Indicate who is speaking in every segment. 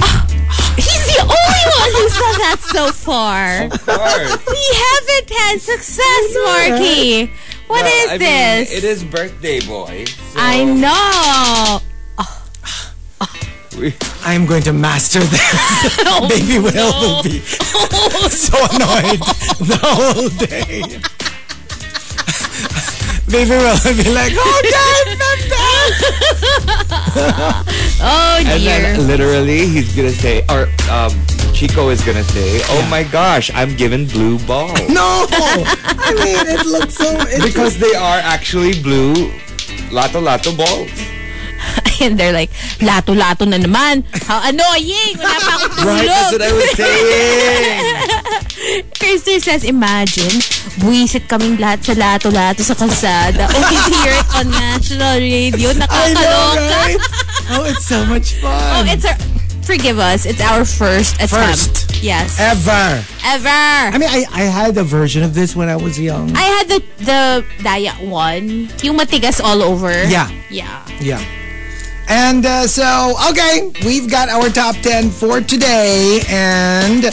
Speaker 1: Ah, Oh, He's the only one who saw that so far. We haven't had success, Marky. What is this?
Speaker 2: it is birthday boy. So
Speaker 1: I know.
Speaker 2: we-
Speaker 3: I'm going to master this. Baby Will will be so annoyed the whole day. Baby Will will be like, oh, damn, damn, damn.
Speaker 1: Oh
Speaker 2: and
Speaker 1: dear.
Speaker 2: then literally he's gonna say or um Chico is gonna say, Oh my gosh, I'm given blue balls.
Speaker 3: No! I mean, it looks so
Speaker 2: because they are actually blue lato lato balls.
Speaker 1: And they're like, lato-lato na naman. How annoying! Wala pa akong
Speaker 2: Right? That's
Speaker 1: tulog.
Speaker 2: what I was saying.
Speaker 1: Kirster says, imagine, buwisit kaming lahat sa lato-lato sa kalsada. Only to hear it on national radio.
Speaker 3: I know,
Speaker 1: Nakakaloka.
Speaker 3: right? Oh, it's so much fun.
Speaker 1: Oh, it's our... Forgive us. It's our first attempt.
Speaker 3: First.
Speaker 1: Yes.
Speaker 3: Ever. I
Speaker 1: Ever.
Speaker 3: mean, I, I had a version of this when I was young.
Speaker 1: I had the the Daya one. Yung matigas all over.
Speaker 3: Yeah.
Speaker 1: Yeah.
Speaker 3: yeah. And uh, so, okay, we've got our top 10 for today, and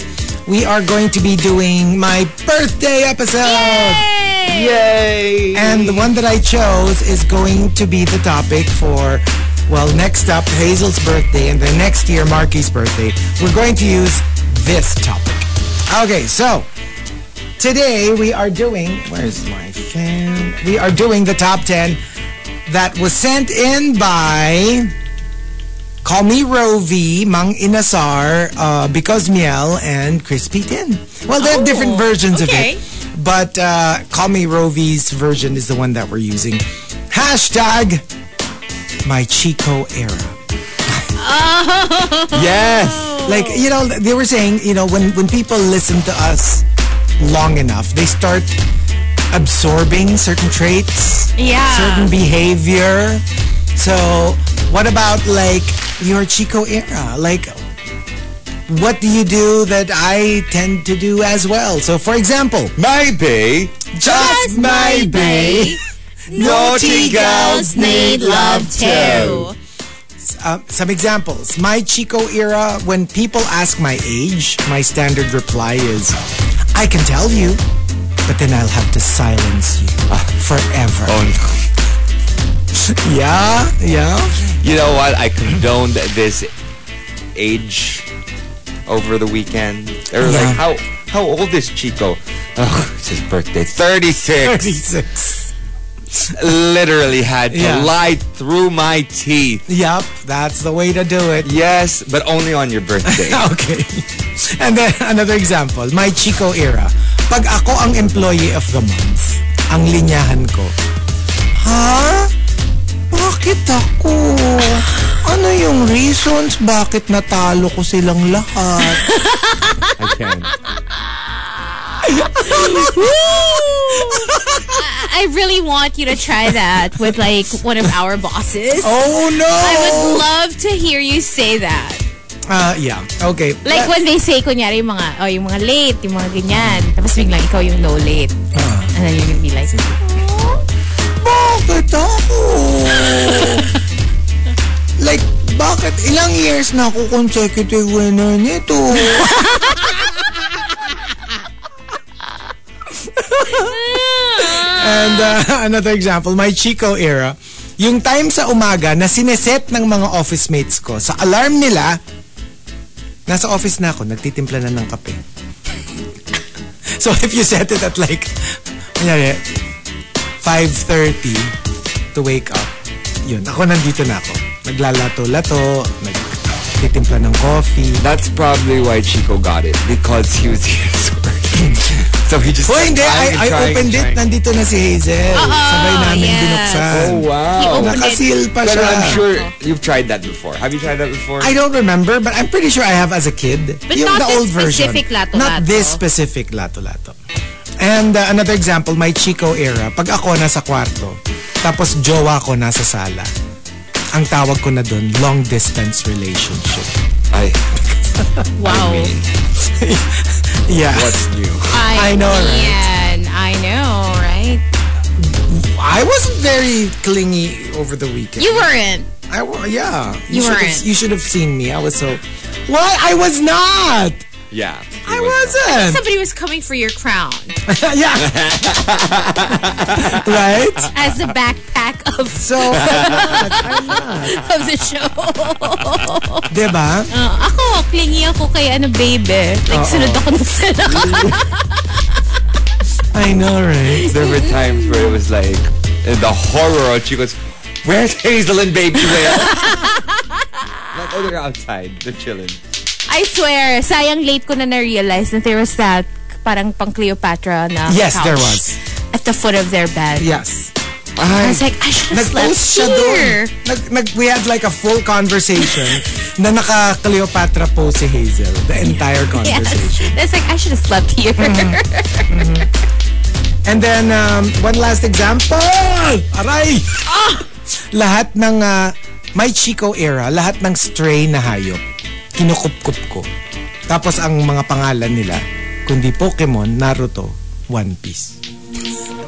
Speaker 3: we are going to be doing my birthday episode.
Speaker 1: Yay!
Speaker 2: Yay! Yay!
Speaker 3: And the one that I chose is going to be the topic for, well, next up, Hazel's birthday, and the next year, Marky's birthday. We're going to use this topic. Okay, so today we are doing, where's my fan? We are doing the top 10 that was sent in by Call Me Rovi, Mang Inasar, uh, Because Miel, and Crispy Tin. Well, they have different versions
Speaker 1: okay.
Speaker 3: of it. But uh, Call Me Rovi's version is the one that we're using. Hashtag My Chico Era.
Speaker 2: Oh. Yes!
Speaker 3: Like, you know, they were saying, you know, when, when people listen to us long enough, they start absorbing certain traits,
Speaker 1: Yeah.
Speaker 3: certain behavior. So, what about like your Chico era? Like, what do you do that I tend to do as well? So, for example,
Speaker 2: My bae,
Speaker 3: just my bae.
Speaker 2: naughty
Speaker 1: girls need love too.
Speaker 3: Uh, some examples. My Chico era, when people ask my age, my standard reply is, I can tell you, but then I'll have to silence you forever.
Speaker 2: Oh,
Speaker 3: Yeah, yeah.
Speaker 2: no. You know what? I condoned this age over the weekend. They were
Speaker 3: Yeah.
Speaker 2: like, how, how old is Chico? Oh, it's his birthday. 36.
Speaker 3: 36.
Speaker 2: Literally had to
Speaker 3: Yeah.
Speaker 2: lie through my teeth.
Speaker 3: Yep, that's the way to do it.
Speaker 2: Yes, but only on your birthday.
Speaker 3: Okay. And then another example, my Chico era. Pag ako ang employee of the month, ang linyahan ko. Ha? Bakit ako? Ano yung reasons bakit natalo ko silang lahat?
Speaker 2: I can't.
Speaker 1: I really want you to try that with like one of our bosses.
Speaker 3: Oh no!
Speaker 1: I would love to hear you say that.
Speaker 3: Ah, yeah. Okay.
Speaker 1: Like when they say, kunyari, yung mga, oh, yung mga late, yung mga ganyan. Tapos biglang ikaw yung no late.
Speaker 3: Ah.
Speaker 1: And then you're gonna be like,
Speaker 3: Bakit ako? like, bakit ilang years na ako consecutive winner nito? And uh, another example, my Chico era. Yung time sa umaga na sineset ng mga office mates ko sa alarm nila, nasa office na ako, nagtitimpla na ng kape. so if you set it at like, kunyari, 5.30 to wake up. Yun, ako nandito na ako. Naglalato-lato, nagtitimpla ng coffee.
Speaker 2: That's probably why Chico got it because he was years working. so he just.
Speaker 3: Hoy, hindi!
Speaker 2: trying
Speaker 3: I,
Speaker 2: and
Speaker 3: I
Speaker 2: trying
Speaker 3: opened
Speaker 2: and
Speaker 3: it.
Speaker 2: trying.
Speaker 3: Nandito na si Hazel. Sabay namin
Speaker 1: yes.
Speaker 3: binuksan.
Speaker 2: Oh wow!
Speaker 1: opened-
Speaker 3: Nakasil pa
Speaker 2: But
Speaker 3: siya.
Speaker 2: I'm sure you've tried that before. Have you tried that before?
Speaker 3: I don't remember, but I'm pretty sure I have as a kid.
Speaker 1: But
Speaker 3: Yung
Speaker 1: not
Speaker 3: the
Speaker 1: this
Speaker 3: old version.
Speaker 1: specific lato-lato.
Speaker 3: Not this specific lato-lato. And uh, another example, my Chico era. Pag ako nasa kwarto, tapos jowa ko nasa sala, ang tawag ko na dun, long distance relationship.
Speaker 2: I,
Speaker 1: wow. I,
Speaker 3: Yeah.
Speaker 2: what's new?
Speaker 3: I know, right?
Speaker 1: mean, I know, right?
Speaker 3: I wasn't very clingy over the weekend.
Speaker 1: You weren't.
Speaker 3: I wa- yeah.
Speaker 1: You
Speaker 3: should have-
Speaker 1: weren't.
Speaker 3: You should have seen me. I was so. What? I was not.
Speaker 2: Yeah.
Speaker 3: I wasn't.
Speaker 1: Somebody was coming for your crown
Speaker 3: yeah. right.
Speaker 1: as the backpack of,
Speaker 3: So,
Speaker 1: of the show.
Speaker 3: diba?
Speaker 1: Ah, ako, clingy ako kay ano, baby. Like, sunod ako ng sunod.
Speaker 3: I know, right?
Speaker 2: There were times where it was like uh, the horror of Chico's. Where's Hazel and Baby Whale? like, oh, they're outside. They're chilling.
Speaker 1: I swear, sayang late ko na na-realize that there was that parang pang Cleopatra na
Speaker 3: Yes,
Speaker 1: couch
Speaker 3: there was.
Speaker 1: At the foot of their bed.
Speaker 3: Yes.
Speaker 1: I was like, I should have slept
Speaker 3: Nag-post siya doon.
Speaker 1: here.
Speaker 3: Nag, nag, we had like a full conversation na naka-Cleopatra po si Hazel. The entire conversation.
Speaker 1: Yes. That's like, I should have slept here.
Speaker 3: Mm-hmm. And then, um, one last example. Aray!
Speaker 1: Ah!
Speaker 3: Lahat ng, ah, my Chico era, lahat ng stray na hayop, kinukup-kup ko. Tapos ang mga pangalan nila, kundi Pokemon, Naruto, One Piece.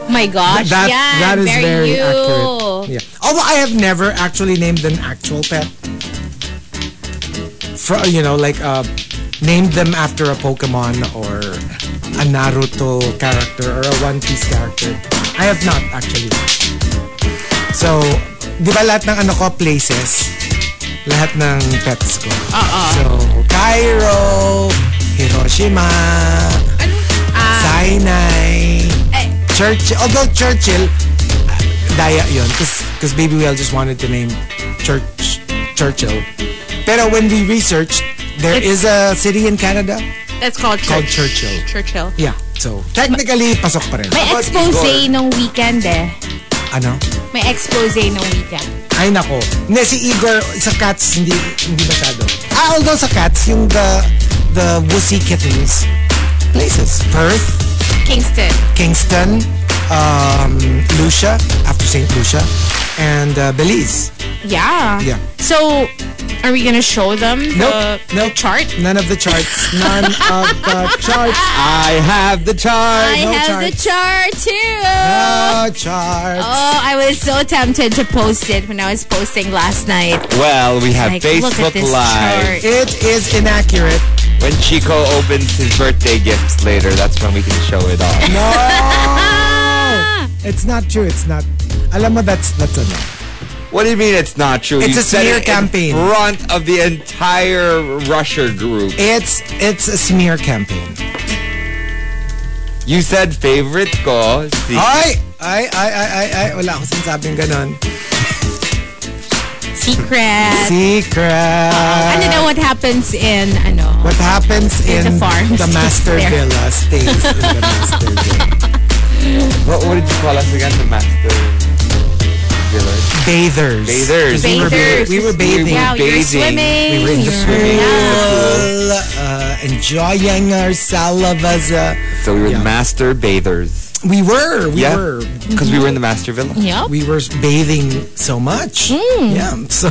Speaker 1: My gosh.
Speaker 3: That,
Speaker 1: yeah,
Speaker 3: that is
Speaker 1: very,
Speaker 3: very
Speaker 1: you.
Speaker 3: accurate. Yeah. Although I have never actually named an actual pet. For, you know, like, uh, named them after a Pokemon or a Naruto character or a One Piece character. I have not, actually. So, di ba lahat ng ano ko, places? Lahat ng pets ko.
Speaker 1: Uh-uh.
Speaker 3: So, Cairo, Hiroshima,
Speaker 1: ah.
Speaker 3: Sinai, Churchill. Although Churchill, uh, daya yun. Because Baby Whale just wanted to name Church Churchill. Pero when we researched, there is a city in Canada
Speaker 1: That's called,
Speaker 3: called
Speaker 1: Church-
Speaker 3: Churchill.
Speaker 1: Churchill.
Speaker 3: Yeah. So, technically, pasok pa rin.
Speaker 1: May
Speaker 2: How about
Speaker 1: expose nung weekend eh.
Speaker 3: Ano?
Speaker 1: May expose nung weekend.
Speaker 3: Ay nako. Hindi, si Igor, sa cats, hindi, hindi masyado. Ah, although sa cats, yung the, the wussy kittens, places. Perth,
Speaker 1: Kingston.
Speaker 3: Kingston, um, Lucia, after St. Lucia, and uh, Belize.
Speaker 1: Yeah.
Speaker 3: Yeah.
Speaker 1: So, are we gonna show them the,
Speaker 3: Nope,
Speaker 1: the
Speaker 3: nope.
Speaker 1: Uh, chart? Oh.
Speaker 3: None of the charts. None of the charts.
Speaker 2: I have the chart.
Speaker 1: I
Speaker 3: no
Speaker 1: have
Speaker 3: chart.
Speaker 1: the chart too.
Speaker 3: No charts.
Speaker 1: Oh, I was so tempted to post it when I was posting last night.
Speaker 2: Well, we have
Speaker 1: Like, look at
Speaker 2: Facebook
Speaker 1: this
Speaker 2: Live.
Speaker 1: chart.
Speaker 3: It is inaccurate.
Speaker 2: When Chico opens his birthday gifts later, that's when we can show it off.
Speaker 3: No! it's not true. It's not. Alam mo, that's, that's a no.
Speaker 2: What do you mean it's not true?
Speaker 3: It's
Speaker 2: you
Speaker 3: a
Speaker 2: said
Speaker 3: smear
Speaker 2: it
Speaker 3: campaign.
Speaker 2: In front of the entire rusher group.
Speaker 3: It's, it's a smear campaign.
Speaker 2: You said favorite ko. Si
Speaker 3: Ay! Ay, ay, ay, ay, ay. Wala akong sinasabing ganun.
Speaker 1: Secret.
Speaker 3: Secret.
Speaker 1: I don't know what happens in, I know.
Speaker 3: uh, What happens in,
Speaker 1: the farm
Speaker 3: the
Speaker 1: stays
Speaker 3: master
Speaker 1: there.
Speaker 3: villa stays in the master villa.
Speaker 2: what, what did you call us again? The master village?
Speaker 3: Bathers.
Speaker 2: Bathers.
Speaker 3: 'Cause We were, ba-
Speaker 1: Bathers.
Speaker 3: we were bathing.
Speaker 1: Yeah, you're
Speaker 2: bathing.
Speaker 1: swimming.
Speaker 2: We were in the
Speaker 1: you're-
Speaker 2: swimming
Speaker 1: Yeah.
Speaker 3: Well, Uh, enjoying ourselves as a...
Speaker 2: So we were
Speaker 3: Yeah.
Speaker 2: the master bathers.
Speaker 3: We were. We
Speaker 2: yeah.
Speaker 3: were.
Speaker 2: Because we were in the master villa.
Speaker 1: Yep.
Speaker 3: We were bathing so much.
Speaker 1: Hmm.
Speaker 3: Yeah. So...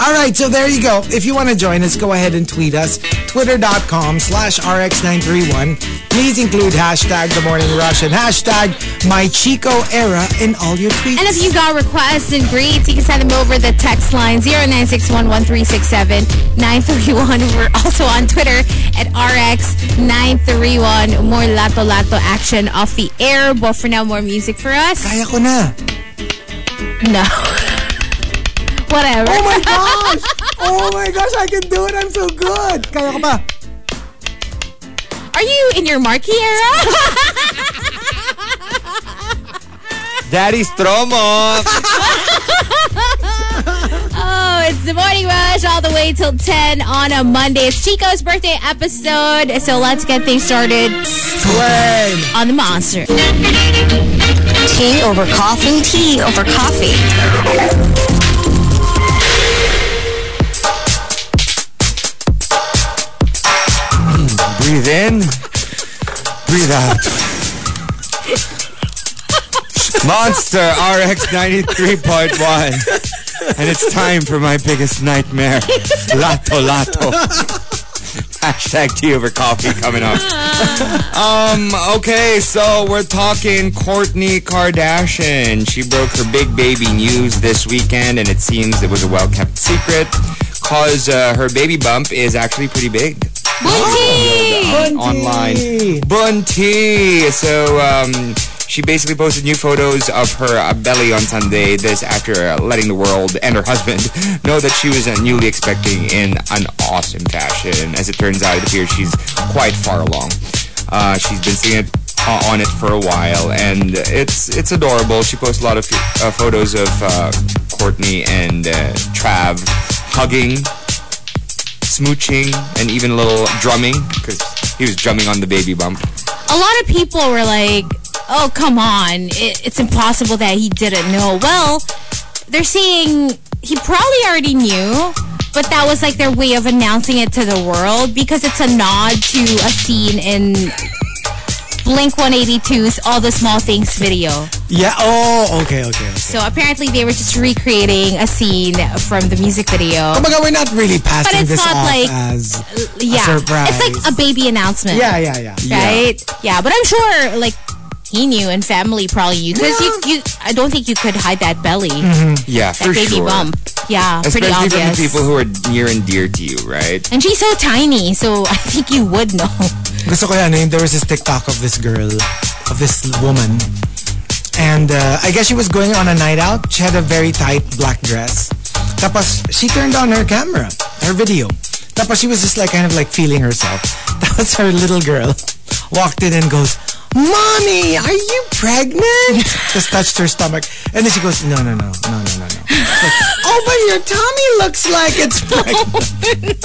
Speaker 3: All right, so there you go. If you want to join us, go ahead and tweet us. Twitter.com slash RX931. Please include hashtag The Morning Rush and hashtag My Chico Era in all your tweets.
Speaker 1: And if you got requests and greets, you can send them over the text line 0961-1367-931. We're also on Twitter at RX931. More Lato Lato action off the air. But for now, more music for us.
Speaker 3: Kaya ko na.
Speaker 1: No. Whatever.
Speaker 3: Oh my gosh! Oh my gosh, I can do it. I'm so good. Kaya ko ba?
Speaker 1: Are you in your marquee era?
Speaker 2: Daddy Stromo.
Speaker 1: oh, it's the morning rush all the way till 10 on a Monday. It's Chico's birthday episode. So let's get things started
Speaker 3: Swear.
Speaker 1: on the monster.
Speaker 4: Tea over coffee. Tea over coffee.
Speaker 2: Breathe in. Breathe out. Monster RX 93.1. And it's time for my biggest nightmare. Lato Lato. Hashtag tea over coffee coming up. Um, okay, so we're talking Courtney Kardashian. She broke her big baby news this weekend, and it seems it was a well kept secret because uh, her baby bump is actually pretty big
Speaker 4: Oh.
Speaker 2: online. Bunty. So um, she basically posted new photos of her uh, belly on Sunday. This after uh, letting the world and her husband know that she was uh, newly expecting in an awesome fashion. As it turns out, it appears she's quite far along. Uh, she's been seeing it. uh, On it for a while, and it's it's adorable. She posts a lot of uh, photos of uh, Courtney and uh, Trav hugging smooching and even a little drumming because he was drumming on the baby bump.
Speaker 1: a lot of people were like, "Oh, come on! It, it's impossible that he didn't know." Well, they're saying he probably already knew, but that was like their way of announcing it to the world because it's a nod to a scene in Blink 182's "All the Small Things" video.
Speaker 3: Yeah. Oh, okay, okay. okay.
Speaker 1: So apparently, they were just recreating a scene from the music video.
Speaker 3: Kumbaga, we're not really passing
Speaker 1: it's
Speaker 3: this
Speaker 1: not
Speaker 3: off
Speaker 1: like-
Speaker 3: as...
Speaker 1: Yeah,
Speaker 3: surprise.
Speaker 1: it's like a baby announcement.
Speaker 3: Yeah, yeah, yeah.
Speaker 1: right? Yeah, but I'm sure like he knew and family probably knew because you, you I don't think you could hide that belly,
Speaker 2: Yeah,
Speaker 1: that
Speaker 2: Mm-hmm, for
Speaker 1: baby
Speaker 2: sure.
Speaker 1: bump. Yeah,
Speaker 2: Especially
Speaker 1: pretty
Speaker 2: from
Speaker 1: obvious.
Speaker 2: the people who are near and dear to you, right?
Speaker 1: and she's so tiny, so I think you would know.
Speaker 3: Gusto ko yan, eh, there was this TikTok of this girl, of this woman, And uh, I guess she was going on a night out. She had a very tight black dress. Tapos, she turned on her camera, her video. Tapos, she was just like kind of like feeling herself. That was her little girl. Walked in and goes, Mommy, are you pregnant? just touched her stomach. And then she goes, no, no, no, no, no, no, no. It's like, oh, but your tummy looks like it's pregnant.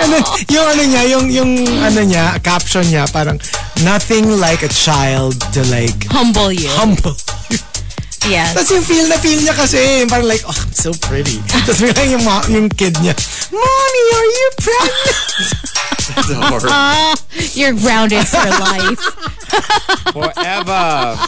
Speaker 3: And then, yung ano niya, yung, yung ano niya, caption niya, parang, nothing like a child to like,
Speaker 1: Humble you.
Speaker 3: humble.
Speaker 1: yes.
Speaker 3: Tapos yung feel na feel niya kasi, parang like, oh, I'm so pretty. Tapos biglang yung, ma- yung kid niya, Mommy, are you pregnant?
Speaker 1: You're grounded for life.
Speaker 2: Forever.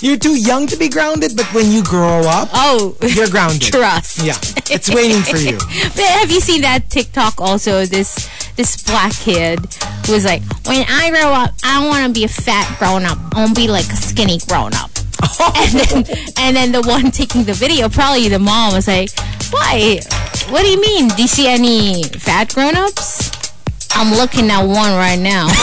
Speaker 3: You're too young to be grounded, but when you grow up,
Speaker 1: Oh.
Speaker 3: you're grounded.
Speaker 1: Trust.
Speaker 3: Yeah, it's waiting for you.
Speaker 1: But have you seen that TikTok also? This this black kid was like, when I grow up, I don't want to be a fat grown up. I want to be like a skinny grown up. And then and then the one taking the video, probably the mom was like, why? What do you mean? Do you see any fat grown ups? I'm looking at one right now. and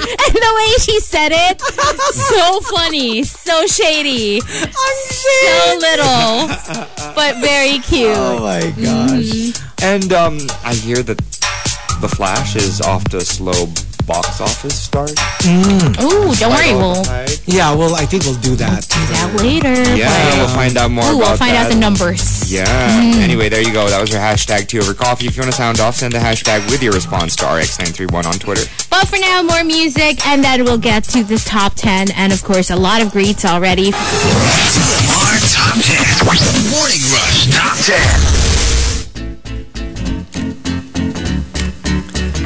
Speaker 1: the way she said it, so funny, so shady, so little but very cute.
Speaker 3: Oh my gosh.
Speaker 2: And um, I hear that The Flash is off to a slow box office start.
Speaker 1: Ooh, don't worry, we'll do
Speaker 3: Yeah, well, I think we'll do that.
Speaker 1: that later.
Speaker 2: Yeah, we'll find out more
Speaker 1: But, ooh,
Speaker 2: about
Speaker 1: we'll find
Speaker 2: that.
Speaker 1: out the Mm-hmm. numbers.
Speaker 2: Yeah. Anyway, there you go. That was your hashtag tea over coffee. If you want to sound off, send a hashtag with your response to RX931 on Twitter.
Speaker 1: But for now, more music, and then we'll get to the top 10, and of course, a lot of greets already.
Speaker 5: TMR Top 10. Morning Rush Top 10.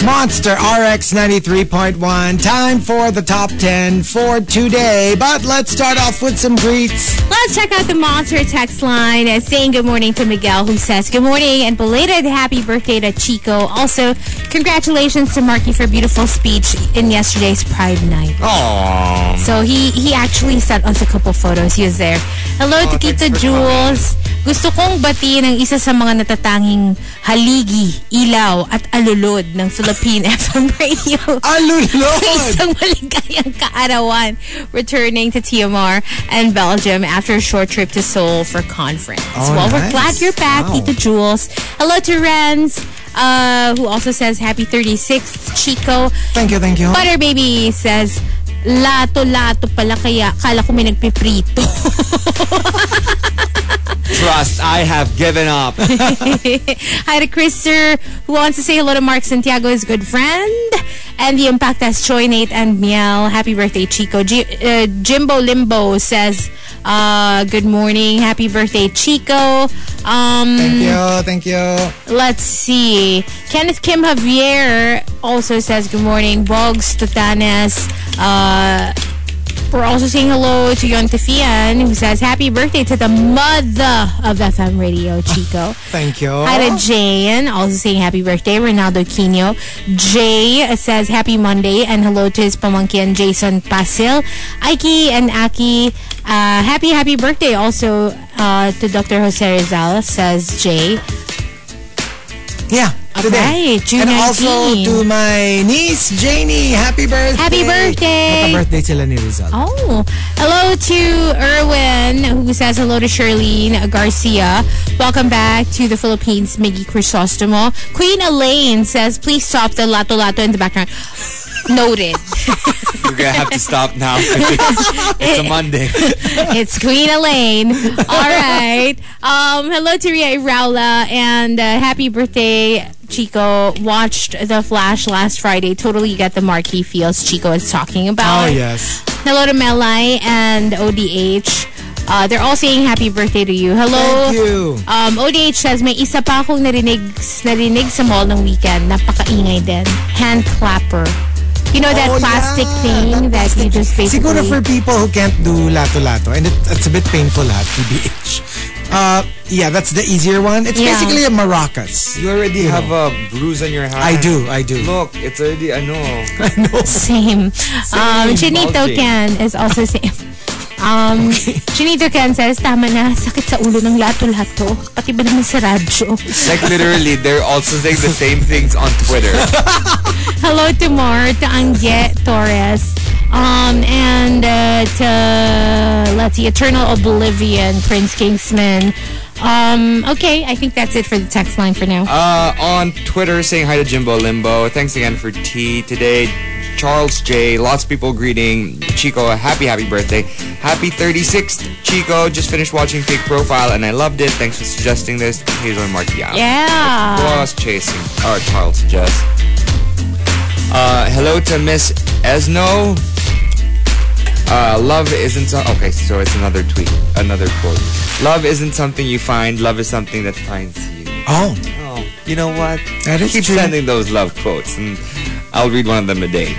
Speaker 3: Monster RX 93.1. Time for the top 10 for today. But let's start off with some greets.
Speaker 1: Let's check out the Monster text line uh, saying good morning to Miguel, who says good morning and belated happy birthday to Chico. Also, congratulations to Marky for beautiful speech in yesterday's Pride Night.
Speaker 2: Aww.
Speaker 1: So he he actually sent us a couple photos. He was there. Hello, to Tita Jules. Gusto kong batiin ang isa sa mga natatanging haligi, ilaw at alulod ng Philippine FM
Speaker 3: Oh,
Speaker 1: radio.
Speaker 3: Alulod!
Speaker 1: Isang maligayang kaarawan returning to TMR and Belgium after a short trip to Seoul for conference.
Speaker 3: Oh,
Speaker 1: well, we're
Speaker 3: nice.
Speaker 1: glad you're back,
Speaker 3: Wow.
Speaker 1: Tita Jules. Hello to Renz, uh, who also says happy 36th, Chico.
Speaker 3: Thank you, thank you.
Speaker 1: Butter Baby says, lato-lato pala kaya kala ko may nagpiprito.
Speaker 2: Trust, I have given up.
Speaker 1: Hi to Christer, who wants to say hello to Mark Santiago, his good friend. And the impact has Choi, Nate, and Miel. Happy birthday, Chico. G- uh, Jimbo Limbo says, uh, good morning. Happy birthday, Chico. Um,
Speaker 3: Thank you, thank you.
Speaker 1: let's see. Kenneth Kim Javier also says, good morning. Bogs Tatanes. Uh, we're also saying hello to Yon Tifian, who says, happy birthday to the mother of FM Radio, Chico.
Speaker 3: Thank you.
Speaker 1: Hi to Jayan, also saying happy birthday, Ronaldo Quino. Jay says happy Monday and hello to his pamangkin Jason Pasil. Aiki and Aki, uh, happy, happy birthday also uh, to Dr. Jose Rizal, says Jay.
Speaker 3: Yeah, today.
Speaker 1: Alright, June
Speaker 3: and also
Speaker 1: 19.
Speaker 3: to my niece, Janie. Happy birthday.
Speaker 1: Happy birthday.
Speaker 3: Naka-birthday sila ni Rizal.
Speaker 1: Oh, hello to Erwin, who says hello to Charlene Garcia. Welcome back to the Philippines, Miggy Crisostomo. Queen Elaine says, please stop the lato lato in the background. Noted.
Speaker 2: We're going to have to stop now. it's a Monday.
Speaker 1: it's Queen Elaine. All right. Um, hello to Ria Iraula and uh, happy birthday, Chico. Watched The Flash last Friday. Totally get the marquee feels Chico is talking
Speaker 3: Oh,
Speaker 1: about.
Speaker 3: yes.
Speaker 1: Hello to Melai and ODH. Uh, they're all saying happy birthday to you. Hello.
Speaker 3: Thank you.
Speaker 1: Um, ODH says, may isa pa akong narinig, narinig sa mall ng weekend. Napakaingay din. Hand clapper. You know that
Speaker 3: Oh,
Speaker 1: plastic
Speaker 3: yeah,
Speaker 1: thing that, you just basically...
Speaker 3: Siguro for people who can't do lato-lato, and it, it's a bit painful ha, TBH. Uh, yeah, that's the easier one. It's
Speaker 1: Yeah.
Speaker 3: basically a maracas.
Speaker 2: You already have a bruise on your hand.
Speaker 3: I do, I do.
Speaker 2: Look, it's already, I know.
Speaker 1: Same. Um, Chinito
Speaker 2: bulging.
Speaker 1: Ken is also same. Um, Chinito Ken says, tama na, sakit sa ulo ng lato-lato. Pati ba naman sa radyo?
Speaker 2: Like literally, they're also saying the same things on Twitter.
Speaker 1: Hello to Mar, to Angge Torres. Um, and uh, to, let's see, Eternal Oblivion, Prince Kingsman. Um, okay, I think that's it for the text line for now.
Speaker 2: Uh, on Twitter, saying hi to Jimbo Limbo. Thanks again for tea today. Charles J. Lots of people greeting Chico. a Happy, happy birthday. Happy 36th, Chico. Just finished watching Fake Profile and I loved it. Thanks for suggesting this. Hazel and Marquiano. Who
Speaker 1: yeah.
Speaker 2: else chasing? Oh, Charles suggests. Uh, hello to Miss Esno. Uh, love isn't so- okay. So it's another tweet, another quote. Love isn't something you find. Love is something that finds you.
Speaker 3: Oh,
Speaker 2: Oh, you know what?
Speaker 3: That is
Speaker 2: Keep
Speaker 3: true.
Speaker 2: sending those love quotes, and I'll read one of them a day.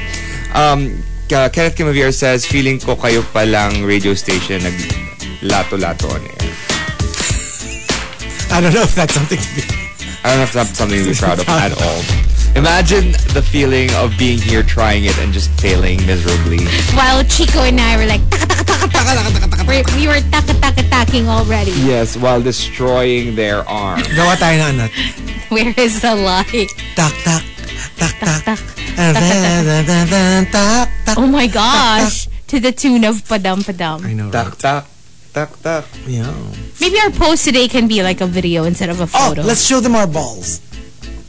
Speaker 2: Um, Ka- Kenneth Kimavier says, feeling ko kayo palang radio station nag lato-lato on air.
Speaker 3: I don't know if that's something to be...
Speaker 2: I don't know if that's something to be proud of at all. Imagine the feeling of being here, trying it, and just failing miserably.
Speaker 1: While Chico and I were like, taka, taka, taka, taka, taka, taka. We're- we were taka taka taking already.
Speaker 2: Yes, while destroying their arm.
Speaker 3: Gawa tayo na ano.
Speaker 1: Where is the lie?
Speaker 3: Tak, tak, tak, tak. Ah, da, da, da, da, Tak, tak.
Speaker 1: Oh my gosh. To the tune of Padam Padam.
Speaker 3: I know,
Speaker 2: tak, tak, tak, tak.
Speaker 3: right? Yeah.
Speaker 1: Maybe our post today can be like a video instead of a
Speaker 3: Oh,
Speaker 1: photo.
Speaker 3: let's show them our balls.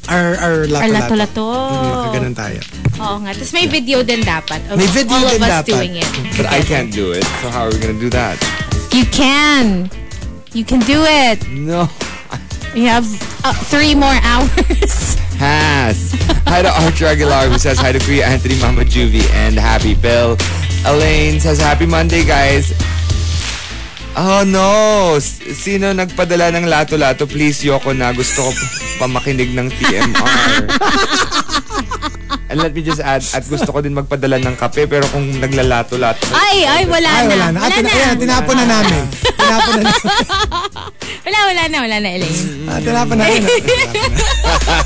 Speaker 3: Our, our
Speaker 1: Or
Speaker 3: lato-lato.
Speaker 1: lato-lato.
Speaker 3: Ganun tayo.
Speaker 1: Oo nga. Tapos may video din dapat. Of
Speaker 3: May video
Speaker 1: all of
Speaker 3: din
Speaker 1: us
Speaker 3: dapat.
Speaker 1: doing it.
Speaker 2: But I can't do it, so how are we gonna do that?
Speaker 1: You can. You can do it.
Speaker 2: No.
Speaker 1: We have uh, three more hours.
Speaker 2: Pass. Hi to Archer Aguilar, who says hi to Kuya Anthony, Mama Juvie, and Happy Bill. Elaine says, Happy Monday, guys. Oh no! S- Sino nagpadala ng lato-lato? Please, Yoko na. Gusto ko pa- pamakinig ng TMR. And let me just add, at gusto ko din magpadala ng kape, pero kung naglalato-lato,
Speaker 1: Ay, ay, wala
Speaker 3: Ay,
Speaker 1: na.
Speaker 3: wala na. Ah,
Speaker 1: Wala
Speaker 3: tina-
Speaker 1: na.
Speaker 3: ayan, tinapon na namin. Tinapon na namin.
Speaker 1: Wala, wala na. Wala na, Elaine.
Speaker 3: Ah, tinapon na namin.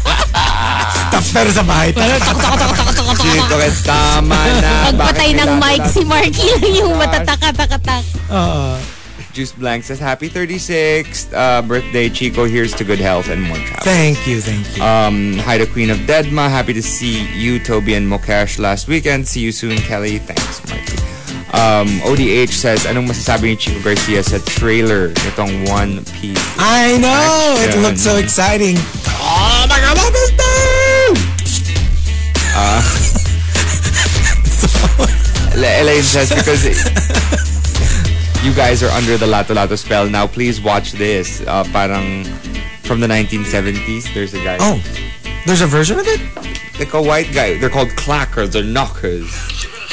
Speaker 3: Tapos pero sa bahay. tak, tak.
Speaker 2: dito kayo, tama na.
Speaker 1: Pagpatay
Speaker 2: Bakit may
Speaker 1: ng mic
Speaker 2: lato-lato?
Speaker 1: si Marky
Speaker 3: Oh
Speaker 1: lang yung matataka-takatak.
Speaker 3: Oo.
Speaker 2: Juice Blank says, Happy 36th uh, birthday, Chico. Here's to good health and more travel.
Speaker 3: Thank you, thank you.
Speaker 2: Um, hi to Queen of Deadma. Happy to see you, Toby and Mokesh last weekend. See you soon, Kelly. Thanks, Mikey. Um, ODH says, anong masasabi ni Chico Garcia sa trailer nitong One Piece?
Speaker 3: I know! It
Speaker 2: Action.
Speaker 3: looks so exciting. Oh my god, what is that?
Speaker 2: Le- Elaine says, because you guys are under the Lato Lato spell now, please watch this. Uh, parang from the 1970s, there's a guy.
Speaker 3: Oh, there's a version of it?
Speaker 2: Like a white guy. They're called clackers or knockers.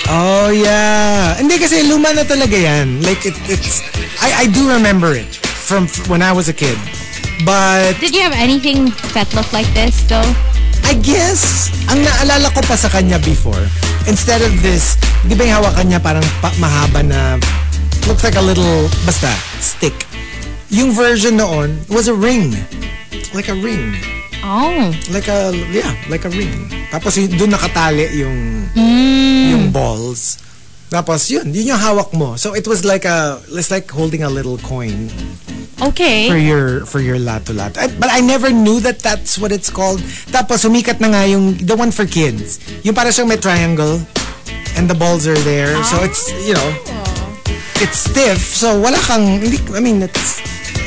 Speaker 3: Oh, yeah. Hindi kasi luma na talaga yan. Like, it, it's... I, I do remember it from f- when I was a kid. But,
Speaker 1: Did you have anything that looked like this, though?
Speaker 3: I guess, ang naalala ko pa sa kanya before, instead of this, di ba yung hawakan niya parang pa- mahaba na, looks like a little, basta, stick. Yung version noon was a ring. Like a ring.
Speaker 1: Oh.
Speaker 3: Like a, yeah, like a ring. Tapos yun, doon nakatali yung, yung balls. Tapos yun, yun yung hawak mo. So it was like a, it's like holding a little coin for
Speaker 1: Okay.
Speaker 3: your for your lato lato. At- But I never knew that that's what it's called. Tapos sumikat na nga yung the one for kids. Yung para siyang may triangle and the balls are there. So it's, you know, it's stiff. So wala kang hindi I mean, it's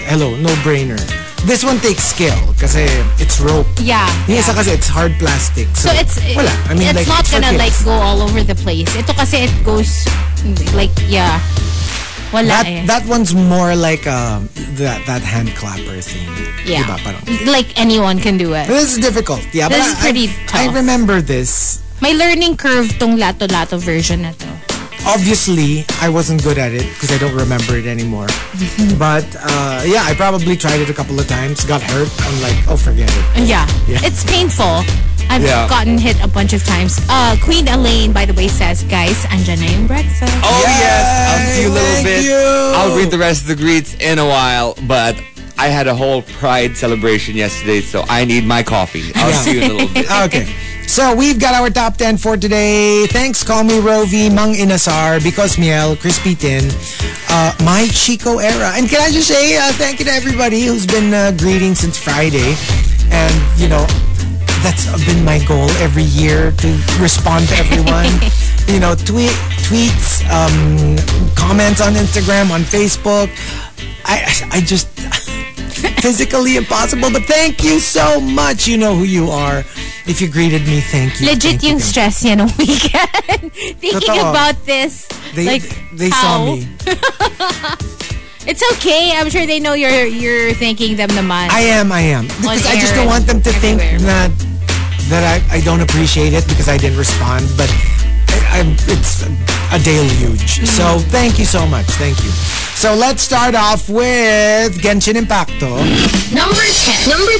Speaker 3: hello, no brainer. This one takes skill kasi it's rope.
Speaker 1: Yeah.
Speaker 3: Yung isa kasi it's hard plastic. So,
Speaker 1: So it's
Speaker 3: wala. I mean,
Speaker 1: it's
Speaker 3: like,
Speaker 1: not
Speaker 3: it's for
Speaker 1: gonna like
Speaker 3: kids.
Speaker 1: go all over the place. Ito kasi it goes like yeah. Wala
Speaker 3: that
Speaker 1: eh.
Speaker 3: that one's more like um that that hand clapper thing.
Speaker 1: yeah.
Speaker 3: Diba? Parang,
Speaker 1: Like anyone can do it.
Speaker 3: This is difficult. Yeah,
Speaker 1: This
Speaker 3: but
Speaker 1: is
Speaker 3: I-
Speaker 1: pretty
Speaker 3: I,
Speaker 1: tough.
Speaker 3: I remember this.
Speaker 1: May learning curve tong lato-lato version na to.
Speaker 3: Obviously, I wasn't good at it because I don't remember it anymore. but uh, yeah, I probably tried it a couple of times, got hurt. I'm like, oh, forget it.
Speaker 1: Yeah.
Speaker 3: Yeah.
Speaker 1: It's painful. I've
Speaker 2: Yeah.
Speaker 1: gotten hit a bunch of times. Uh, Queen Elaine, by the way, says, guys, andyan na yung breakfast.
Speaker 2: Oh yes, I'll see you a little
Speaker 3: Thank
Speaker 2: bit.
Speaker 3: you.
Speaker 2: I'll read the rest of the greets in a while, but I had a whole pride celebration yesterday, so I need my coffee. I'll
Speaker 3: Yeah.
Speaker 2: see you in a little bit.
Speaker 3: Ah, Okay. So we've got our top 10 for today. Thanks, Call Me Rovi, Mang Inasar, Because Miel, Crispy Tin, uh, My Chico Era. And can I just say uh, thank you to everybody who's been uh, greeting since Friday. And, you know, that's been my goal every year to respond to everyone. you know, tweet, tweets, um, comments on Instagram, on Facebook. I, I just physically impossible. But thank you so much. You know who you are. If you greeted me, thank you.
Speaker 1: Legit
Speaker 3: thank you,
Speaker 1: yung
Speaker 3: thank
Speaker 1: stress niya nung weekend. Thinking
Speaker 3: Totoo.
Speaker 1: about this.
Speaker 3: you. They,
Speaker 1: like,
Speaker 3: they
Speaker 1: how?
Speaker 3: saw me.
Speaker 1: It's okay. I'm sure they know you're you're thanking them naman.
Speaker 3: I am, I am. Because I just
Speaker 1: air
Speaker 3: don't want them to
Speaker 1: everywhere.
Speaker 3: think that that I, I don't appreciate it because I didn't respond. But I, I, it's a
Speaker 1: Mm-hmm.
Speaker 3: deluge. So thank you so much. Thank you. So let's start off with Genshin Impacto.
Speaker 6: Number 10. Number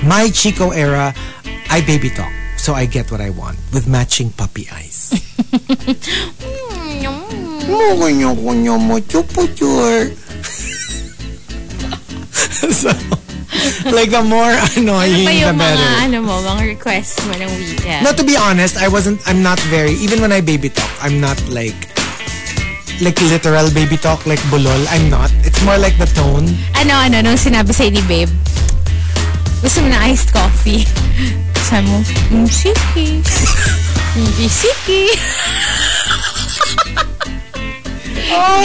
Speaker 6: 10.
Speaker 3: My Chico era, I baby talk. So I get what I want with matching puppy eyes. so, like the more
Speaker 1: ano
Speaker 3: annoying,
Speaker 1: ba
Speaker 3: the
Speaker 1: yung mga,
Speaker 3: better.
Speaker 1: ano mo, mga requests mo ng weekend?
Speaker 3: No, to be honest, I wasn't. I'm not very. Even when I baby talk, I'm not like like literal baby talk like bulol. I'm not. It's more like the tone.
Speaker 1: ano, ano, nung sinabi sa'yo ni babe, gusto mo na iced coffee. Sabi mo, mm, sige. Hindi sige.
Speaker 3: Oh,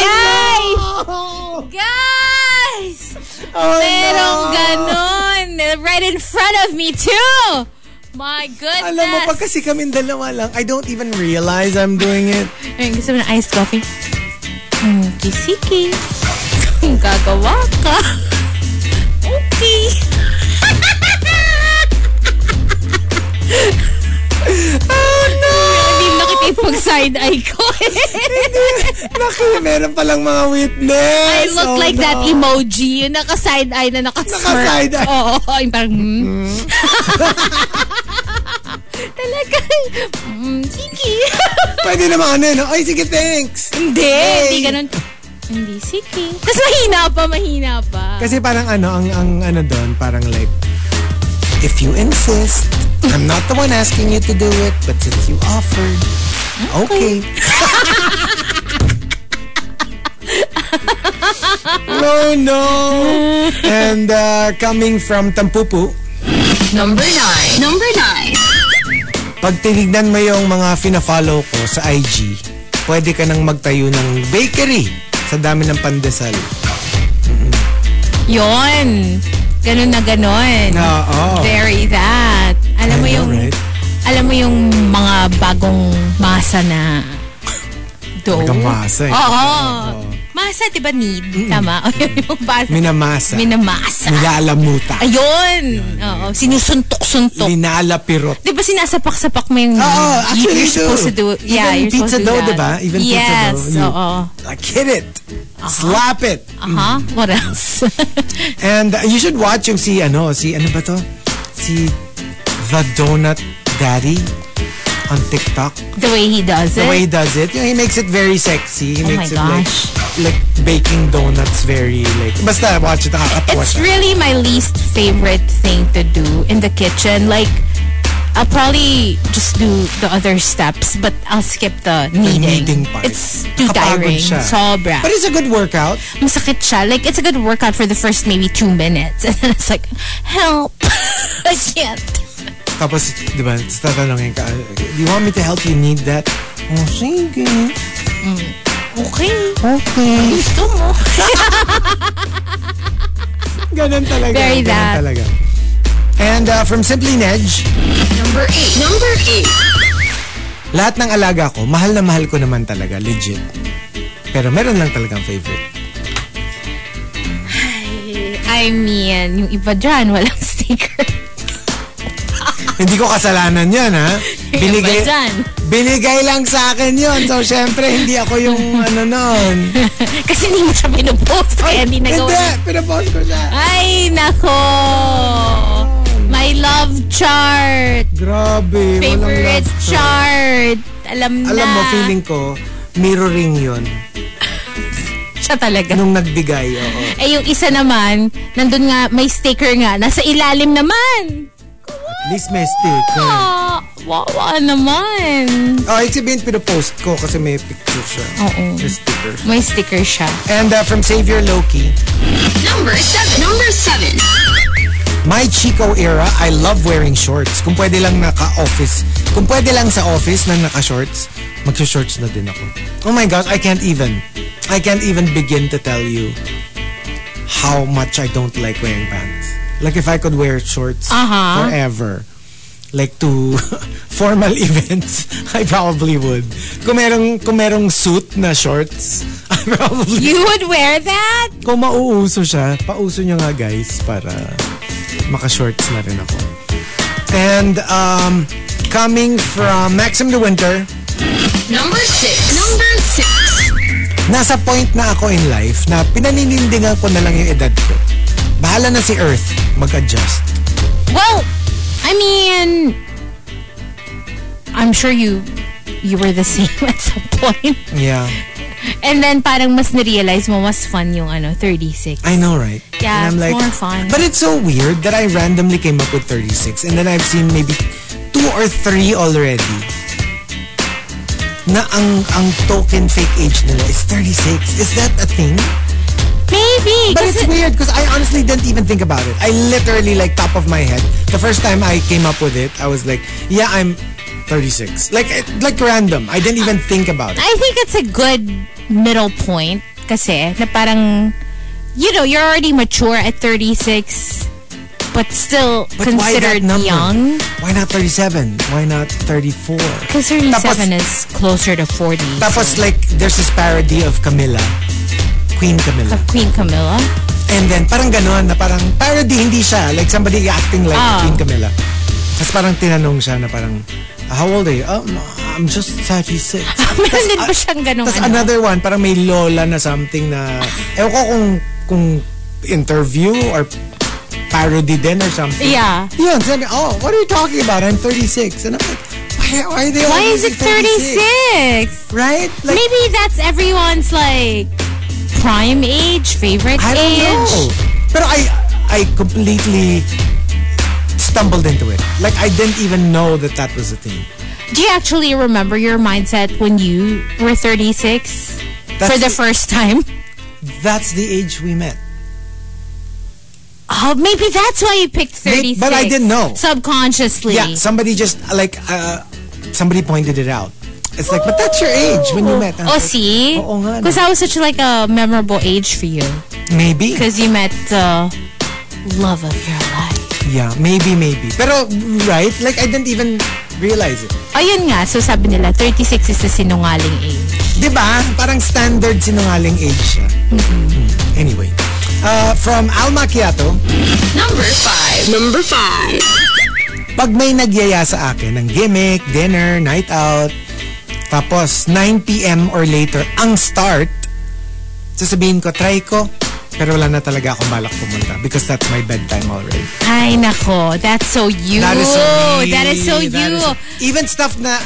Speaker 1: Guys! Guys!
Speaker 3: Oh,
Speaker 1: Merong ganon. Right in front of me too! My goodness!
Speaker 3: Alam mo, pag kasi kami dalawa lang, I don't even realize I'm doing it.
Speaker 1: Ayun, gusto mo ng iced coffee? Hmm, kisiki. Kung gagawa ka. Okay. oh no! Hindi mo nakita yung pag-side eye ko.
Speaker 3: Naku, meron palang mga witness.
Speaker 1: I look
Speaker 3: Oh,
Speaker 1: like
Speaker 3: no.
Speaker 1: that emoji. Yung naka-side eye na naka-smirk.
Speaker 3: Naka-side eye.
Speaker 1: Oo, oo, yung parang, hmm. Talaga. Hmm, sige.
Speaker 3: Pwede naman ano, no? Ay, sige, thanks.
Speaker 1: Hindi,
Speaker 3: Hey.
Speaker 1: hindi ganun. Hindi, sige. Tapos mahina pa, mahina pa.
Speaker 3: Kasi parang ano, ang, ang ano doon, parang like, if you insist, I'm not the one asking you to do it, but since you offered, okay. no, no. And uh, coming from Tampupu,
Speaker 6: Number 9. Number 9.
Speaker 3: pag tinignan mo yung mga fina-follow ko sa IG, pwede ka nang magtayo ng bakery sa dami ng pandesal.
Speaker 1: Yon. Ganun na ganun.
Speaker 3: Oo.
Speaker 1: Very that. Alam mo
Speaker 3: I know,
Speaker 1: yung,
Speaker 3: right?
Speaker 1: alam mo yung mga bagong masa na dough.
Speaker 3: Talagang masa eh.
Speaker 1: Oo. Masa, di ba need? Tama. O yun yung basa.
Speaker 3: Minamasa.
Speaker 1: Minamasa.
Speaker 3: Nilalamuta.
Speaker 1: Ayun. Oo. Sinusuntok-suntok.
Speaker 3: Linalapirot.
Speaker 1: Di ba sinasapak-sapak mo yung...
Speaker 3: Oo, actually,
Speaker 1: Mm. you're supposed to
Speaker 3: do.
Speaker 1: do... Yeah,
Speaker 3: Even
Speaker 1: you're supposed
Speaker 3: pizza
Speaker 1: to do
Speaker 3: dough,
Speaker 1: that.
Speaker 3: di ba? Even pizza
Speaker 1: yes,
Speaker 3: dough, you-
Speaker 1: oo. Uh-huh.
Speaker 3: Like, hit it. Slap it.
Speaker 1: Aha, what else?
Speaker 3: And uh, you should watch yung si, ano, si, ano ba to? Si The Donut Daddy on TikTok.
Speaker 1: the way he does
Speaker 3: The
Speaker 1: it.
Speaker 3: way he does it. You know, he makes it very sexy. He
Speaker 1: Oh
Speaker 3: makes
Speaker 1: my
Speaker 3: it like, like baking donuts very, like, basta watch it, nakakatawa
Speaker 1: it's
Speaker 3: siya.
Speaker 1: really my least favorite thing to do in the kitchen. Like, I'll probably just do the other steps, but I'll skip the
Speaker 3: kneading
Speaker 1: kneading.
Speaker 3: part.
Speaker 1: It's too
Speaker 3: Kapagod
Speaker 1: tiring.
Speaker 3: siya.
Speaker 1: Sobra.
Speaker 3: But it's a good workout.
Speaker 1: Masakit siya. Like, it's a good workout for the first maybe two minutes. And then it's like, help. I can't.
Speaker 3: Tapos, di ba, tapos tatanungin ka, do you want me to help you need that? Oh, sige.
Speaker 1: Okay.
Speaker 3: Okay.
Speaker 1: Gusto mo.
Speaker 3: Ganun talaga.
Speaker 1: Very
Speaker 3: ganun
Speaker 1: that.
Speaker 3: talaga. And uh, from Simply Nedge,
Speaker 6: Number 8. Number 8.
Speaker 3: lahat ng alaga ko, mahal na mahal ko naman talaga, legit. Pero meron lang talagang favorite.
Speaker 1: I mean, yung iba dyan, walang sticker.
Speaker 3: Hindi ko kasalanan yan, ha?
Speaker 1: Iba dyan.
Speaker 3: binigay lang sa akin yon So, syempre, hindi ako yung ano nun.
Speaker 1: Kasi hindi mo siya pinupost, kaya hindi nagawa.
Speaker 3: Hindi, pinapost ko siya.
Speaker 1: Ay, nako! My love chart!
Speaker 3: Grabe, walang
Speaker 1: Favorite
Speaker 3: love to.
Speaker 1: chart! Alam na.
Speaker 3: Alam mo, feeling ko, mirroring yon
Speaker 1: Siya talaga.
Speaker 3: nung nagbigay. Oo.
Speaker 1: Eh, yung isa naman, nandun nga, may sticker nga. Nasa ilalim naman!
Speaker 3: At least may sticker.
Speaker 1: Ah, wawa naman.
Speaker 3: eh. Oh, ibig sabihin, pinapost ko kasi may picture siya.
Speaker 1: Oo.
Speaker 3: May sticker.
Speaker 1: May sticker siya.
Speaker 3: And uh, from Savior Loki,
Speaker 6: Number seven. Number seven.
Speaker 3: My Chico era, I love wearing shorts. Kung pwede lang naka-office. Kung pwede lang sa office na naka-shorts, magsa-shorts na din ako. Oh my gosh, I can't even. I can't even begin to tell you how much I don't like wearing pants. Like if I could wear shorts
Speaker 1: Uh-huh.
Speaker 3: forever, like to formal events, I probably would. Kung merong, kung merong suit na shorts, I probably
Speaker 1: You would wear that?
Speaker 3: kung mauuso siya, pauso niya nga guys para maka-shorts na rin ako. And um, coming from Maxim De Winter,
Speaker 6: Number six. Number six.
Speaker 3: nasa point na ako in life na pinaninindigan ko na lang yung edad ko. Bahala na si Earth mag-adjust.
Speaker 1: Well, I mean, I'm sure you you were the same at some point.
Speaker 3: Yeah.
Speaker 1: And then parang mas na-realize mo, mas fun yung ano, 36.
Speaker 3: I know, right?
Speaker 1: Yeah,
Speaker 3: And I'm
Speaker 1: it's
Speaker 3: like,
Speaker 1: more fun.
Speaker 3: But it's so weird that I randomly came up with 36 and then I've seen maybe two or three already na ang ang token fake age nila is 36. Is that a thing?
Speaker 1: Maybe.
Speaker 3: But it's
Speaker 1: kasi-
Speaker 3: weird because I honestly didn't even think about it. I literally like top of my head. The first time I came up with it, I was like, yeah, I'm 36. Like it- like random. I didn't even think about it.
Speaker 1: I think it's a good middle point kasi na parang, you know, you're already mature at 36 but still
Speaker 3: But why that
Speaker 1: considered
Speaker 3: number?
Speaker 1: young.
Speaker 3: Why not 37? Why not 34?
Speaker 1: Because 37 is closer to 40.
Speaker 3: Tapos like, there's this parody of Camilla. Queen Camilla.
Speaker 1: Of Queen Camilla.
Speaker 3: And then, parang gano'n na parang parody, hindi siya. Like, somebody acting like
Speaker 1: Ah.
Speaker 3: Queen Camilla. Tapos parang tinanong siya na parang, how old are you? Um, I'm just 36.
Speaker 1: Meron din ba siyang ganong
Speaker 3: Tapos
Speaker 1: ano?
Speaker 3: another one, parang may lola na something na, ewan ko kung, kung interview or parody din or something.
Speaker 1: Yeah.
Speaker 3: Yun, sabi, oh, what are you talking about? I'm 36. And I'm like, why, why are they all
Speaker 1: Why is it
Speaker 3: using
Speaker 1: 36?
Speaker 3: Right? Like,
Speaker 1: Maybe that's everyone's like prime age, favorite
Speaker 3: I don't
Speaker 1: age.
Speaker 3: know. Pero I I completely stumbled into it. Like I didn't even know that that was a thing.
Speaker 1: Do you actually remember your mindset when you were 36
Speaker 3: That's
Speaker 1: for
Speaker 3: it.
Speaker 1: the first time?
Speaker 3: That's the age we met.
Speaker 1: Oh, maybe that's why you picked 36.
Speaker 3: but I didn't know.
Speaker 1: Subconsciously. Oh,
Speaker 3: Yeah, somebody just like uh, somebody pointed it out. It's like, but that's your age when you met.
Speaker 1: Oh, see?
Speaker 3: Oo nga, no.
Speaker 1: Because that was such like a memorable age for you.
Speaker 3: Maybe.
Speaker 1: Because you met the love of your life.
Speaker 3: Yeah, maybe, maybe. Pero right, like I didn't even realize it.
Speaker 1: Ayun nga, so sabi nila, 36 is the sinungaling age.
Speaker 3: 'Di ba? Parang standard sinungaling age siya. Mm. Anyway, uh, from Al Macchiato,
Speaker 6: Number five. Number five.
Speaker 3: pag may nagyaya sa akin ng gimmick, dinner, night out, tapos 9pm or later ang start, sasabihin ko, try ko, pero wala na talaga akong balak pumunta because that's my bedtime already.
Speaker 1: Ay, nako. That's so you.
Speaker 3: That is so me.
Speaker 1: That is so you.
Speaker 3: That is so- even stuff na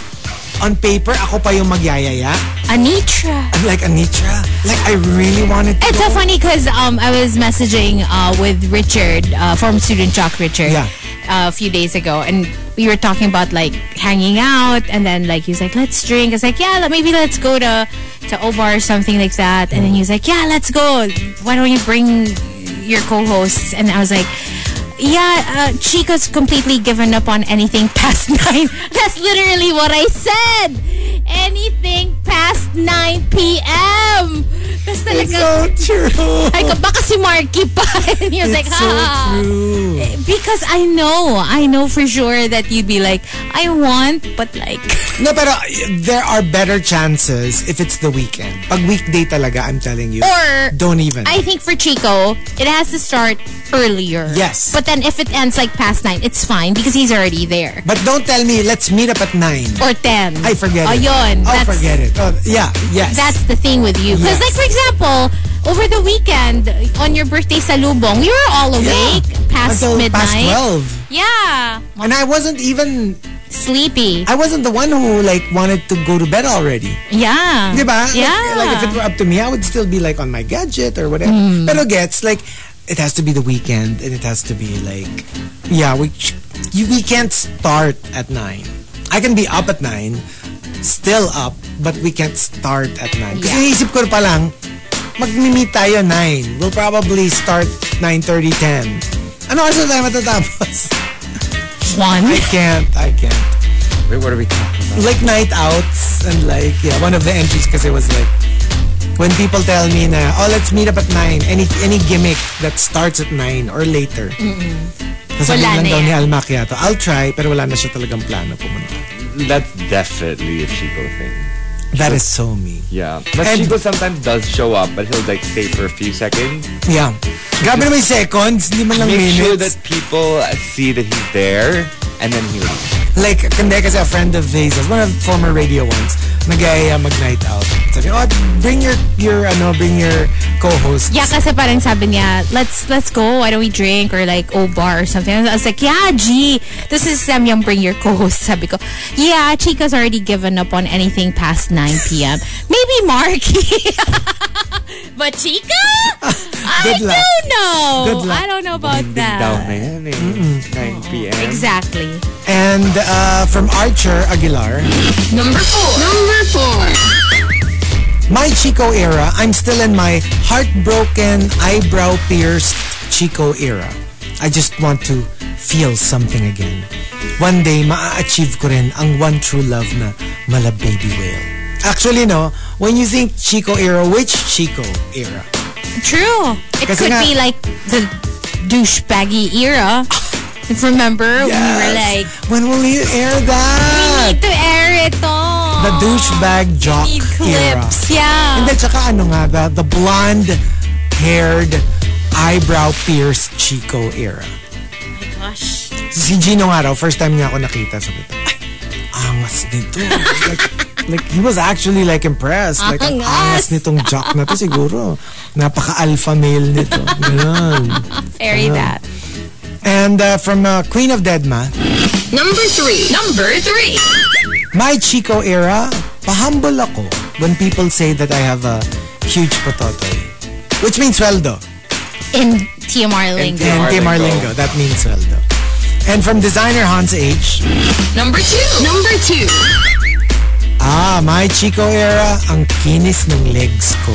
Speaker 3: on paper, ako pa yung magyayaya.
Speaker 1: Anitra.
Speaker 3: I'm like, Anitra, like I really wanted to
Speaker 1: It's so
Speaker 3: go."
Speaker 1: funny because um, I was messaging uh, with Richard, uh, former student Jock Richard,
Speaker 3: Yeah.
Speaker 1: uh, a few days ago, and we were talking about like hanging out, and then like he's like, "Let's drink." I was like, "Yeah, let- maybe let's go to to Obar or something like that." And then he's like, "Yeah, let's go. Why don't you bring your co-hosts?" And I was like. Yeah, uh, Chico's completely given up on anything past nine. That's literally what I said. Anything past nine p.m. That's
Speaker 3: It's
Speaker 1: talaga
Speaker 3: so true.
Speaker 1: I go, baka si Marky pa. And he was like,
Speaker 3: It's
Speaker 1: ha.
Speaker 3: so
Speaker 1: ha."
Speaker 3: true.
Speaker 1: Because I know, I know for sure that you'd be like, I want, but like,
Speaker 3: No, pero uh, there are better chances if it's the weekend. Pag weekday talaga, I'm telling you.
Speaker 1: Or-
Speaker 3: don't even.
Speaker 1: I think for Chico, it has to start earlier.
Speaker 3: Yes.
Speaker 1: But then if it ends like past nine, it's fine because he's already there.
Speaker 3: But don't tell me, let's meet up at 9.
Speaker 1: Or ten.
Speaker 3: I forget it.
Speaker 1: Ayun.
Speaker 3: Oh,
Speaker 1: that's,
Speaker 3: forget it. Oh, yeah, yes.
Speaker 1: That's the thing with you. Because
Speaker 3: Yes.
Speaker 1: like, for example, over the weekend, on your birthday sa Lubong, you were all awake past
Speaker 3: Until
Speaker 1: midnight.
Speaker 3: past 12.
Speaker 1: Yeah.
Speaker 3: And I wasn't even,
Speaker 1: Sleepy.
Speaker 3: I wasn't the one who like wanted to go to bed already.
Speaker 1: yeah.
Speaker 3: Diba? Like-
Speaker 1: Yeah.
Speaker 3: Like, if it were up to me, I would still be like on my gadget or whatever.
Speaker 1: Mm.
Speaker 3: Pero gets, like, it has to be the weekend and it has to be like, yeah, we, you, we can't start at 9. I can be up at 9, still up, but we can't start at 9. Kasi
Speaker 1: Yeah.
Speaker 3: iniisip ko pa lang, mag-meet tayo 9. We'll probably start 9.30, 10. Ano oras na tayo matatapos?
Speaker 1: One.
Speaker 3: I can't. I can't.
Speaker 2: Wait, what are we talking about?
Speaker 3: like night outs and like yeah one of the entries because it was like when people tell me na oh let's meet up at 9 any any gimmick that starts at 9 or later Nasabi
Speaker 1: Wala
Speaker 3: lang
Speaker 1: na
Speaker 3: daw ni
Speaker 1: yan.
Speaker 3: Al Macchiato, I'll try pero wala na siya talagang plano pumunta
Speaker 2: That's definitely a Chico thing.
Speaker 3: that is so me
Speaker 2: Yeah. But
Speaker 3: And-
Speaker 2: Chico sometimes does show up, but he'll like stay for a few seconds.
Speaker 3: yeah grabe naman yung seconds hindi man lang
Speaker 2: Make
Speaker 3: minutes
Speaker 2: sure that people uh, see that he's there, and then he leaves.
Speaker 3: like kundi kasi a friend of his one of the former radio ones nagaya mag night out sabi oh bring your your ano bring your co-host
Speaker 1: Yeah, kasi parang sabi niya, let's let's go, why don't we drink? Or like, oh, bar or something. I was like, yeah, G. This is Sam yung bring your co-host. Sabi ko, yeah, Chica's already given up on anything past 9 p.m. Maybe Marky. but Chica? I
Speaker 3: Good luck.
Speaker 1: don't know.
Speaker 3: Good luck.
Speaker 1: I don't know about that.
Speaker 2: Down na yan eh. 9 p.m.
Speaker 1: Exactly.
Speaker 3: and uh, from Archer Aguilar
Speaker 6: Number four. Number four.
Speaker 3: My Chico era, I'm still in my heartbroken, eyebrow pierced Chico era. I just want to feel something again. One day, maa-achieve ko rin ang one true love na mala baby whale. Actually, no. When you think Chico era, which Chico era?
Speaker 1: True. It
Speaker 3: Kasi
Speaker 1: could
Speaker 3: nga-
Speaker 1: be like the douchebaggy era. Remember? We were like,
Speaker 3: When will you air
Speaker 1: we
Speaker 3: that?
Speaker 1: need to air it all.
Speaker 3: Ah. The douchebag jock
Speaker 1: Need
Speaker 3: era.
Speaker 1: clips, yeah.
Speaker 3: Hindi, tsaka ano nga, the, the blonde-haired, eyebrow-pierced Chico era.
Speaker 1: Gosh.
Speaker 3: si Gino nga raw, first time niya ako nakita sa kita. Ay, angas nito. like, like, he was actually like impressed. Like, ang angas
Speaker 1: Angas.
Speaker 3: nitong jock na to siguro. Napaka-alpha male nito. Ganun.
Speaker 1: Very that.
Speaker 3: And uh, from uh, Queen of Deadma,
Speaker 6: Number three. Number three.
Speaker 3: my Chico era, pahambol ako when people say that I have a huge patotoy. Which means sweldo.
Speaker 1: In TMR lingo.
Speaker 2: TMR.
Speaker 3: And Tim Arlingo, that means sweldo. And from designer Hans H,
Speaker 6: Number two. Number two.
Speaker 3: Ah, my Chico era, ang kinis ng legs ko.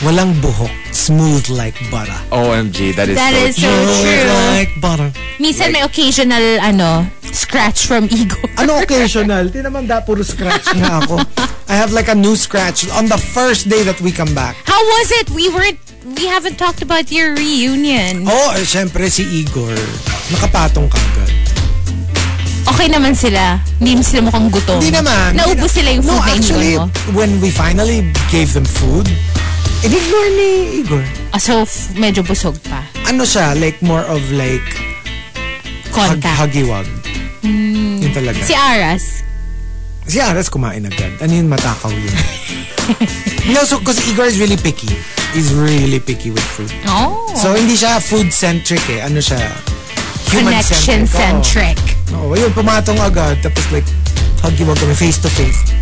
Speaker 3: Walang buhok, smooth like butter.
Speaker 2: OMG, that is
Speaker 1: That
Speaker 2: so
Speaker 1: is so
Speaker 3: Smooth
Speaker 1: true.
Speaker 3: like butter.
Speaker 1: Minsan may occasional, ano, scratch from ego.
Speaker 3: Ano occasional? Di naman da, puro scratch na ako. I have like a new scratch on the first day that we come back.
Speaker 1: How was it? We weren't, we haven't talked about your reunion.
Speaker 3: Oh, eh, syempre si Igor. Nakapatong kagad.
Speaker 1: Okay naman sila. Hindi sila mukhang gutom.
Speaker 3: Hindi naman.
Speaker 1: Naubos sila yung
Speaker 3: no,
Speaker 1: food na
Speaker 3: actually,
Speaker 1: iniwan mo.
Speaker 3: when we finally gave them food, in-ignore ni Igor.
Speaker 1: Ah, so, f- medyo busog pa.
Speaker 3: Ano siya, like more of like
Speaker 1: Contact. Hmm.
Speaker 3: hag-hagiwag. Yun talaga.
Speaker 1: Si Aras.
Speaker 3: Si Aras kumain agad. Ano yun, matakaw yun. no, so, because Igor is really picky. He's really picky with food.
Speaker 1: Oh.
Speaker 3: So, hindi siya food-centric eh. Ano siya? Human-centric.
Speaker 1: Connection-centric.
Speaker 3: Oo, oh, yun, pumatong agad. Tapos like, huggy wag kami face-to-face.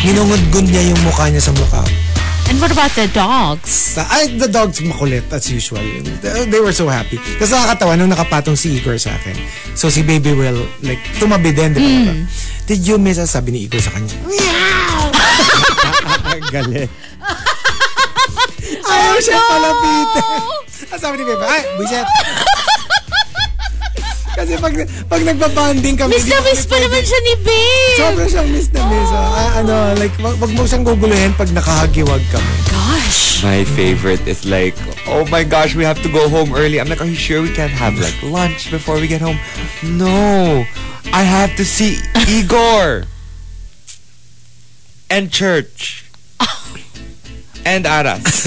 Speaker 3: Ginungod-gund niya yung mukha niya sa mukha.
Speaker 1: And what about the dogs?
Speaker 3: Sa, ay, the dogs makulit as usual. They, they were so happy. Tapos nakakatawa nung nakapatong si Igor sa akin. So si Baby Will, like, tumabi din. Di ba?
Speaker 1: Hmm.
Speaker 3: Did you miss us? Sabi ni Igor sa kanya. Galit.
Speaker 1: Oh,
Speaker 3: Ayaw siya palapitin. Ah, Sabi ni Bebe, ay, buset. Kasi pag, pag nagbabanding kami,
Speaker 1: Miss
Speaker 3: di
Speaker 1: na
Speaker 3: kami
Speaker 1: miss pa
Speaker 3: pwede-
Speaker 1: naman siya ni Babe.
Speaker 3: Sobra siyang miss na miss. ah. Ah, ano, like, wag, wag mo siyang guguluhin pag nakahagiwag kami.
Speaker 1: Gosh.
Speaker 2: My favorite is like, oh my gosh, we have to go home early. I'm like, are you sure we can't have like lunch before we get home? No, I have to see Igor and church and Aras.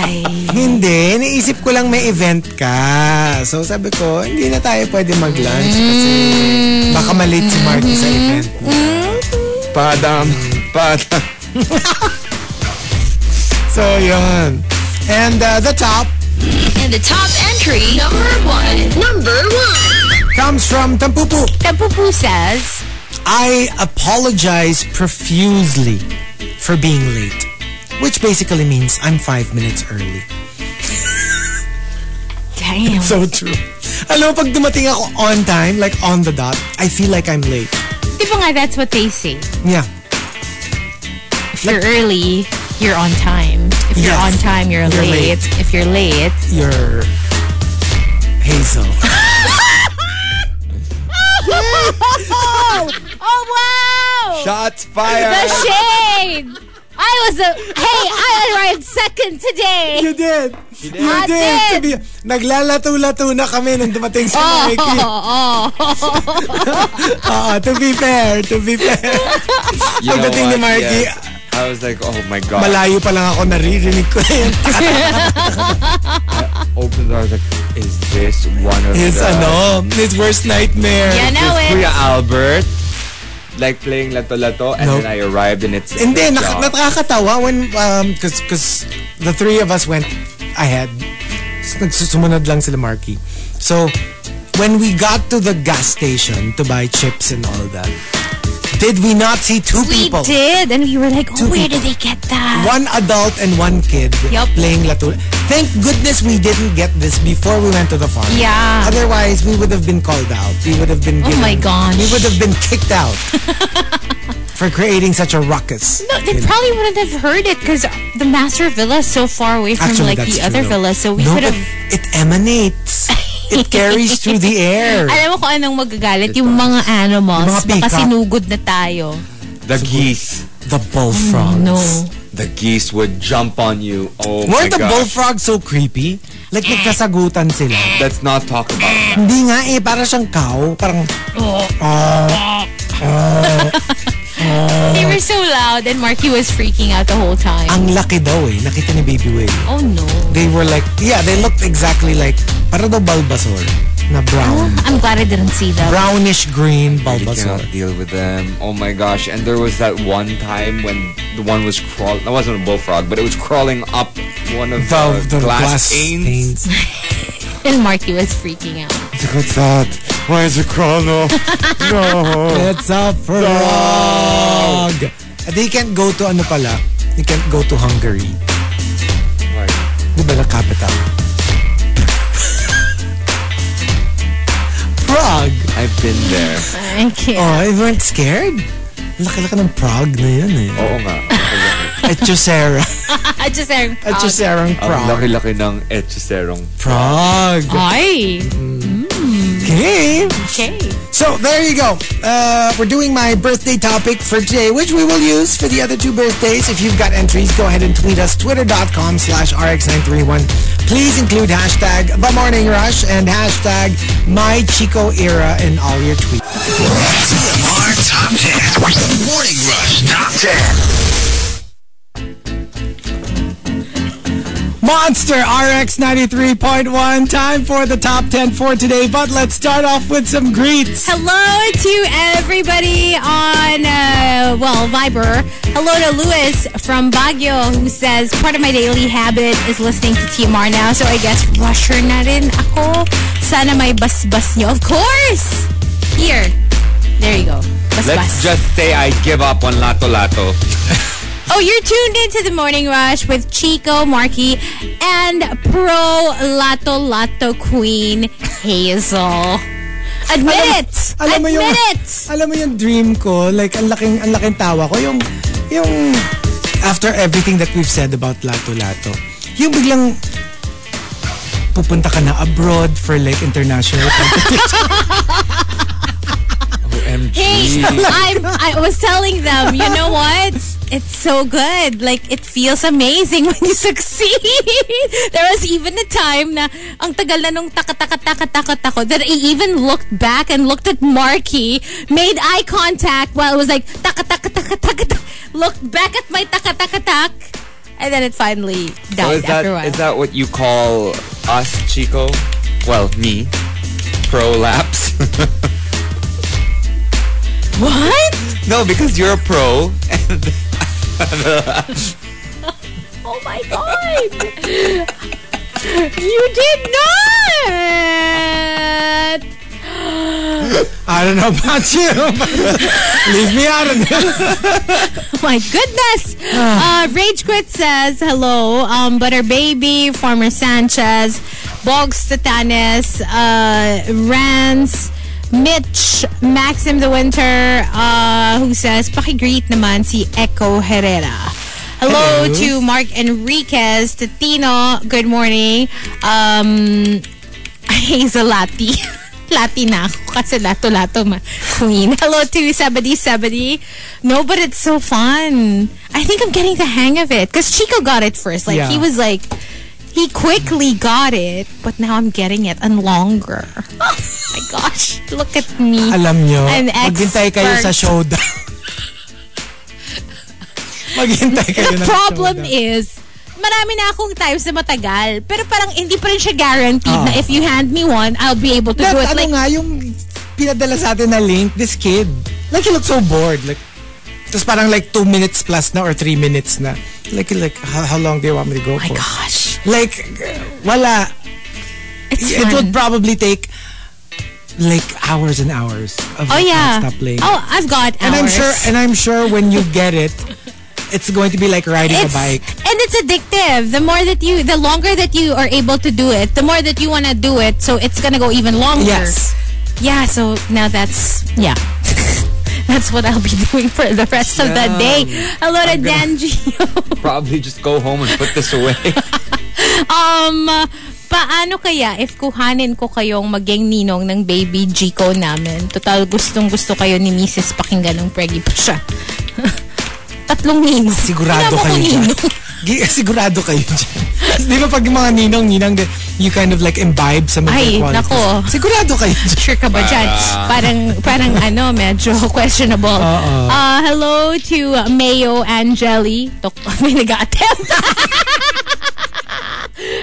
Speaker 1: Ay.
Speaker 3: Hindi, naisip ko lang may event ka. So sabi ko, hindi na tayo pwede mag-lunch kasi baka malate si Marty sa event.
Speaker 2: Padam, padam.
Speaker 3: So yun. And uh, the top
Speaker 6: And the top entry. Number one. Number one.
Speaker 3: comes from Tampupu.
Speaker 1: Tapupu says,
Speaker 3: I apologize profusely for being late. Which basically means I'm five minutes early.
Speaker 1: damn.
Speaker 3: So true. Alam mo, pag dumating ako on time, like on the dot, I feel like I'm late.
Speaker 1: Di ba nga that's what they say?
Speaker 3: Yeah.
Speaker 1: If you're early, you're on time. If you're
Speaker 3: Yes.
Speaker 1: on time, you're,
Speaker 3: You're
Speaker 1: late. If you're late,
Speaker 3: You're Hazel.
Speaker 1: oh, wow!
Speaker 2: Shots fired.
Speaker 1: the shade. I was a hey. I arrived second today.
Speaker 3: You did. You
Speaker 1: I
Speaker 3: did. Sabi- Naglalato-lato na kami nung dumating si
Speaker 1: Oh,
Speaker 3: Mikey. Oo, to be fair, to be fair.
Speaker 2: You know
Speaker 3: Pagdating ni
Speaker 2: what?
Speaker 3: Marky,
Speaker 2: Yes. I was like, oh my god.
Speaker 3: Malayo pa lang ako naririnig ko yun.
Speaker 2: Opened. I was like, is this one of
Speaker 3: His
Speaker 2: the
Speaker 3: ano, his worst nightmare.
Speaker 1: you know
Speaker 2: This
Speaker 1: it.
Speaker 2: Kuya Albert, like playing lato lato, and
Speaker 3: Nope.
Speaker 2: then I arrived and it's
Speaker 3: Hindi,
Speaker 2: it's
Speaker 3: nak-
Speaker 2: wrong.
Speaker 3: nakakatawa when, um, cause, cause the three of us went ahead. S- Nagsusumunod lang sila Marky. So, when we got to the gas station to buy chips and all that, did we not see two
Speaker 1: We
Speaker 3: people?
Speaker 1: did, and we were like, oh,
Speaker 3: Two
Speaker 1: where
Speaker 3: people.
Speaker 1: did they get that?
Speaker 3: One adult and one kid
Speaker 1: Yup.
Speaker 3: playing Latul. Thank goodness we didn't get this before we went to the farm.
Speaker 1: Yeah.
Speaker 3: Otherwise, we would have been called out. We would have been
Speaker 1: Oh
Speaker 3: given,
Speaker 1: my gosh.
Speaker 3: We would have been kicked out for creating such a ruckus.
Speaker 1: No, they
Speaker 3: You know?
Speaker 1: probably wouldn't have heard it because the master villa is so far away from
Speaker 3: Actually,
Speaker 1: like the
Speaker 3: that's true,
Speaker 1: other
Speaker 3: though.
Speaker 1: villa, so we
Speaker 3: No, but
Speaker 1: could have.
Speaker 3: it emanates. It carries through the air.
Speaker 1: Alam mo kung anong magagalit? Yung mga
Speaker 3: Yung
Speaker 1: animals.
Speaker 3: mga
Speaker 1: baka
Speaker 3: peacock.
Speaker 1: sinugod na tayo.
Speaker 2: the geese.
Speaker 3: The bullfrogs.
Speaker 1: No.
Speaker 2: The geese would jump on you. Oh my
Speaker 3: Weren't the
Speaker 2: god.
Speaker 3: bullfrogs so creepy? Like
Speaker 1: Eh.
Speaker 3: nagkasagutan sila.
Speaker 2: Let's not talk about that.
Speaker 3: Hindi nga eh, para siyang cow. Parang,
Speaker 1: They were so loud and Marky was freaking out the whole time.
Speaker 3: ang laki daw eh. Nakita ni Baby Whale.
Speaker 1: Oh no.
Speaker 3: They were like, yeah, they looked exactly like, para daw Bulbasaur. Na brown.
Speaker 1: I'm glad I didn't see them.
Speaker 3: Brownish green
Speaker 2: You
Speaker 3: Bulbasaur.
Speaker 2: cannot deal with them. Oh my gosh. And there was that one time when the one was crawling. That wasn't a bullfrog, but it was crawling up one of
Speaker 3: The, the glass
Speaker 2: panes.
Speaker 3: stains.
Speaker 1: And Marky was freaking out.
Speaker 2: What's that? Why is it crawling up? no.
Speaker 3: It's a frog. They can't go to ano pala. They can't go to Hungary. Di ba na capital? Prague!
Speaker 2: I've been there.
Speaker 1: I can't.
Speaker 3: Oh, you weren't scared? Laki-laki ng Prague na yun eh.
Speaker 2: Oo nga.
Speaker 3: At Chusera.
Speaker 1: I just said.
Speaker 3: At Chuserang
Speaker 2: Ang
Speaker 3: Prague.
Speaker 2: laki-laki ng etcheserong.
Speaker 3: Prague.
Speaker 1: Ay.
Speaker 3: Okay.
Speaker 1: Okay.
Speaker 3: So, there you go. Uh, we're doing my birthday topic for today, which we will use for the other two birthdays. If you've got entries, go ahead and tweet us, twitter.com slash rx931. Please include hashtag The Morning Rush and hashtag My Chico Era in all your tweets.
Speaker 5: TMR Top 10. Morning Rush Top 10.
Speaker 3: Monster RX 93.1. Time for the top 10 for today, but let's start off with some greets.
Speaker 1: Hello to everybody on, uh, well, Viber. Hello to Lewis from Baguio who says, part of my daily habit is listening to TMR now. So I guess rusher na rin ako. Sana may bas-bas nyo. Of course! Here. There you go.
Speaker 2: Let's
Speaker 1: Bas-bas.
Speaker 2: just say I give up on Lato Lato.
Speaker 1: Oh, you're tuned into the Morning Rush with Chico, Marky, and pro Lato Lato Queen Hazel. Admit it!
Speaker 3: Alam mo
Speaker 1: Admit
Speaker 3: yung
Speaker 1: it!
Speaker 3: Alam mo yung dream ko, like ang laking ang laking tawa ko yung yung after everything that we've said about Lato Lato. Yung biglang pupunta ka na abroad for like international
Speaker 1: Hey, I'm, I was telling them, you know what? It's so good. Like, it feels amazing when you succeed. there was even a time na ang tagal na nung taka-taka-taka-taka-tako that I even looked back and looked at Marky, made eye contact while it was like taka-taka-taka-taka-tak, looked back at my taka-taka-tak, and then it finally died
Speaker 2: So is that
Speaker 1: after a while.
Speaker 2: is that what you call us, Chico? Well, me. Prolapse.
Speaker 1: what?
Speaker 2: no, because you're a pro.
Speaker 1: Oh my god! you did not!
Speaker 3: I don't know about you. but Leave me out of this.
Speaker 1: My goodness! Uh, Rage Quit says, hello, um, Butter Baby, former Sanchez, Boggs Tatanes, uh, Rance, Mitch Maxim the Winter uh, who says, Pakigreet naman si Echo Herrera. Hello,
Speaker 3: Hello.
Speaker 1: to Mark Enriquez, to Tino, good morning. Um, Hazel Lati. Lati na ako kasi lato-lato ma queen. Hello to 7070. No, but it's so fun. I think I'm getting the hang of it. Because Chico got it first. Like,
Speaker 3: Yeah.
Speaker 1: he was like, he quickly got it, but now I'm getting it and longer. Oh my gosh, look at me.
Speaker 3: Alam nyo,
Speaker 1: An
Speaker 3: maghintay kayo sa
Speaker 1: expert.
Speaker 3: showdown. maghintay kayo ng
Speaker 1: The problem
Speaker 3: showdown.
Speaker 1: is, marami na akong times na matagal. Pero parang hindi pa rin siya guaranteed na if you hand me one, I'll be able to
Speaker 3: Lahat,
Speaker 1: do it.
Speaker 3: Ah. ano
Speaker 1: Like,
Speaker 3: nga yung pinadala sa atin na link, this kid, like he looked so bored. Like, tapos parang like two minutes plus na or three minutes na. Like, like how, how long do you want me to go
Speaker 1: Oh
Speaker 3: for?
Speaker 1: my gosh,
Speaker 3: Like, wala.
Speaker 1: it's
Speaker 3: It
Speaker 1: fun.
Speaker 3: would probably take like hours and hours of
Speaker 1: oh yeah.
Speaker 3: stop playing.
Speaker 1: Oh, I've got hours.
Speaker 3: and I'm sure, and I'm sure when you get it, it's going to be like riding
Speaker 1: it's,
Speaker 3: a bike.
Speaker 1: And it's addictive. The more that you, the longer that you are able to do it, the more that you want to do it. So it's gonna go even longer.
Speaker 3: Yes.
Speaker 1: Yeah. So now that's yeah. That's what I'll be doing for the rest of the day. Hello to Dan Gio.
Speaker 2: Probably just go home and put this away.
Speaker 1: Um, paano kaya if kuhanin ko kayong maging ninong ng baby Chico namin? Total, gustong gusto kayo ni Mrs. Pakinggan ng Preggy pa siya. Tatlong ninong.
Speaker 3: Sigurado
Speaker 1: Kailangan ko
Speaker 3: kayo dyan.
Speaker 1: ninong.
Speaker 3: Gi- Sigurado kayo dyan. Di ba pag mga ninong-ninang, you kind of like imbibe some of their
Speaker 1: Ay,
Speaker 3: qualities.
Speaker 1: nako.
Speaker 3: Sigurado kayo dyan.
Speaker 1: Sure ka ba dyan? Parang, parang ano, medyo questionable. Uh, hello to uh, Mayo Angeli. Tok, may nag-attempt.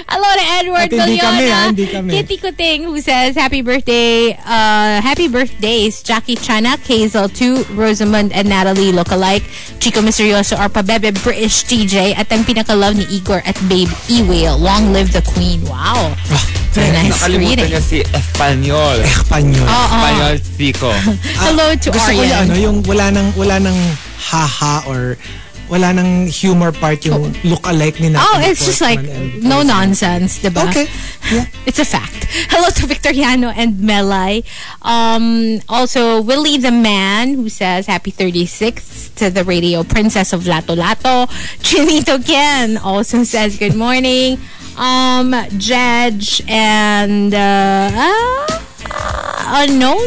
Speaker 1: hello to Edward
Speaker 3: At hindi kami,
Speaker 1: Toliona.
Speaker 3: ah, hindi kami.
Speaker 1: Kitty Kuting who says, Happy birthday. Uh, happy birthdays, Jackie Chanak, Hazel 2, Rosamund and Natalie lookalike, Chico Misterioso, Arpa Bebe, British DJ, at ang pinaka-love ni Igor at Babe E-Whale. Long live the Queen. Wow.
Speaker 3: Ah.
Speaker 1: Very nice
Speaker 2: Nakalimutan
Speaker 1: reading.
Speaker 2: niya si Espanyol.
Speaker 3: Espanyol. Uh-uh.
Speaker 2: Espanyol Fico.
Speaker 1: Hello
Speaker 3: Ah,
Speaker 1: to
Speaker 3: Gusto ko
Speaker 1: Oh, Aryan.
Speaker 3: yung ano, yung wala nang, wala nang haha or wala nang humor part yung look-alike ni
Speaker 1: Oh,
Speaker 3: Natalie
Speaker 1: it's just like
Speaker 3: Portman and-
Speaker 1: no nonsense, diba?
Speaker 3: Okay. Yeah.
Speaker 1: It's a fact. Hello to Victoriano and Melai. Um, also, Willie the Man, who says happy 36th to the radio princess of Lato Lato. Chinito Ken also says good morning. Um, Judge and uh, uh, unknown,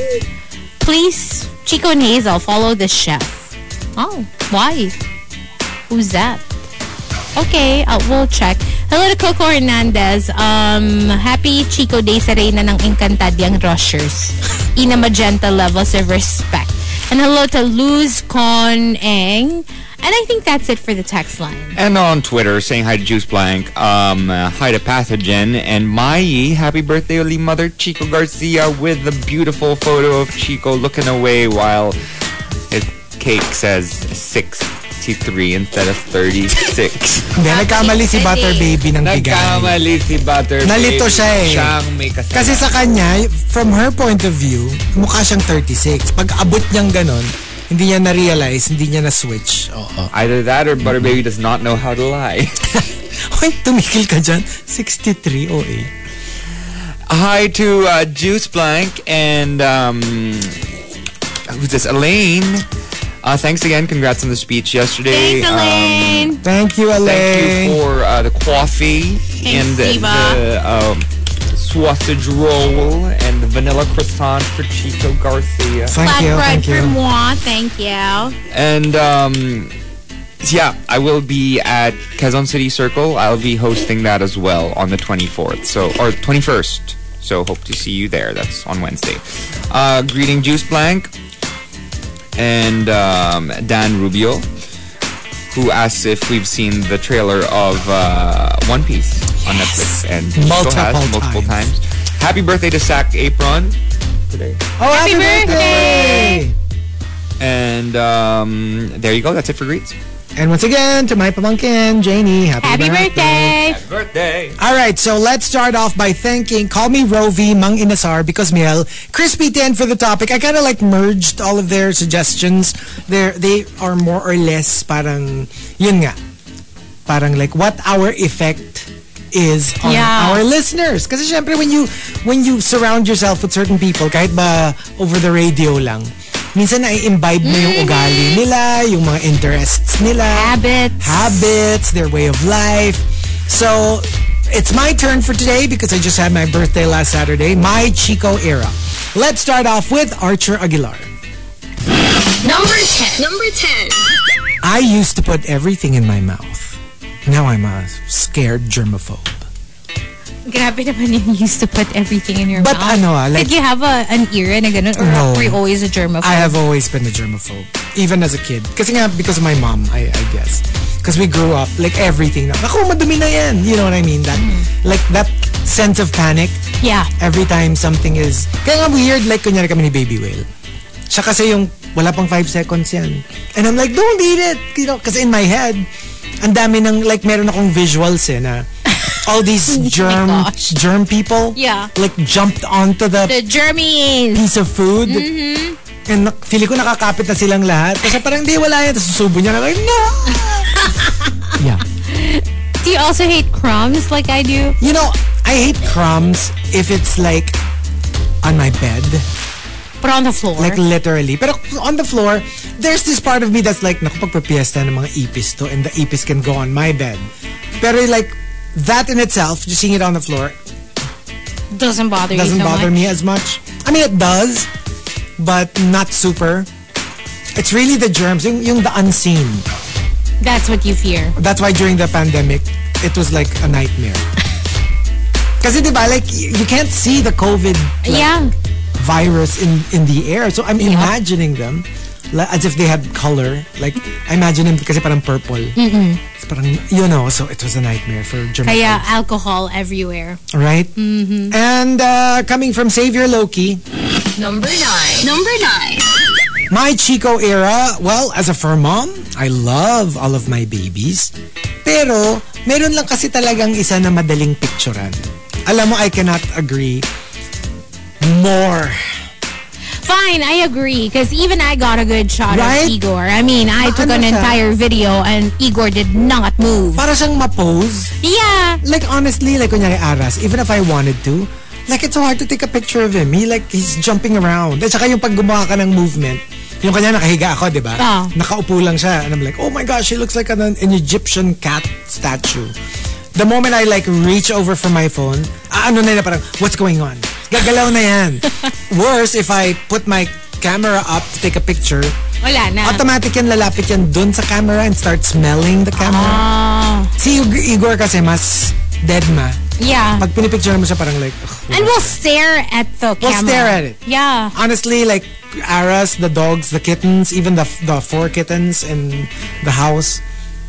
Speaker 1: please, Chico and Hazel, follow the chef. Oh, why? Who's that? Okay, uh, we'll check. Hello to Coco Hernandez. Um, happy Chico Day sa Reyna ng Encantadiang Rushers. Ina magenta levels of respect. And hello to Luz Con Eng. And I think that's it for the text line.
Speaker 2: And on Twitter, saying hi to Juice Blank, um, uh, hi to Pathogen, and Mayi, happy birthday, Oli Mother Chico Garcia, with the beautiful photo of Chico looking away while his cake says 63 instead of 36.
Speaker 1: Ah,
Speaker 3: Hindi, nagkamali si
Speaker 1: Happy
Speaker 3: Butter Baby ng bigay.
Speaker 2: Nagkamali si Butter.
Speaker 3: Nalito
Speaker 2: Baby.
Speaker 3: siya eh.
Speaker 2: Siyang may kasalanan.
Speaker 3: Kasi sa kanya, from her point of view, mukha siyang 36. Pag abot niyang ganon, hindi niya na-realize, hindi niya na-switch. Oo.
Speaker 2: Either that or Butter Baby does not know how to lie.
Speaker 3: Hoy, tumigil ka dyan. 6308.
Speaker 2: Hi to uh, Juice Blank and um, who's this? Elaine. Uh, thanks again. Congrats on the speech yesterday.
Speaker 1: Thanks,
Speaker 2: Um,
Speaker 1: Elaine.
Speaker 3: Thank you, Elaine.
Speaker 2: thank you for uh, the coffee and the,
Speaker 1: Diva.
Speaker 2: the, um, sausage roll and the vanilla croissant for Chico Garcia.
Speaker 3: Thank
Speaker 1: Black
Speaker 3: you,
Speaker 1: bread
Speaker 3: thank
Speaker 1: for
Speaker 3: you.
Speaker 1: moi. Thank you.
Speaker 2: And um, yeah, I will be at Quezon City Circle. I'll be hosting that as well on the 24th. So or 21st. So hope to see you there. That's on Wednesday. Uh, greeting Juice Blank and um, Dan Rubio, who asks if we've seen the trailer of uh, One Piece on Netflix, and Chico has
Speaker 3: Multiple
Speaker 2: multiple
Speaker 3: times.
Speaker 2: times. Happy birthday to Sack Apron today.
Speaker 3: Oh, happy, birthday!
Speaker 2: And um, there you go. That's it for greets.
Speaker 3: And once again, to my pamangkin, Janie, happy,
Speaker 1: Happy birthday.
Speaker 2: Birthday.
Speaker 3: All right, so let's start off by thanking Call Me Rovi, Mang Inasar, Because Miel, Crispy 10 for the topic. I kind of like merged all of their suggestions. They're, they are more or less parang, yun nga, parang like what our effect is on
Speaker 1: Yeah.
Speaker 3: our listeners. Kasi syempre, when you, when you surround yourself with certain people, kahit ba over the radio lang, minsan na-imbibe mo yung ugali nila, yung mga interests nila.
Speaker 1: Habits.
Speaker 3: Habits, their way of life. So, it's my turn for today because I just had my birthday last Saturday. My Chico era. Let's start off with Archer Aguilar.
Speaker 6: Number 10. Number 10.
Speaker 3: I used to put everything in my mouth. Now I'm a scared germaphobe.
Speaker 1: Grabe naman yung used to put everything in your
Speaker 3: But
Speaker 1: mouth.
Speaker 3: ano ah, like-
Speaker 1: Did you have a, an era na ganun? Or
Speaker 3: No.
Speaker 1: were you always a germaphobe?
Speaker 3: I have always been a germaphobe, even as a kid. Kasi nga, because of my mom, I, I guess. Because we grew up, like everything. na, Ako, madumi na yan. You know what I mean? That, Like that sense of panic
Speaker 1: Mm-hmm. yeah.
Speaker 3: every time something is... Kaya nga weird, like kunyari kami ni Baby Whale. Siya kasi yung wala pang 5 seconds yan. And I'm like, don't eat it! You know, kasi in my head, ang dami ng, like meron akong visuals eh na all these germ
Speaker 1: Oh gosh.
Speaker 3: germ people
Speaker 1: Yeah.
Speaker 3: like jumped onto the
Speaker 1: The germies.
Speaker 3: piece of food.
Speaker 1: Mm-hmm.
Speaker 3: And nak- feeling ko nakakapit na silang lahat. Kasi parang hindi, wala yan. Tapos susubo niya. Like, no! yeah.
Speaker 1: Do you also hate crumbs like I do?
Speaker 3: You know, I hate crumbs if it's like on my bed.
Speaker 1: But on the floor.
Speaker 3: Like literally. Pero on the floor, there's this part of me that's like, naku, pagpapiesta ng mga ipis to and the ipis can go on my bed. Pero like, that in itself, just seeing it on the floor,
Speaker 1: doesn't bother
Speaker 3: doesn't
Speaker 1: you so
Speaker 3: bother
Speaker 1: much.
Speaker 3: me as much. I mean, it does, but not super. It's really the germs, yung, yung the unseen.
Speaker 1: That's what you fear.
Speaker 3: That's why during the pandemic, it was like a nightmare. Kasi diba, like, y- you can't see the COVID like,
Speaker 1: yeah.
Speaker 3: virus in, in the air. So I'm imagining them like, as if they had color. Like, I imagine them kasi parang purple. It's parang, you know, so it was a nightmare for Germany.
Speaker 1: Kaya uh, alcohol everywhere.
Speaker 3: Right? And uh, coming from Savior Loki,
Speaker 6: Number 9. Number 9.
Speaker 3: My Chico era, well, as a fur mom, I love all of my babies. Pero, meron lang kasi talagang isa na madaling picturean. Alam mo, I cannot agree more.
Speaker 1: Fine, I agree. Because even I got a good shot
Speaker 3: Right?
Speaker 1: of Igor. I mean, I took
Speaker 3: Ano
Speaker 1: an
Speaker 3: siya?
Speaker 1: entire video and Igor did not move.
Speaker 3: Para siyang mapose.
Speaker 1: Yeah.
Speaker 3: Like, honestly, like, kunyari Aras, even if I wanted to, like, it's so hard to take a picture of him. He, like, he's jumping around. At saka yung pag gumawa ka ng movement, yung kanya nakahiga ako, di ba?
Speaker 1: Ah.
Speaker 3: Nakaupo lang siya. And I'm like, oh my gosh, she looks like an, an Egyptian cat statue. The moment I, like, reach over for my phone, ah, ano na yun, parang, what's going on? Gagalaw na yan. Worse, if I put my camera up to take a picture,
Speaker 1: Wala na.
Speaker 3: automatic yan, lalapit yan dun sa camera and start smelling the camera.
Speaker 1: Ah.
Speaker 3: Si Ig- Igor kasi mas dead ma.
Speaker 1: yeah.
Speaker 3: Pag pinipicture mo siya parang like, ugh.
Speaker 2: Ano?
Speaker 1: and we'll stare at the camera.
Speaker 3: We'll stare at it.
Speaker 1: Yeah.
Speaker 3: honestly like Aras, the dogs, the kittens, even the the four kittens in the house.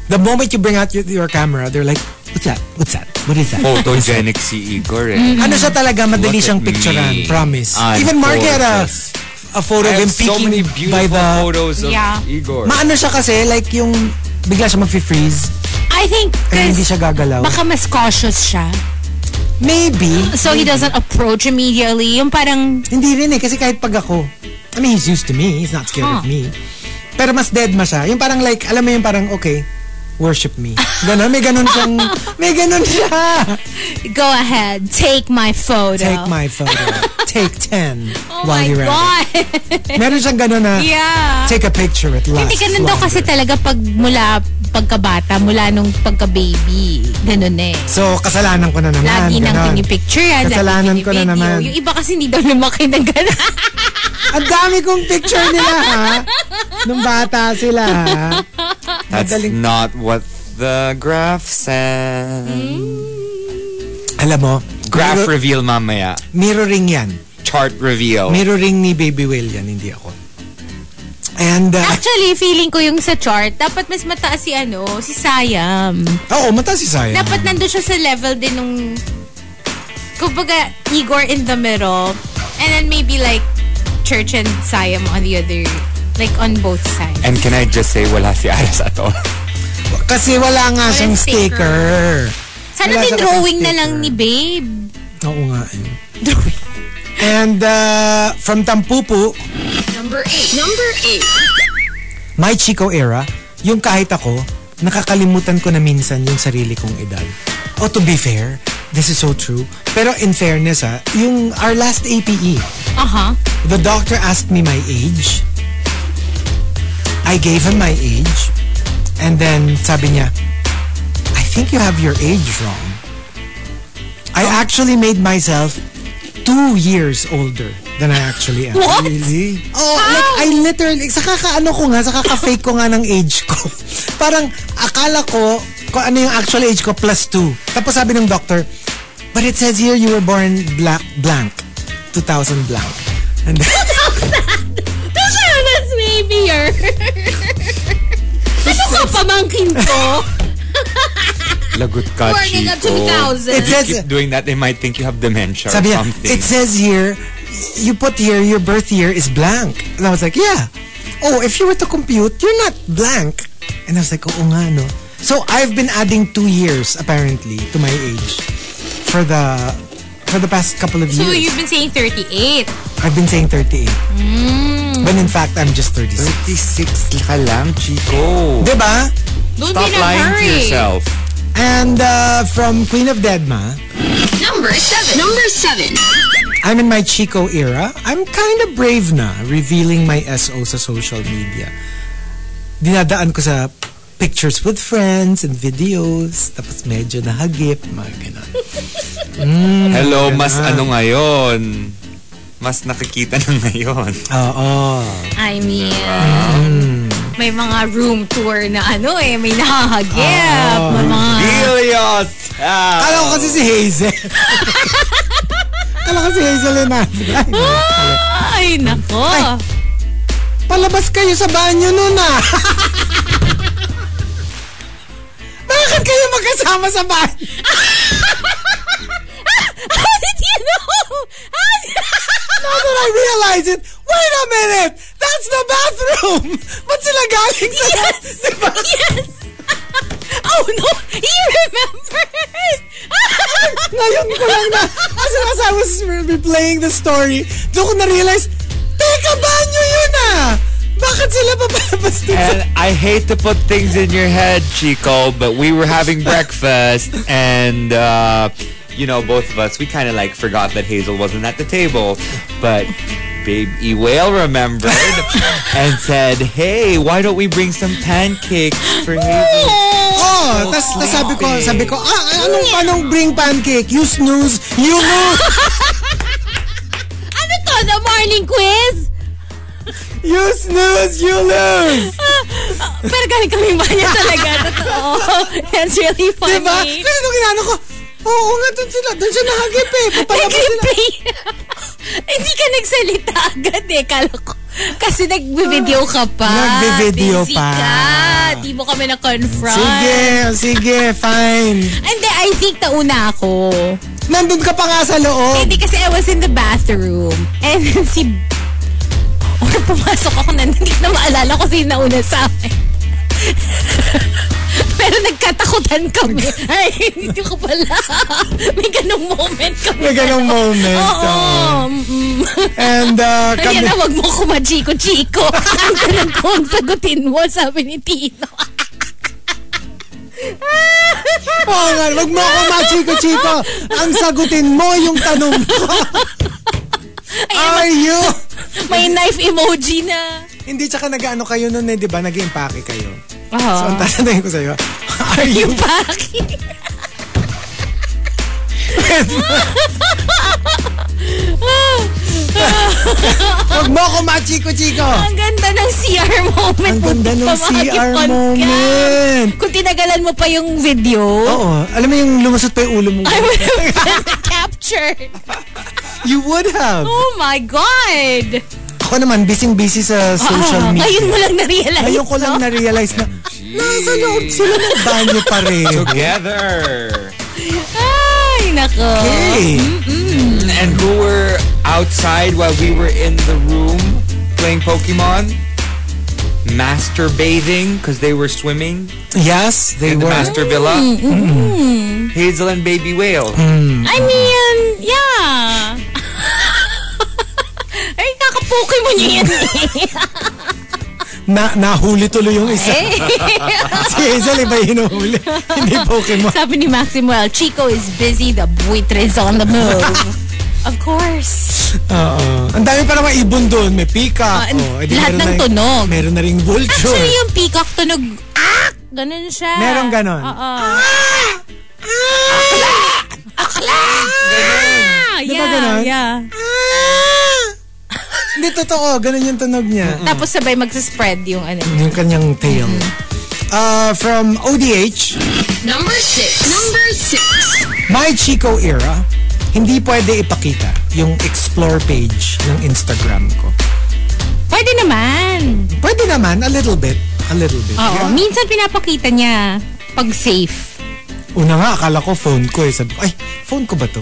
Speaker 3: The moment you bring out your, your camera, they're like, what's that? What's that? What is that?
Speaker 2: Photogenic si Igor eh.
Speaker 3: Ano siya talaga madali
Speaker 2: Oh, Look at
Speaker 3: siyang picturean,
Speaker 2: me.
Speaker 3: promise.
Speaker 2: I'm
Speaker 3: Even Mark had a,
Speaker 2: gorgeous.
Speaker 3: a photo
Speaker 2: I
Speaker 3: of
Speaker 2: have
Speaker 3: him
Speaker 2: so
Speaker 3: peeking
Speaker 2: many beautiful
Speaker 3: by the...
Speaker 2: photos of
Speaker 1: Yeah.
Speaker 2: Igor.
Speaker 3: Maano siya kasi, like yung bigla siya mag-freeze
Speaker 1: I think
Speaker 3: kaya Eh, hindi siya
Speaker 1: because
Speaker 3: gagalaw.
Speaker 1: baka mas cautious siya.
Speaker 3: Maybe,
Speaker 1: So he doesn't approach immediately. Yung parang,
Speaker 3: Hindi rin eh, kasi kahit pag ako, I mean, he's used to me. He's not scared of
Speaker 1: Huh.
Speaker 3: me. Pero mas dead ma siya. Yung parang like, alam mo yung parang, okay, worship me. Ganon, may ganon siyang, may ganon siya.
Speaker 1: go ahead, take my photo.
Speaker 3: Take my photo. Take 10
Speaker 1: Oh
Speaker 3: while
Speaker 1: my
Speaker 3: you're at
Speaker 1: God.
Speaker 3: it. Meron siyang ganon na,
Speaker 1: yeah.
Speaker 3: take a picture at last.
Speaker 1: Hindi ganun daw
Speaker 3: longer.
Speaker 1: kasi talaga pag mula pagkabata, mula nung pagka-baby. Ganun eh.
Speaker 3: So, kasalanan ko na naman.
Speaker 1: Lagi nang
Speaker 3: ganon.
Speaker 1: pinipicture yan. lagi
Speaker 3: Kasalanan ko na
Speaker 1: pinivideo.
Speaker 3: naman.
Speaker 1: Yung iba kasi hindi daw lumaki ng ganun.
Speaker 3: Ang dami kong picture nila, ha? Nung bata sila, ha?
Speaker 2: That's
Speaker 3: Madaling-
Speaker 2: not what the graph said.
Speaker 3: Mm-hmm. Alam mo,
Speaker 2: Graph
Speaker 3: mirror-
Speaker 2: reveal mamaya.
Speaker 3: mirroring yan.
Speaker 2: Chart
Speaker 1: Oh.
Speaker 2: reveal.
Speaker 3: Mirroring ni Baby Will yan, hindi ako. And, uh,
Speaker 1: Actually, feeling ko yung sa chart, dapat mas mataas si ano, si Sayam.
Speaker 3: Ah, oo, mata si Saya.
Speaker 1: Dapat nandun siya sa level din nung, kumbaga, Igor in the middle, and then maybe like, Church and Sayam on the other, like on both sides.
Speaker 3: Eh,
Speaker 2: And can I just say wala si Aras at all?
Speaker 3: Kasi wala nga siyang sticker.
Speaker 1: sticker. Sana
Speaker 3: Wala
Speaker 1: din
Speaker 3: siya kasing
Speaker 1: drawing na
Speaker 3: sticker.
Speaker 1: lang ni Babe.
Speaker 3: Oo nga. eh. And uh, from Tampupu,
Speaker 6: Number 8. Number 8.
Speaker 3: my Chico era, yung kahit ako, nakakalimutan ko na minsan yung sarili kong edad. Oh, to be fair, this is so true. Pero in fairness ah, yung our last APE,
Speaker 1: Uh-huh.
Speaker 3: the doctor asked me my age. I gave him my age. And then sabi niya, I think you have your age wrong. I actually made myself two years older than I actually am.
Speaker 1: What?
Speaker 3: Really? Oh, like, I literally, sa kakaano ko nga, sa kaka-fake ko nga ng age ko. Parang, akala ko, kung ano yung actual age ko, plus two. Tapos sabi ng doctor, but it says here you were born black, blank. 2000 blank. And then,
Speaker 1: That's maybe your... Ano ka pamangkin ko?
Speaker 2: Lagot ka,
Speaker 1: Morning of
Speaker 2: Chico.
Speaker 1: 2000.
Speaker 3: it says,
Speaker 2: Keep doing that, they might think you have dementia
Speaker 3: Sabi
Speaker 2: or
Speaker 3: niya,
Speaker 2: something.
Speaker 3: it says here, you put here, your birth year is blank. And I was like, yeah. Oh, if you were to compute, you're not blank. And I was like, oo nga, no? So I've been adding two years, apparently, to my age for the for the past couple of
Speaker 1: So
Speaker 3: years.
Speaker 1: you've been saying 38.
Speaker 3: I've been saying 38. When in fact, I'm just 36.
Speaker 2: 36 ka lang, Chico.
Speaker 3: Diba?
Speaker 1: Don't
Speaker 2: Stop
Speaker 1: be in a
Speaker 2: lying to
Speaker 1: hurry.
Speaker 2: yourself.
Speaker 3: And uh, from Queen of Deadma,
Speaker 6: Number seven. Number seven.
Speaker 3: I'm in my Chico era. I'm kind of brave na revealing my SO sa social media. Dinadaan ko sa pictures with friends and videos. Tapos medyo nahagip. Mga ganun.
Speaker 2: Hello,
Speaker 3: Mm-hmm.
Speaker 2: mas ano ngayon? Mas nakikita na ngayon.
Speaker 3: Oo.
Speaker 1: I mean, may mga room tour na ano eh, may nakahagip.
Speaker 2: Ah.
Speaker 1: may
Speaker 3: Ah.
Speaker 1: mga...
Speaker 2: Feel yourself.
Speaker 3: Kala ko kasi si Hazel. Kala ko si Hazel yun na.
Speaker 1: Ay, nako.
Speaker 3: Palabas kayo sa banyo nun ah. Bakit kayo magkasama sa banyo?
Speaker 1: How did you know? How did-
Speaker 3: Now that I realize it, wait a minute! That's the bathroom! Ba't sila galing sa... Diba?
Speaker 1: yes. oh, no. You remembered.
Speaker 3: Ngayon ko lang na, as, as I was re- replaying the story, doon ko na-realize, teka, banyo yun ah! Bakit sila papalabas din sa...
Speaker 2: And I hate to put things in your head, Chico, but we were having breakfast and uh, you know, both of us we kind of like forgot that Hazel wasn't at the table, but Babe E Whale remembered and said, "Hey, why don't we bring some pancakes for Hazel?"
Speaker 3: Oh, tas, tas sabi ko, sabi ko, ah, ah, anong, anong bring pancake? You snooze, you lose,
Speaker 1: ano to? The morning quiz?
Speaker 3: you snooze, you lose!
Speaker 1: Pero galing kaming banyo talaga. Totoo. That's really funny.
Speaker 3: Diba? Kasi nung ginano ko, oo nga, doon sila, doon siya nakagip eh, papalabas sila.
Speaker 1: Nag-replay. Hindi ka nagsalita agad eh. Kala ko. Kasi nagbe-video ka pa.
Speaker 3: Nagbe-video
Speaker 1: Busy
Speaker 3: pa.
Speaker 1: ka. Di mo kami na-confront.
Speaker 3: Sige, sige, fine.
Speaker 1: Hindi, I think nauna ako.
Speaker 3: Nandun ka pa nga sa loob.
Speaker 1: Hindi Eh, kasi I was in the bathroom. And then si... Or pumasok ako na hindi ko na maalala kung sino nauna sa akin. Pero nagkatakutan kami. Ay, hindi ko pala. May ganong moment kami.
Speaker 3: May ganong moment.
Speaker 1: Oo.
Speaker 3: oo.
Speaker 1: mm.
Speaker 3: And uh, kami,
Speaker 1: Kami... na, wag mo ko machiko-chiko. Ang ganun ko ang sagutin mo, sabi ni Tino.
Speaker 3: oh, nga, wag mo ako machiko-chiko. Ang sagutin mo yung tanong ko. Are you?
Speaker 1: May knife emoji na.
Speaker 3: Hindi, tsaka nag-ano kayo nun eh, di ba? Nag-impake kayo. So, ang
Speaker 1: Oo.
Speaker 3: tatanungin ko sa'yo, are you?
Speaker 1: Bakit?
Speaker 3: Wag mo ako machiko-chiko.
Speaker 1: Ang ganda ng CR moment.
Speaker 3: Ang ganda ng
Speaker 1: Pamakipan
Speaker 3: CR
Speaker 1: ka.
Speaker 3: moment.
Speaker 1: Kung tinagalan mo pa yung video,
Speaker 3: Oo. Alam mo yung lumusot pa yung ulo mo.
Speaker 1: I would have been captured.
Speaker 3: You would have.
Speaker 1: Oh my God!
Speaker 3: Ako naman, busy-busy sa social
Speaker 1: Ah, Ngayon
Speaker 3: media.
Speaker 1: mo lang na-realize,
Speaker 3: Ngayon ko lang
Speaker 1: no?
Speaker 3: na-realize na nasa loob sila ng banyo pa rin.
Speaker 2: Together.
Speaker 1: Ay, nako.
Speaker 3: Okay.
Speaker 1: Hmm?
Speaker 2: And who were outside while we were in the room playing Pokemon? Masturbating because they were swimming
Speaker 3: Yes, they
Speaker 2: in the
Speaker 3: were.
Speaker 2: Master Villa. Mm. Hazel and Baby Whale.
Speaker 1: I mean, yeah. Ay, kakapoke mo niya yan eh.
Speaker 3: na, nahuli tuloy yung isa. si Hazel, iba yung hinuhuli. Hindi Pokemon.
Speaker 1: Sabi ni Maximuel, Chico is busy, the buitres on the move. of course.
Speaker 3: Oo. Ang dami pa naman ibon doon. May peacock.
Speaker 1: Ah, and
Speaker 3: oh, edi meron
Speaker 1: lahat ng
Speaker 3: na yung-
Speaker 1: tunog.
Speaker 3: Meron na rin vulture.
Speaker 1: Actually, yung peacock tunog, ah! Ganun siya.
Speaker 3: Merong ganon.
Speaker 1: Oo. Ah,
Speaker 3: Di
Speaker 1: Yeah,
Speaker 3: ba ganon?
Speaker 1: yeah.
Speaker 3: Hindi totoo. Ganun yung tunog niya.
Speaker 1: Tapos sabay magsaspread yung ano. niya.
Speaker 3: Yung kanyang tail.
Speaker 1: Mm-hmm.
Speaker 3: Uh, from ODH,
Speaker 6: Number six. Number six.
Speaker 3: My Chico Era, hindi pwede ipakita yung explore page ng Instagram ko.
Speaker 1: Pwede naman.
Speaker 3: Pwede naman, a little bit. A little bit.
Speaker 1: Oo. Minsan pinapakita niya pag safe.
Speaker 3: Una nga, akala ko phone ko eh. Sabi ko, ay, phone ko ba to?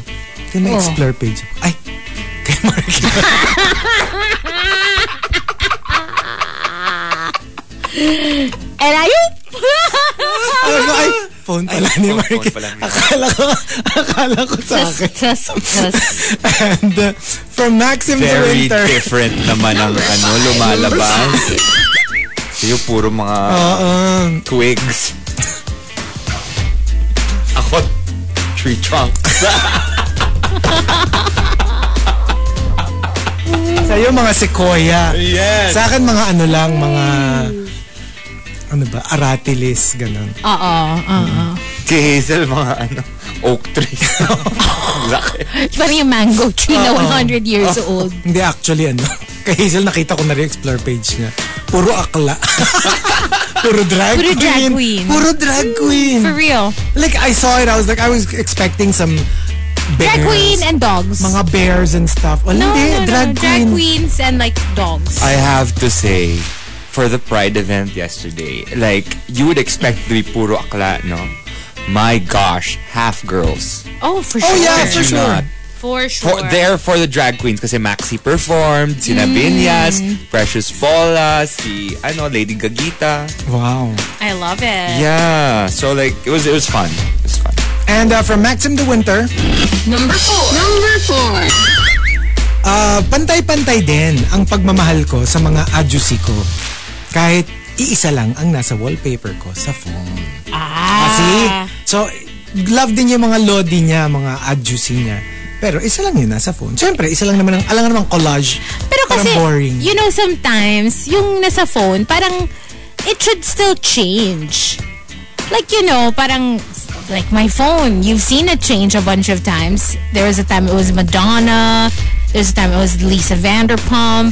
Speaker 3: Then
Speaker 1: Oo.
Speaker 3: explore page. ako. Ay, kay Mark.
Speaker 1: And ayun!
Speaker 3: Sabi ko, ay, phone pala ni
Speaker 2: phone-
Speaker 3: Mark.
Speaker 2: phone pala ni Mark.
Speaker 3: Akala ko, akala ko sa
Speaker 1: Sus,
Speaker 3: akin.
Speaker 1: sus, sus.
Speaker 3: And uh, from Maxim to
Speaker 2: Very
Speaker 3: Winter.
Speaker 2: different naman ang ano, lumalabas. Sa'yo puro mga
Speaker 3: Oo.
Speaker 2: twigs. Ako, tree trunks.
Speaker 3: Sa'yo, mga sequoia.
Speaker 2: Yes.
Speaker 3: Sa akin, mga ano lang, mga... Ano ba? Aratilis, ganun.
Speaker 1: Oo, oo.
Speaker 2: Si Hazel, mga ano, oak trees. Laki.
Speaker 1: Parang yung mango tree na 100 years
Speaker 3: Ah.
Speaker 1: old.
Speaker 3: Hindi, actually, ano. Kay Hazel, nakita ko na rin yung explore page niya. Puro akla. Puro drag
Speaker 1: Puro drag
Speaker 3: queen.
Speaker 1: queen. Mm,
Speaker 3: Puro drag queen.
Speaker 1: For real.
Speaker 3: Like, I saw it. I was like, I was expecting some bears.
Speaker 1: Drag queen and dogs.
Speaker 3: Mga bears and stuff. Well,
Speaker 1: no,
Speaker 3: hindi.
Speaker 1: no, no,
Speaker 3: drag,
Speaker 1: drag
Speaker 3: queen.
Speaker 1: queens and like dogs.
Speaker 2: I have to say, for the Pride event yesterday, like, you would expect to be puro akla, no? My gosh, half girls.
Speaker 1: oh, for sure.
Speaker 3: Oh, yeah, for
Speaker 2: You're
Speaker 3: sure.
Speaker 2: not.
Speaker 1: For
Speaker 2: For,
Speaker 1: sure.
Speaker 2: There for the drag queens kasi Maxi performed, si
Speaker 1: Mm.
Speaker 2: Nabinyas, Precious Paula, si ano, Lady Gagita.
Speaker 3: Wow.
Speaker 1: I love it.
Speaker 2: Yeah, so like it was it was fun. It was fun.
Speaker 3: And uh, from Maxim to Winter,
Speaker 6: Number four. Number four.
Speaker 3: Ah, pantay-pantay din ang pagmamahal ko sa mga adjusi ko. Kahit iisa lang ang nasa wallpaper ko sa phone. Ah. see? So, love din yung mga lodi niya, mga adjusi niya. Pero isa lang yun nasa phone. Siyempre, isa lang naman ang, alam nga naman collage.
Speaker 1: Pero kasi,
Speaker 3: Parang boring.
Speaker 1: you know, sometimes, yung nasa phone, parang, it should still change. Like, you know, parang, like my phone, you've seen it change a bunch of times. There was a time it was Madonna, there was a time it was Lisa Vanderpump,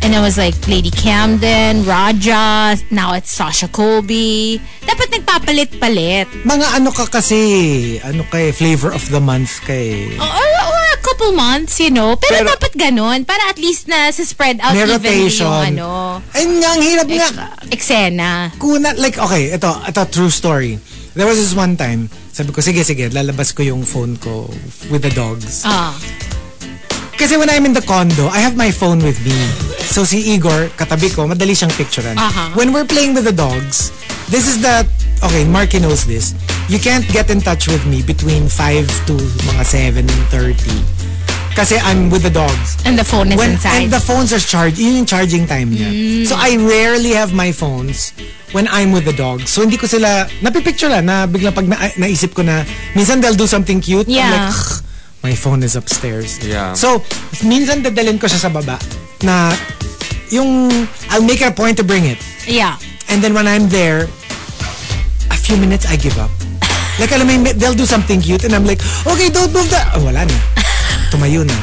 Speaker 1: and it was like Lady Camden, Raja, now it's Sasha Colby. Dapat nagpapalit-palit.
Speaker 3: mga ano ka kasi, ano kay flavor of the month kay...
Speaker 1: Or, or a couple months, you know. Pero,
Speaker 3: Pero-
Speaker 1: dapat ganun, para at least na sa spread out
Speaker 3: May
Speaker 1: evenly yung
Speaker 3: rotation.
Speaker 1: ano.
Speaker 3: Ayun nga, ang hirap nga.
Speaker 1: eksena.
Speaker 3: kuna, like, okay, ito, ito, true story. There was this one time, sabi ko, sige, sige, lalabas ko yung phone ko with the dogs.
Speaker 1: Ah.
Speaker 3: Kasi when I'm in the condo, I have my phone with me. So si Igor, katabi ko, madali siyang picturean.
Speaker 1: Aha.
Speaker 3: When we're playing with the dogs, this is the, okay, Marky knows this. You can't get in touch with me between 5 to mga 7.30. Kasi I'm with the dogs.
Speaker 1: And the phone is
Speaker 3: When,
Speaker 1: inside.
Speaker 3: and
Speaker 1: Mm.
Speaker 3: the phones are charged. Yun yung charging time niya. So I rarely have my phones when I'm with the dogs. So hindi ko sila, napipicture lang na bigla pag na, naisip ko na, minsan they'll do something cute. I'm
Speaker 1: Yeah.
Speaker 3: like, "Ugh, my phone is upstairs.
Speaker 2: Yeah.
Speaker 3: So, minsan dadalhin ko siya sa baba na yung, I'll make it a point to bring it.
Speaker 1: yeah.
Speaker 3: And then when I'm there, a few minutes, I give up. Like, alam mo, yun, they'll do something cute and I'm like, okay, don't move that. Oh, wala na. Tumayo na.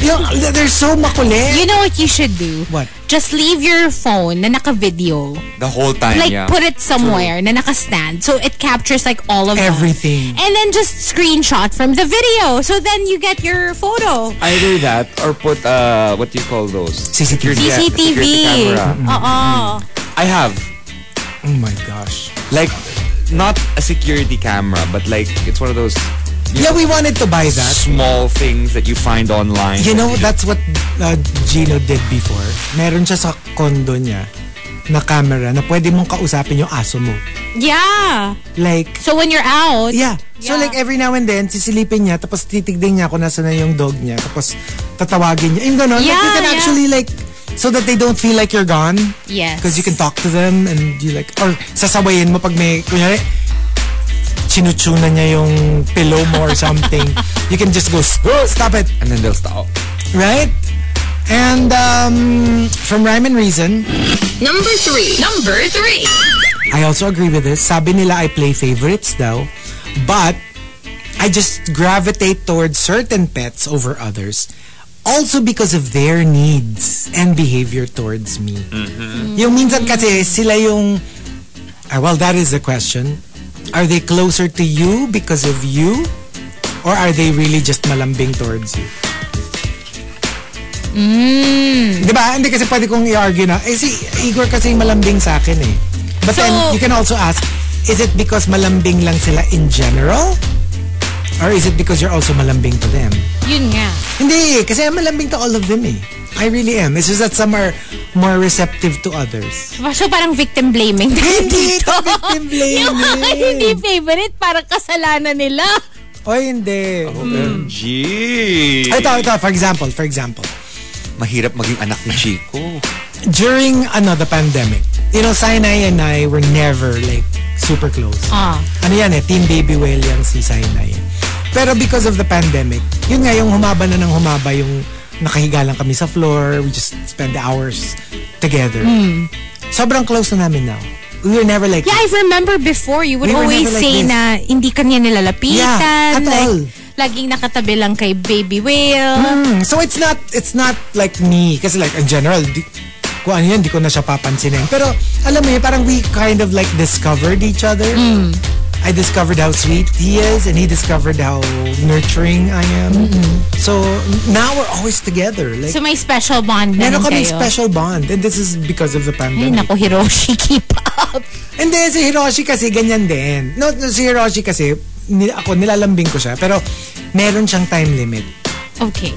Speaker 3: You know, they're so makulit.
Speaker 1: You know what you should do?
Speaker 3: What?
Speaker 1: Just leave your phone na naka-video.
Speaker 2: The whole time,
Speaker 1: Like,
Speaker 2: yeah.
Speaker 1: put it somewhere na naka-stand. So, it captures like all of us.
Speaker 3: Everything.
Speaker 1: And then just screenshot from the video. So, then you get your photo.
Speaker 2: Either that or put uh what do you call those?
Speaker 3: CCTV.
Speaker 2: Security- yeah,
Speaker 1: CCTV.
Speaker 2: security camera.
Speaker 1: Oo.
Speaker 2: I have
Speaker 3: Oh my gosh.
Speaker 2: like not a security camera, but like it's one of those
Speaker 3: Yeah, we wanted to buy that.
Speaker 2: small things that you find online.
Speaker 3: You know,
Speaker 2: that
Speaker 3: that's what uh, Gino did before. Meron siya sa condo niya na camera na pwede mong kausapin yung aso mo.
Speaker 1: Yeah.
Speaker 3: Like,
Speaker 1: So, when you're out,
Speaker 3: Yeah. So
Speaker 1: Yeah.
Speaker 3: like every now and then, sisilipin niya, tapos titigdin niya kung nasa na yung dog niya, tapos tatawagin niya. Yung gano'n, like,
Speaker 1: Yeah,
Speaker 3: you can
Speaker 1: yeah.
Speaker 3: actually like so that they don't feel like you're gone.
Speaker 1: Yes.
Speaker 3: Because you can talk to them and you like, or sasawayin mo pag may, kunyari, chinutsuna niya yung pillow mo or something. you can just go, "Oh, stop it.
Speaker 2: And then they'll stop.
Speaker 3: Right? And um, from Rhyme and Reason,
Speaker 6: Number three. Number three.
Speaker 3: I also agree with this. Sabi nila I play favorites daw. But I just gravitate towards certain pets over others. Also because of their needs and behavior towards me. Yung minsan kasi sila yung... Ah, well, that is the question. Are they closer to you because of you? Or are they really just malambing towards you? Di ba? Diba? Hindi kasi pwede kong i-argue na. Eh si Igor kasi malambing sa akin eh. But then,
Speaker 1: So-
Speaker 3: you can also ask, is it because malambing lang sila in general? Or is it because you're also malambing to them?
Speaker 1: Yun nga.
Speaker 3: Hindi, kasi I'm malambing to all of them eh. I really am. It's just that some are more receptive to others.
Speaker 1: So parang victim blaming. tayo
Speaker 3: Hindi,
Speaker 1: dito.
Speaker 3: ito victim blaming.
Speaker 1: Yung mga hindi favorite, parang kasalanan nila.
Speaker 3: O hindi.
Speaker 1: Mm.
Speaker 2: Gee.
Speaker 3: Ito, ito, for example, for example.
Speaker 2: Mahirap maging anak ni Chico.
Speaker 3: During, ano, the pandemic, you know, Sinai and I were never, like, super close.
Speaker 1: Ah.
Speaker 3: ano yan eh, Team Baby Whale yan si Sinai. Pero because of the pandemic, yun nga yung humaba na ng humaba yung nakahiga lang kami sa floor, we just spend hours together. Sobrang close na namin now. We were never like,
Speaker 1: Hmm. Yeah, I remember before, you would
Speaker 3: They were
Speaker 1: always
Speaker 3: never like
Speaker 1: say
Speaker 3: this.
Speaker 1: na hindi ka niya nilalapitan.
Speaker 3: Yeah, at
Speaker 1: like,
Speaker 3: all.
Speaker 1: Laging nakatabi lang kay Baby Whale.
Speaker 3: Hmm, so it's not, it's not like me. Kasi like, in general, di, kung ano yan, di ko na siya papansinin. Pero, alam mo yun, parang we kind of like discovered each other.
Speaker 1: Hmm.
Speaker 3: I discovered how sweet he is and he discovered how nurturing I am. So, now we're always together. Like,
Speaker 1: Mm-hmm. So may special bond na
Speaker 3: Meron
Speaker 1: rin
Speaker 3: kaming
Speaker 1: kayo.
Speaker 3: special bond. And this is because of the
Speaker 1: Ay,
Speaker 3: pandemic.
Speaker 1: naku, Hiroshi, keep up.
Speaker 3: And then, si Hiroshi kasi ganyan din. No, no, si Hiroshi kasi, ni, ako nilalambing ko siya. Pero, meron siyang time limit.
Speaker 1: Okay.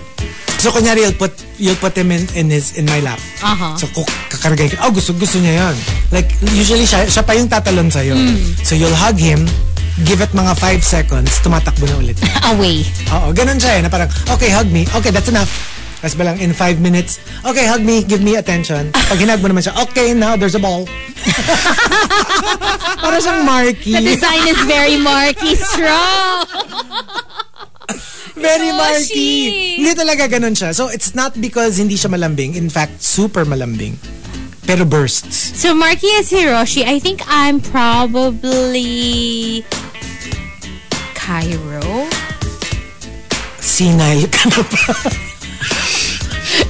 Speaker 3: So, kunyari, you'll put, you'll put him in, in, his, in my lap.
Speaker 1: Aha.
Speaker 3: So, kuk- kakargay ka. Oh, gusto, gusto niya yan. Like, usually, siya, siya pa yung tatalon sa'yo. So, you'll hug him. Give it mga 5 seconds. Tumatakbo na ulit.
Speaker 1: Away.
Speaker 3: Oo, ganun siya eh, na parang, okay, hug me. Okay, that's enough. Tapos ba lang, in five minutes, okay, hug me, give me attention. Pag hinag mo naman siya, okay, now there's a ball. Para siyang Marky.
Speaker 1: The design is very Marky Strong.
Speaker 3: Very
Speaker 1: Yoshi.
Speaker 3: Marky. Hindi talaga ganun siya. So, it's not because hindi siya malambing. In fact, super malambing. Pero bursts.
Speaker 1: So Marky is Hiroshi. I think I'm probably Cairo.
Speaker 3: Senile ka na pa.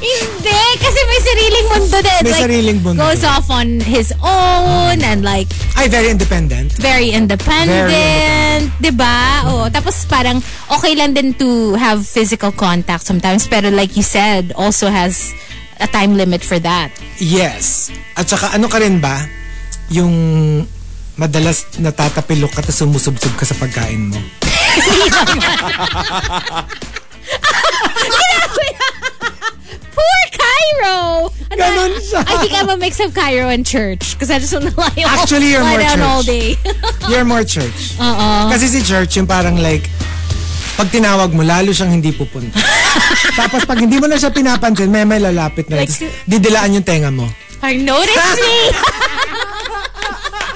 Speaker 1: Hindi, kasi may sariling mundo din.
Speaker 3: May sariling mundo. Ah.
Speaker 1: Goes off on his own and like
Speaker 3: Ay, very independent.
Speaker 1: very independent. Diba? Oo. Tapos parang okay lang din to have physical contact sometimes. Pero like you said, also has a time limit for that.
Speaker 3: Yes. At saka ano ka rin ba? Yung madalas natatapilok ka tapos sumusubsob ka sa pagkain mo.
Speaker 1: Poor Cairo! Ano,
Speaker 3: Ganon siya.
Speaker 1: I think I'm a mix of Cairo and church. Because I just want to lie,
Speaker 3: Actually, you're
Speaker 1: lie
Speaker 3: more
Speaker 1: down
Speaker 3: church.
Speaker 1: all day.
Speaker 3: You're more church. Kasi si church yung parang like, pag tinawag mo, lalo siyang hindi pupunta. Tapos pag hindi mo na siya pinapansin, may may lalapit na.
Speaker 1: Like,
Speaker 3: Tapos didilaan yung tenga mo.
Speaker 1: I noticed me!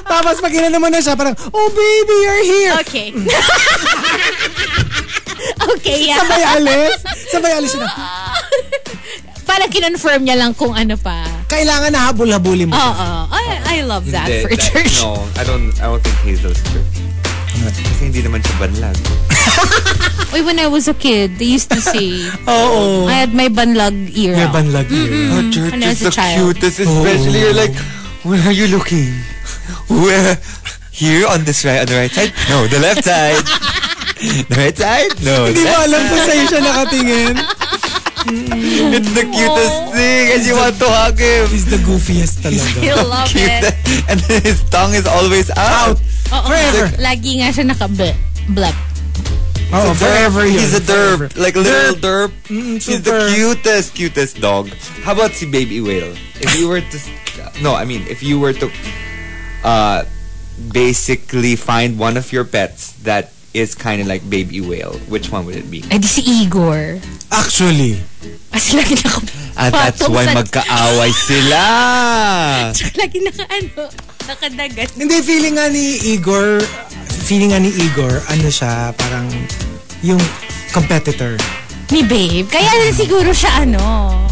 Speaker 3: Tapos pag inano mo na siya, parang, oh baby, you're here.
Speaker 1: Okay. okay, yeah.
Speaker 3: Sabay alis. Sabay alis siya na.
Speaker 1: Parang kinonfirm niya lang kung ano pa.
Speaker 3: Kailangan na habol-habulin mo.
Speaker 1: Oo. I, I love that
Speaker 2: Hindi,
Speaker 1: for
Speaker 2: that-
Speaker 1: church.
Speaker 2: No, I don't, I don't think Hazel's church. Kasi hindi naman siya banlag.
Speaker 1: Uy, when I was a kid, they used to say,
Speaker 3: Oo.
Speaker 1: I had my banlag era.
Speaker 3: You're banlag here.
Speaker 2: Our church
Speaker 1: When I was a child.
Speaker 2: cutest,
Speaker 3: Oh.
Speaker 2: where are you looking? Where? Here on this right, on the right side? No, the left side. the right side? No,
Speaker 3: Hindi
Speaker 2: the
Speaker 3: mo
Speaker 2: left.
Speaker 3: alam kung sa'yo siya nakatingin.
Speaker 2: It's the cutest thing, and you want to hug him.
Speaker 3: He's the goofiest
Speaker 1: I
Speaker 3: talaga.
Speaker 1: love it.
Speaker 2: and then his tongue is always out.
Speaker 1: Oo.
Speaker 3: Forever.
Speaker 1: Lagi nga siya naka-blep. Blep.
Speaker 3: Oh, forever yun.
Speaker 2: He's a derp, like little derp. Mm, He's the
Speaker 3: super.
Speaker 2: cutest, cutest dog. How about si baby whale? If you were to, no, I mean, if you were to, uh, basically find one of your pets that is kind of like baby whale, which one would it be?
Speaker 1: Ay, di si Igor.
Speaker 3: Actually.
Speaker 1: Kasi lagi naka
Speaker 2: At Ah, that's
Speaker 1: Patong
Speaker 2: why
Speaker 1: sa-
Speaker 2: magkaaway sila.
Speaker 1: Lagi na ano, nakadagat.
Speaker 3: Hindi, feeling nga ni Igor, feeling nga ni Igor, ano siya, parang yung competitor.
Speaker 1: Ni babe. Kaya na siguro siya ano.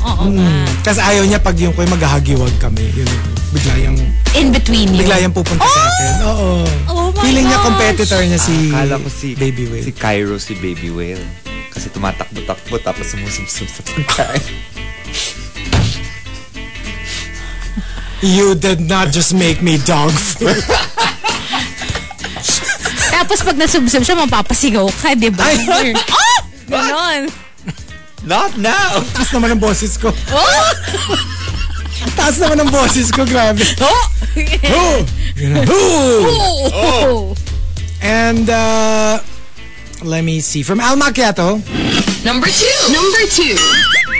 Speaker 1: Oo nga.
Speaker 3: Tapos ayaw niya pag yung kuya maghahagiwag kami. Yun, bigla yung,
Speaker 1: In between you.
Speaker 3: bigla yung pupunta sa atin. Oo.
Speaker 1: Oh my
Speaker 3: feeling niya
Speaker 1: gosh.
Speaker 3: competitor niya si
Speaker 2: Akala ko si
Speaker 3: Baby Whale.
Speaker 2: Si Cairo si Baby Whale. Kasi tumatakbo-takbo tapos sumusubsob sa pagkain.
Speaker 3: You did not just make me dog food.
Speaker 1: Tapos pag nasubsob siya, mapapasigaw ka, di ba?
Speaker 3: Ay!
Speaker 1: oh! Ganon.
Speaker 2: Not now!
Speaker 3: Ah! Taas naman ang boses ko. Taas naman ang boses ko, grabe.
Speaker 1: Oh!
Speaker 3: Who? Ganun. Who?
Speaker 1: oh!
Speaker 3: And, uh, let me see. From Al Macchiato,
Speaker 6: Number two. Number two.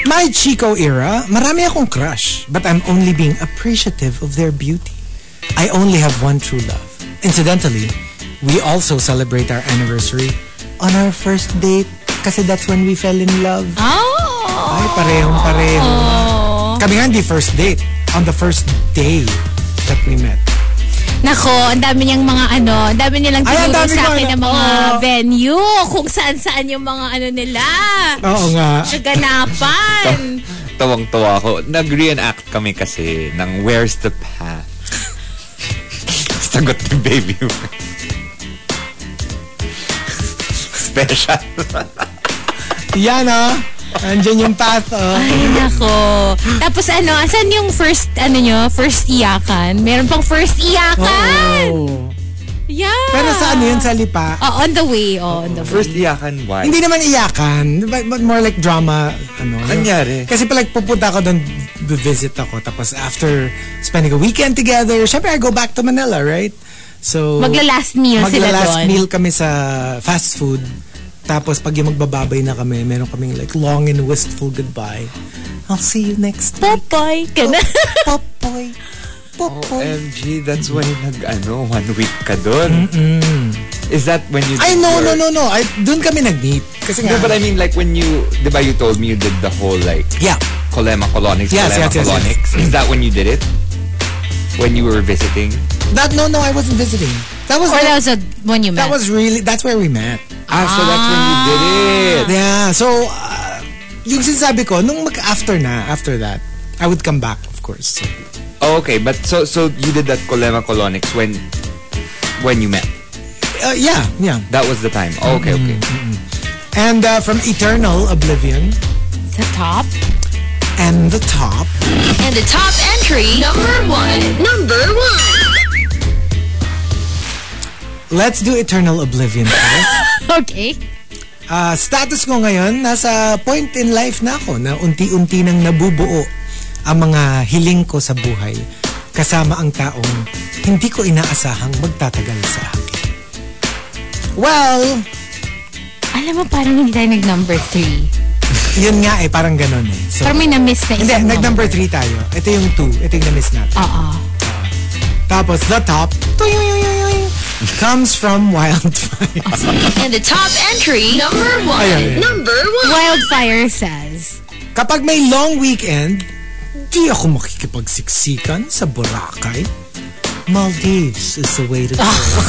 Speaker 3: My Chico era, marami akong crush, but I'm only being appreciative of their beauty. I only have one true love. Incidentally, we also celebrate our anniversary on our first date kasi that's when we fell in love.
Speaker 1: Oh!
Speaker 6: Ah.
Speaker 3: Ay, parehong pareho. Kami nga hindi first date, on the first day that we met.
Speaker 1: Nako, ang dami niyang mga ano, ang dami nilang
Speaker 3: Ay, ang
Speaker 1: tinuro
Speaker 3: dami
Speaker 1: sa
Speaker 3: ko,
Speaker 1: akin
Speaker 3: ano,
Speaker 1: ng mga
Speaker 3: oo.
Speaker 1: venue, kung saan-saan yung mga ano nila.
Speaker 3: Oo nga.
Speaker 1: Kaganapan.
Speaker 2: Tawang-tawa ako. Nag-reenact kami kasi ng Where's the Path? Sagot ng Baby Whale. Special.
Speaker 3: Yan ah. Andyan yung path oh.
Speaker 1: Ay, nako. Tapos ano, asan yung first, ano nyo, first iyakan? Meron pang first iyakan!
Speaker 3: Oo.
Speaker 1: Yeah!
Speaker 3: Oh. Pero sa ano yun, sa lipa.
Speaker 1: Oh, on the way, oh, on the way.
Speaker 2: First iyakan, why?
Speaker 3: Hindi naman iyakan, but, but more like drama. Ano,
Speaker 2: Anong nangyari?
Speaker 3: Kasi pala pupunta ako doon, visit ako. Tapos after spending a weekend together, syempre I go back to Manila, right? So,
Speaker 1: Magla-last meal sila
Speaker 3: magla-last
Speaker 1: doon.
Speaker 3: meal kami sa fast food. Tapos pag yung magbababay na kami, meron kaming like long and wistful goodbye. I'll see you next time.
Speaker 1: Popoy, ganun.
Speaker 3: Popoy.
Speaker 2: Oh,
Speaker 3: Popoy.
Speaker 2: OMG, that's why nag-ano, one week ka doon. Is that when you...
Speaker 3: Ay,
Speaker 2: did your-
Speaker 3: no, no, no, no. Ay, doon kami nag-meet. Kasi
Speaker 2: No,
Speaker 3: nga,
Speaker 2: but I mean like when you, di ba you told me you did the whole like
Speaker 3: yeah.
Speaker 2: Colema Colonics,
Speaker 3: Yes,
Speaker 2: Colema
Speaker 3: yes, yes, yes.
Speaker 2: Colonics. Is that when you did it? When you were visiting?
Speaker 3: That, no, no, I wasn't visiting. That was,
Speaker 1: Or Oh, that was a monument.
Speaker 3: that was really, that's where we met.
Speaker 2: Ah, so that's when you did
Speaker 1: Ah.
Speaker 2: it.
Speaker 3: Yeah, so uh, yung sinasabi ko, nung mag-after na, after that, I would come back, of course. So,
Speaker 2: Oh, okay, but so so you did that Colema Colonics when when you met.
Speaker 3: uh, yeah, yeah.
Speaker 2: That was the time. Oh, okay, okay.
Speaker 3: Mm-hmm. And uh, from Eternal Oblivion
Speaker 1: the top.
Speaker 3: and The Top,
Speaker 6: And the top entry. Number one. Number one.
Speaker 3: let's do Eternal Oblivion first.
Speaker 1: Okay.
Speaker 3: Ah, status ko ngayon, nasa point in life na ako na unti-unti nang nabubuo ang mga hiling ko sa buhay kasama ang taong hindi ko inaasahang magtatagal sa akin. Well,
Speaker 1: Alam mo, parang hindi tayo nag-number three.
Speaker 3: yun nga eh, parang ganun eh. So,
Speaker 1: Parang may na-miss na
Speaker 3: Hindi,
Speaker 1: isang Ah.
Speaker 3: nag-number 3 tayo. Ito yung 2. Ito yung na-miss natin.
Speaker 1: Oo.
Speaker 3: Tapos, the top, tuyuyuyuyuy, comes from wildfire.
Speaker 6: And the top entry. Number one.
Speaker 3: Ayan, ayan.
Speaker 6: Number one.
Speaker 1: Wildfire says,
Speaker 3: Kapag may long weekend, di ako makikipagsiksikan sa Boracay. Maldives is the way to go.
Speaker 1: Ah.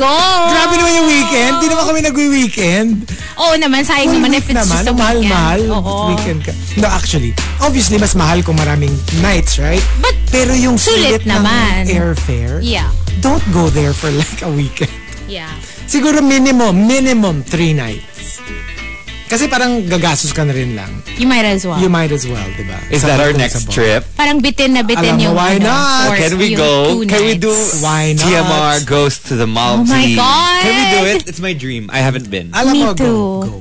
Speaker 1: Go!
Speaker 3: Grabe naman yung weekend. Di naman kami nag-weekend.
Speaker 1: Oo naman, sayang naman if
Speaker 3: week
Speaker 1: it's just
Speaker 3: naman.
Speaker 1: a
Speaker 3: Mahal,
Speaker 1: weekend.
Speaker 3: mahal.
Speaker 1: Oo.
Speaker 3: Weekend ka. No, actually, obviously, mas mahal kung maraming nights, right?
Speaker 1: But,
Speaker 3: Pero yung
Speaker 1: sulit
Speaker 3: sulit,
Speaker 1: naman.
Speaker 3: ng airfare,
Speaker 1: yeah.
Speaker 3: don't go there for like a weekend.
Speaker 1: Yeah.
Speaker 3: Siguro minimum, minimum three nights. Kasi parang gagastos ka na rin lang.
Speaker 1: You might as well.
Speaker 3: You might as well, di ba?
Speaker 2: Is
Speaker 3: Sa
Speaker 2: that our
Speaker 3: kung
Speaker 2: next
Speaker 3: sa ball.
Speaker 2: trip?
Speaker 1: parang bitin na
Speaker 3: Alam
Speaker 1: bitin
Speaker 3: mo,
Speaker 1: yung
Speaker 3: why
Speaker 1: ano,
Speaker 3: not?
Speaker 1: or
Speaker 2: Can we
Speaker 1: yung
Speaker 2: go?
Speaker 1: two
Speaker 2: Can we do
Speaker 1: nights.
Speaker 3: Why not?
Speaker 2: TMR goes to the Maldives?
Speaker 1: God.
Speaker 2: Can we do it? It's my dream. I haven't been.
Speaker 3: Alam
Speaker 1: Me
Speaker 3: mo, go,
Speaker 1: too.
Speaker 3: go.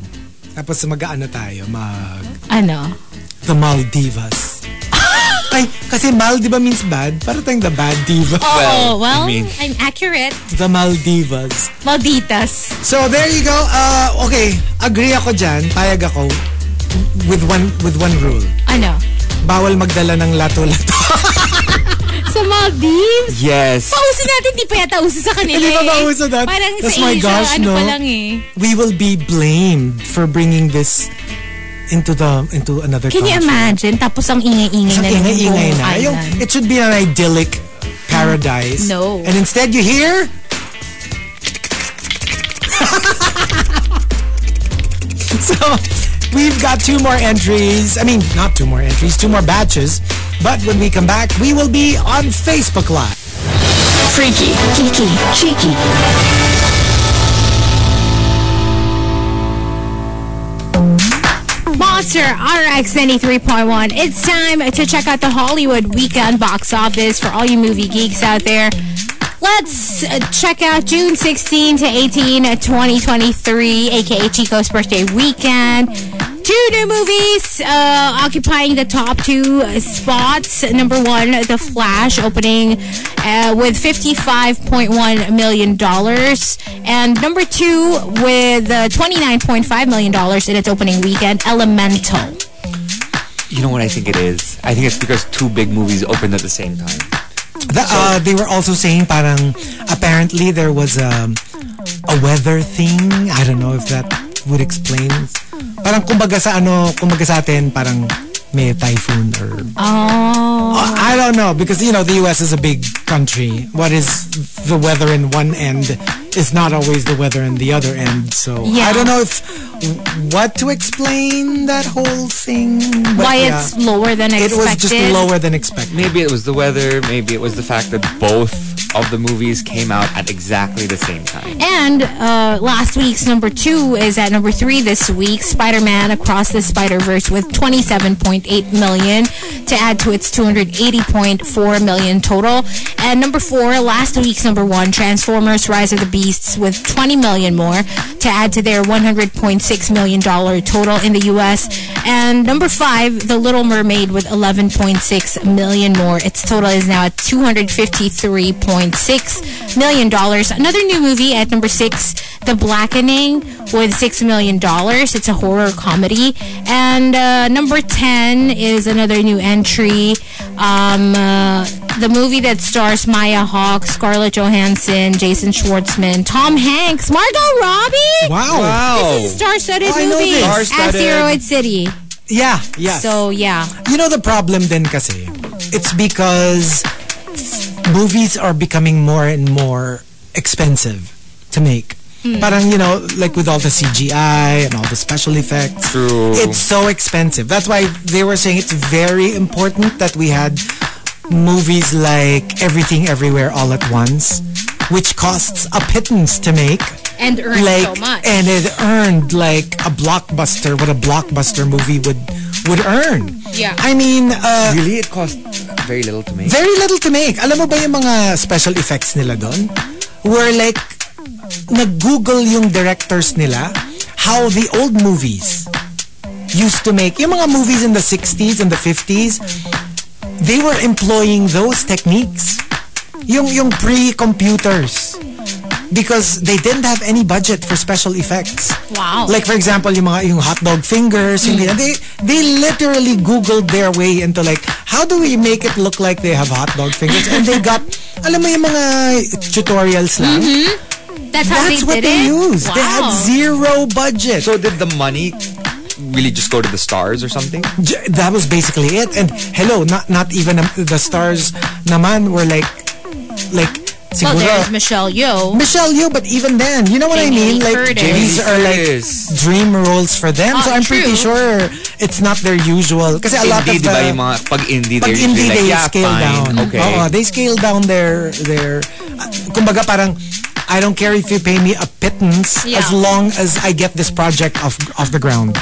Speaker 3: Tapos mag-ano tayo, mag...
Speaker 1: Ano?
Speaker 3: The Maldivas. Ay, kasi mal, di ba, means bad? Para tayong the bad diva.
Speaker 1: Oh, well,
Speaker 2: Well, I mean-
Speaker 1: I'm accurate.
Speaker 3: The Maldivas.
Speaker 1: Malditas.
Speaker 3: So, there you go. Uh, okay, agree ako dyan. Payag ako. With one with one rule.
Speaker 1: Ano?
Speaker 3: Bawal magdala ng lato-lato.
Speaker 1: Sa Maldives?
Speaker 2: Yes.
Speaker 1: Pauso natin, di pa yata uso sa kanila
Speaker 3: Hindi pa
Speaker 1: eh.
Speaker 3: ba uso dati?
Speaker 1: Parang
Speaker 3: That's
Speaker 1: sa
Speaker 3: my
Speaker 1: Asia,
Speaker 3: gosh,
Speaker 1: ano
Speaker 3: no?
Speaker 1: pa lang eh.
Speaker 3: we will be blamed for bringing this into the into another
Speaker 1: Can you
Speaker 3: country.
Speaker 1: imagine? Tapos ang ingay-ingay
Speaker 3: Isang
Speaker 1: na ng
Speaker 3: ingay-ingay
Speaker 1: buong
Speaker 3: na. Yung,
Speaker 1: island.
Speaker 3: it should be an idyllic paradise.
Speaker 1: No.
Speaker 3: And instead, you hear... so, we've got two more entries. I mean, not two more entries, two more batches. But when we come back, we will be on Facebook Live.
Speaker 4: Freaky, kiki, cheeky.
Speaker 1: Monster RX 93.1. It's time to check out the Hollywood weekend box office for all you movie geeks out there. Let's uh, check out June 16 to 18, uh, 2023, aka Chico's birthday weekend. Two new movies uh, occupying the top two spots. Number one, The Flash, opening uh, with $55.1 million. And number two, with uh, $29.5 million in its opening weekend, Elemental.
Speaker 2: You know what I think it is? I think it's because two big movies opened at the same time.
Speaker 3: The, uh, they were also saying parang apparently there was a, a weather thing. I don't know if that would explain. Parang kumbaga sa ano, kumbaga sa atin parang may typhoon or...
Speaker 1: Oh.
Speaker 3: Uh, I don't know because you know the US is a big country. What is the weather in one end is not always the weather in the other end. So
Speaker 1: Yeah.
Speaker 3: I don't know if what to explain that whole thing. but
Speaker 1: Why
Speaker 3: yeah,
Speaker 1: it's lower than
Speaker 3: it
Speaker 1: expected.
Speaker 3: was just lower than expected.
Speaker 2: Maybe it was the weather, maybe it was the fact that both of the movies came out at exactly the same time.
Speaker 1: And uh, last week's number two is at number three this week. Spider-Man Across the Spider-Verse with 27.8 million to add to its 280.4 million total. And number four, last week's number one, Transformers Rise of the Beasts with 20 million more to add to their 100.6 million dollar total in the U.S. And number five, The Little Mermaid with 11.6 million more. Its total is now at 253.6 million dollars. Another new movie at number six, The Blackening, with six million dollars. It's a horror comedy. And uh, number ten is another new entry, um, uh, the movie that stars Maya Hawke, Scarlett Johansson, Jason Schwartzman, Tom Hanks, Margot Robbie.
Speaker 3: Wow.
Speaker 1: This is star-studded
Speaker 3: Oh, I know
Speaker 1: movie
Speaker 3: this.
Speaker 2: Star-studded.
Speaker 1: Asteroid City.
Speaker 3: Yeah. Yeah.
Speaker 1: So yeah,
Speaker 3: You know the problem then kasi, it's because movies are becoming more and more expensive to make. Parang, you know, like with all the CGI and all the special effects.
Speaker 2: True.
Speaker 3: It's so expensive. That's why they were saying it's very important that we had movies like Everything Everywhere All at Once, which costs a pittance to make
Speaker 1: and earned
Speaker 3: like
Speaker 1: so much.
Speaker 3: and it earned like a blockbuster what a blockbuster movie would would earn
Speaker 1: Yeah.
Speaker 3: i mean uh,
Speaker 2: Really, it cost very little to make.
Speaker 3: very little to make alam mo ba yung mga special effects nila doon were like nag-google yung directors nila how the old movies used to make yung mga movies in the 60s and the 50s they were employing those techniques yung yung pre-computers because they didn't have any budget for special effects
Speaker 1: wow.
Speaker 3: Like for example, yung mga yung hot dog fingers, yung ganyan, they they literally googled their way into like how do we make it look like they have hot dog fingers and they got alam mo yung mga tutorials lang.
Speaker 1: that's how
Speaker 3: That's
Speaker 1: they
Speaker 3: what
Speaker 1: did
Speaker 3: they
Speaker 1: it.
Speaker 3: used.
Speaker 1: Wow.
Speaker 3: They had zero budget. So
Speaker 2: So did the money really just go to the stars or something?
Speaker 3: j- that was basically it. And hello, not not even um, the stars naman were like like
Speaker 1: well,
Speaker 3: siguro
Speaker 1: there's Michelle Yeoh.
Speaker 3: Michelle Yeoh, but even then, you know what I mean?
Speaker 1: Jamie Lee
Speaker 3: Like
Speaker 1: Curtis.
Speaker 3: these
Speaker 2: Jamie
Speaker 3: are like
Speaker 2: Curtis.
Speaker 3: dream roles for them.
Speaker 1: Oh,
Speaker 3: so I'm pretty
Speaker 1: true.
Speaker 3: sure it's not their usual. Kasi a lot
Speaker 2: Indie,
Speaker 3: of
Speaker 2: di ba,
Speaker 3: the,
Speaker 2: yung mga pag indie,
Speaker 3: pag
Speaker 2: they're
Speaker 3: hindi
Speaker 2: usually like,
Speaker 3: they
Speaker 2: yeah,
Speaker 3: scale
Speaker 2: fine,
Speaker 3: down.
Speaker 2: okay.
Speaker 3: Oo, they scale down their their uh, kumbaga parang I don't care if you pay me a pittance
Speaker 1: Yeah.
Speaker 3: as long as I get this project off off the ground.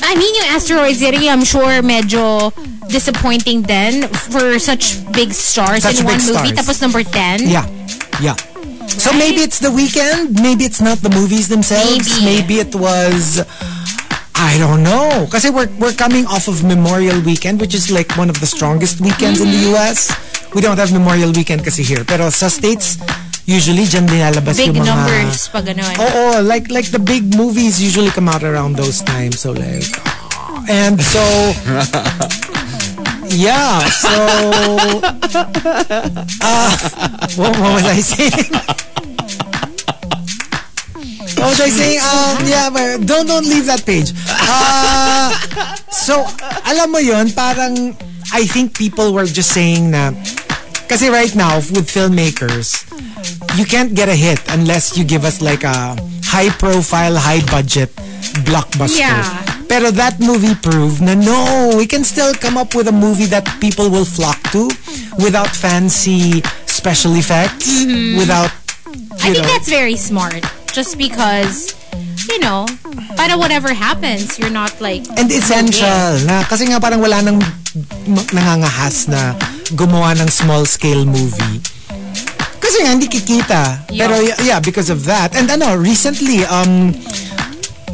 Speaker 1: I mean, yung Asteroid City, I'm sure medyo disappointing then for such big stars
Speaker 3: Such
Speaker 1: in one
Speaker 3: big
Speaker 1: movie.
Speaker 3: stars.
Speaker 1: Tapos number 10.
Speaker 3: Yeah. Yeah. So
Speaker 1: Right?
Speaker 3: maybe it's the weekend, maybe it's not the movies themselves, maybe,
Speaker 1: Maybe.
Speaker 3: it was I don't know. Kasi we're we're coming off of Memorial Weekend, which is like one of the strongest weekends in the
Speaker 1: Mm-hmm.
Speaker 3: US. We don't have Memorial Weekend kasi here. Pero sa States, usually dyan nilalabas
Speaker 1: Big
Speaker 3: yung mga...
Speaker 1: numbers eh. pa ganun.
Speaker 3: Oo, like like the big movies usually come out around those times. So like, and so, yeah. So, ah, uh, what, what was I saying? Oh was I saying? Um, yeah, but don't don't leave that page. Uh, so, alam mo yon parang I think people were just saying na kasi right now with filmmakers, you can't get a hit unless you give us like a high profile, high budget blockbuster.
Speaker 1: Yeah.
Speaker 3: Pero that movie proved na no, we can still come up with a movie that people will flock to without fancy special effects, without
Speaker 1: I
Speaker 3: you
Speaker 1: think
Speaker 3: know,
Speaker 1: that's very smart. Just because, you know, para whatever happens, you're not like.
Speaker 3: And essential na kasi nga parang wala nang m- nangangahas na gumawa ng small scale movie. Kasi nga hindi kikita. Pero y- yeah, because of that. And ano, recently um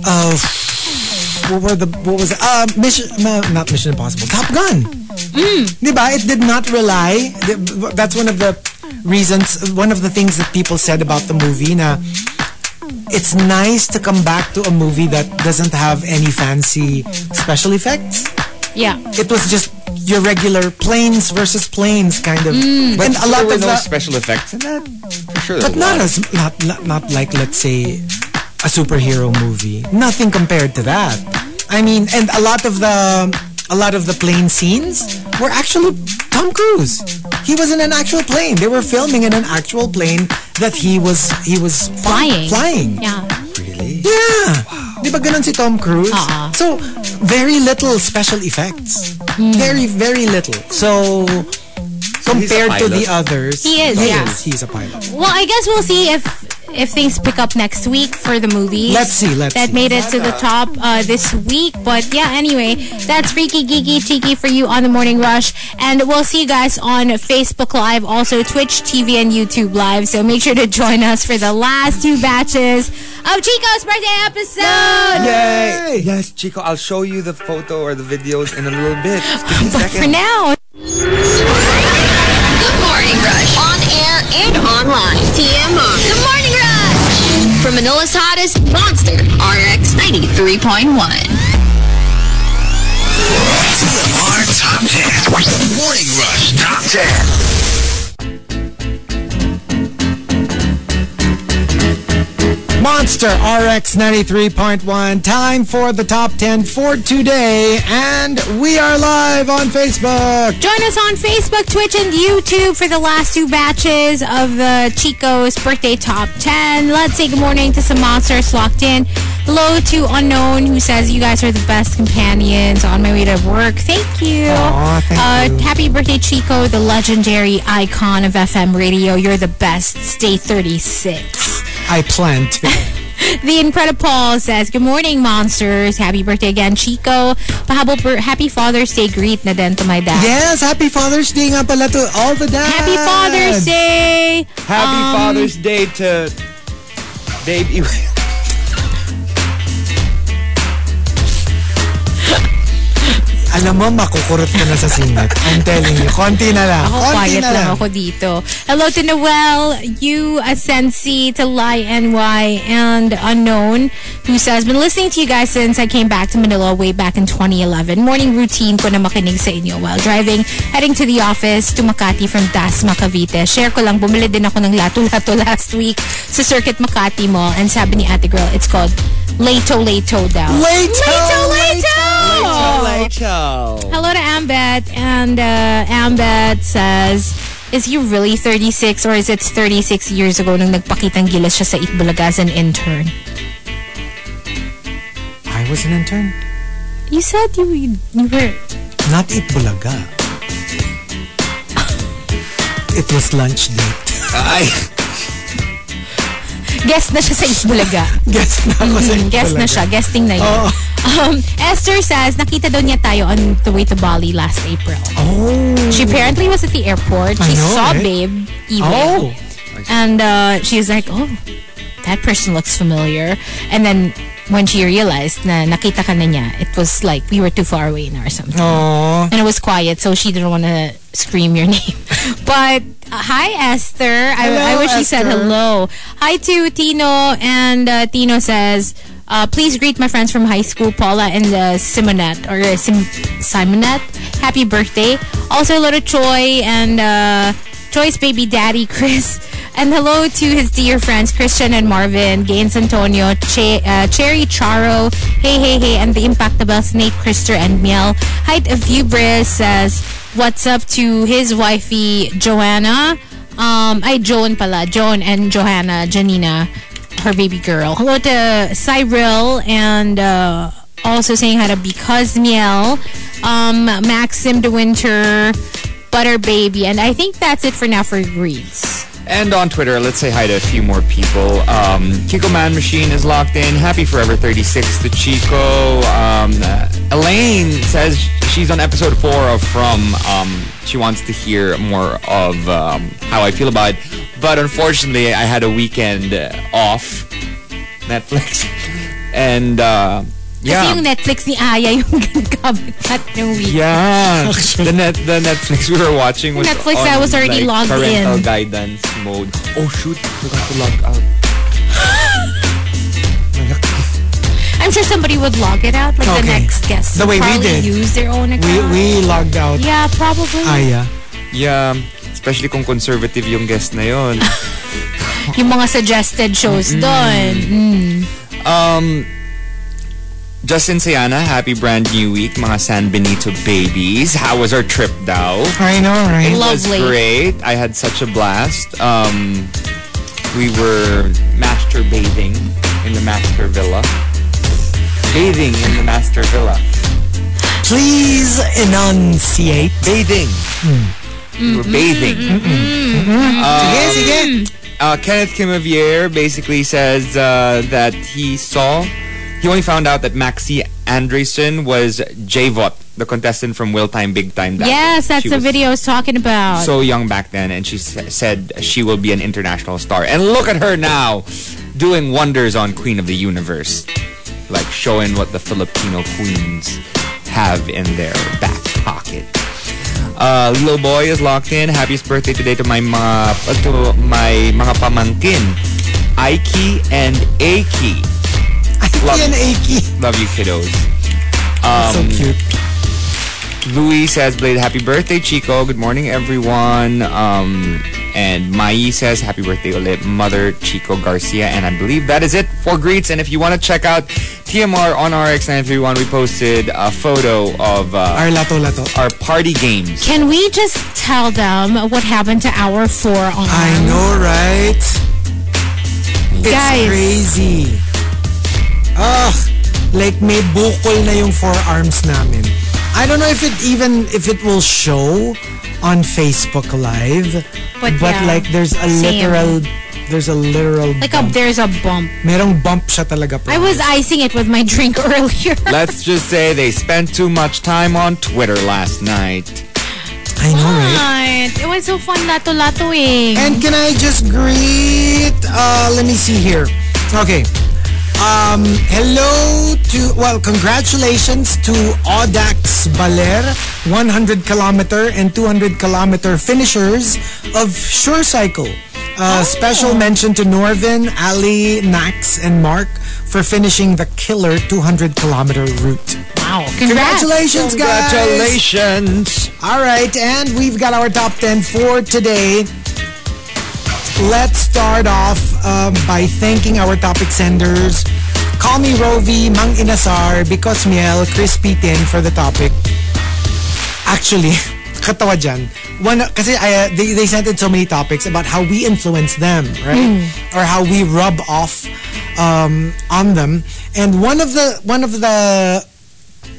Speaker 3: uh what were the what was it? uh mission no, not Mission Impossible. Top Gun. Di ba? It did not rely. That's one of the reasons, one of the things that people said about the movie na it's nice to come back to a movie that doesn't have any fancy special effects.
Speaker 1: Yeah.
Speaker 3: It was just your regular planes versus planes kind of.
Speaker 2: But
Speaker 3: and a lot
Speaker 2: there were
Speaker 3: of
Speaker 2: no
Speaker 3: the-
Speaker 2: special effects in that. For sure.
Speaker 3: but not as not, not not like let's say a superhero movie. Nothing compared to that. I mean, and a lot of the a lot of the plane scenes were actually Tom Cruise. He was in an actual plane. They were filming in an actual plane that he was he was
Speaker 1: Flying.
Speaker 3: Flying.
Speaker 1: Yeah.
Speaker 3: Yeah. Di ba ganun si Tom Cruise?
Speaker 1: Oo.
Speaker 3: So, very little special effects.
Speaker 1: Hmm.
Speaker 3: Very, very little. So, compared to the others,
Speaker 1: He is, yeah.
Speaker 3: He's a pilot.
Speaker 1: Well, I guess we'll see if if things pick up next week for the movies.
Speaker 3: Let's see, let's
Speaker 1: that
Speaker 3: see.
Speaker 1: made it to the top uh, this week. But yeah, anyway, that's freaky, geeky, cheeky for you on the morning rush, and we'll see you guys on Facebook Live, also Twitch TV and YouTube Live. So make sure to join us for the last two batches of Chico's birthday episode.
Speaker 2: Yay! Yes, Chico, I'll show you the photo or the videos in a little bit. Just give me a
Speaker 1: But
Speaker 2: second.
Speaker 1: for now,
Speaker 6: The Morning Rush. On air and online. TMR. The Morning Rush. From Manila's hottest monster, RX 93.1.
Speaker 5: TMR Top 10. Morning Rush Top 10.
Speaker 3: Monster RX 93.1. Time for the top 10 for today. And we are live on Facebook.
Speaker 1: Join us on Facebook, Twitch, and YouTube for the last two batches of the Chico's Birthday Top 10. Let's say good morning to some monsters locked in. Hello to Unknown, who says, You guys are the best companions on my way to work. Thank you.
Speaker 3: Aw, thank
Speaker 1: uh,
Speaker 3: you.
Speaker 1: Happy birthday, Chico, the legendary icon of FM radio. You're the best. Stay 36.
Speaker 3: I plan to.
Speaker 1: The Incredipaul says, Good morning, monsters. Happy birthday again, Chico. Pahabol per- Happy Father's Day greet na din to my dad.
Speaker 3: yes, happy Father's Day nga pala to all the dads.
Speaker 1: Happy Father's Day!
Speaker 2: Happy
Speaker 1: Um,
Speaker 2: Father's Day to Dave Ewing.
Speaker 3: Alam mo, makukurot ka na sa singit. I'm telling you. Konti na lang.
Speaker 1: Ako,
Speaker 3: konti
Speaker 1: Oh, quiet
Speaker 3: na
Speaker 1: lang ako dito. Hello to Noel, you, Asensi, to Lai NY, and Unknown, who says, Been listening to you guys since I came back to Manila way back in 2011. Morning routine ko na makinig sa inyo while driving, heading to the office to Makati from Dasma, Cavite. Share ko lang, bumili din ako ng lato-lato last week sa Circuit Makati Mall, and sabi ni Ate Girl, it's called Lato Lato daw.
Speaker 3: Lato,
Speaker 1: Lato! Lato! Hello to Ambet. And uh, Ambet says, is he really 36 or is it 36 years ago nung nagpakitang gilas siya sa Itbulaga as an intern?
Speaker 3: I was an intern.
Speaker 1: You said you, you, you were...
Speaker 3: Not eat bulaga. It was lunch date.
Speaker 2: I,
Speaker 1: Guest na siya sa Itbulaga.
Speaker 3: Guess Oh. na ako sa
Speaker 1: Mm, guest na
Speaker 3: Itbulaga.
Speaker 1: siya. Guesting na yun.
Speaker 3: Oo.
Speaker 1: Um, Esther says, nakita daw niya tayo on the way to Bali last April.
Speaker 3: Oh.
Speaker 1: She apparently was at the airport.
Speaker 3: I
Speaker 1: She
Speaker 3: know,
Speaker 1: saw
Speaker 3: right?
Speaker 1: Babe even.
Speaker 3: Oh.
Speaker 1: And uh, she was like, oh, that person looks familiar. And then when she realized na nakita ka na niya, it was like we were too far away na or something.
Speaker 3: Oh.
Speaker 1: And it was quiet, so she didn't want to scream your name. but uh, hi, Esther. I, I
Speaker 3: Hello,
Speaker 1: wish she said
Speaker 3: Esther.
Speaker 1: hello. Hi to Tino. And uh, Tino says, uh, please greet my friends from high school, Paula and uh, Simonette, or uh, Sim- Simonette. Happy birthday. Also, hello to Choi and uh, Choi's baby daddy, Chris. And hello to his dear friends Christian and Marvin, Gaines Antonio, che- uh, Cherry Charo, Hey Hey Hey, and the Impactables, Nate Krister and Miel. Height of Hubris says, What's up to his wifey, Joanna? Um, ay, Joan pala. Joan and Johanna, Janina, her baby girl. Hello to Cyril and uh, also saying hi to Because Miel, um, Maxim De Winter, Butter Baby, and I think that's it for now for greets.
Speaker 2: And on Twitter, let's say hi to a few more people. Um, Kiko Man Machine is locked in. Happy Forever 36 to Chico. Um, uh, Elaine says she's on episode four of From. Um, she wants to hear more of um, how I feel about it. But unfortunately, I had a weekend uh, off Netflix. And uh,
Speaker 1: Kasi
Speaker 2: yeah.
Speaker 1: yung Netflix ni Aya yung ginagamit natin yung week.
Speaker 2: Yeah, the net the Netflix we were watching was
Speaker 1: Netflix
Speaker 2: on,
Speaker 1: I was already
Speaker 2: like,
Speaker 1: logged
Speaker 2: parental
Speaker 1: in.
Speaker 2: guidance mode. Oh shoot, forgot to log out.
Speaker 1: I'm sure somebody would log it out, like the
Speaker 3: Okay.
Speaker 1: next guest.
Speaker 3: The way we
Speaker 1: Probably
Speaker 3: did.
Speaker 1: use their own
Speaker 3: We,
Speaker 1: account.
Speaker 3: we logged out.
Speaker 1: yeah, probably.
Speaker 3: Aya.
Speaker 2: Yeah, especially kung conservative yung guest na yun.
Speaker 1: Yung mga suggested shows doon. Mm.
Speaker 2: Um, Justin Sayana, happy brand new week, mga San Benito babies. How was our trip daw?
Speaker 3: I know, right?
Speaker 2: It
Speaker 1: Lovely.
Speaker 2: was great. I had such a blast. Um, we were masturbating in the master villa. Bathing in the master villa.
Speaker 3: Please enunciate.
Speaker 2: Bathing. We were bathing.
Speaker 3: Sige, sige.
Speaker 2: uh, Kenneth Kimavier basically says uh, that he saw, he only found out that Maxi Andreessen was J-Vot, the contestant from Will Time Big Time. That
Speaker 1: Yes,
Speaker 2: day.
Speaker 1: that's
Speaker 2: She
Speaker 1: the
Speaker 2: was
Speaker 1: video I was talking about.
Speaker 2: So young back then, and she s- said she will be an international star. And look at her now, doing wonders on Queen of the Universe, like showing what the Filipino queens have in their back pocket. Uh, little boy is locked in. Happiest birthday today to my mga, uh, to my mga pamangkin, Aiki and Aki. Love
Speaker 3: Yan,
Speaker 2: you.
Speaker 3: Aki.
Speaker 2: Love you, kiddos.
Speaker 3: E. So cute.
Speaker 2: Louis says, Blade, happy birthday, Chico. Good morning, everyone. Um, and Mai says, happy birthday, ulit, mother, Chico Garcia. And I believe that is it for greets. And if you want to check out TMR on RX931, we posted a photo of uh,
Speaker 3: Our lato lato.
Speaker 2: our party games.
Speaker 1: Can we just tell them what happened to hour four on
Speaker 3: I know, right? It's
Speaker 1: Guys.
Speaker 3: crazy. Ugh. Like may bukol na yung forearms namin. I don't know if it even if it will show on Facebook Live,
Speaker 1: But yeah.
Speaker 3: like there's a
Speaker 1: Same.
Speaker 3: literal there's a literal
Speaker 1: Like a,
Speaker 3: bump.
Speaker 1: there's a bump.
Speaker 3: merong bump siya talaga.
Speaker 1: I was icing it with my drink earlier.
Speaker 2: Let's just say they spent too much time on Twitter last night.
Speaker 3: I know, right?
Speaker 1: Right. It was so fun lato-latoing.
Speaker 3: And can I just greet? Uh, let me see here. Okay. Um, hello to, well, congratulations to Audax Baler, 100 kilometer and 200 kilometer finishers of Sure Cycle. Uh, Special mention to Norvin, Ali, Nax, and Mark for finishing the killer 200 kilometer route.
Speaker 1: wow.
Speaker 3: Congratulations, guys!
Speaker 2: Congratulations!
Speaker 3: All right, and we've got our top 10 for today. Let's start off um, by thanking our topic senders. Call me Rovi, Mang Inasar, Because Miel, Chris Pitin for the topic. Actually, katawa dyan. One, kasi I, uh, they, they sent in so many topics about how we influence them, right? Or how we rub off um, on them. And one of the one of the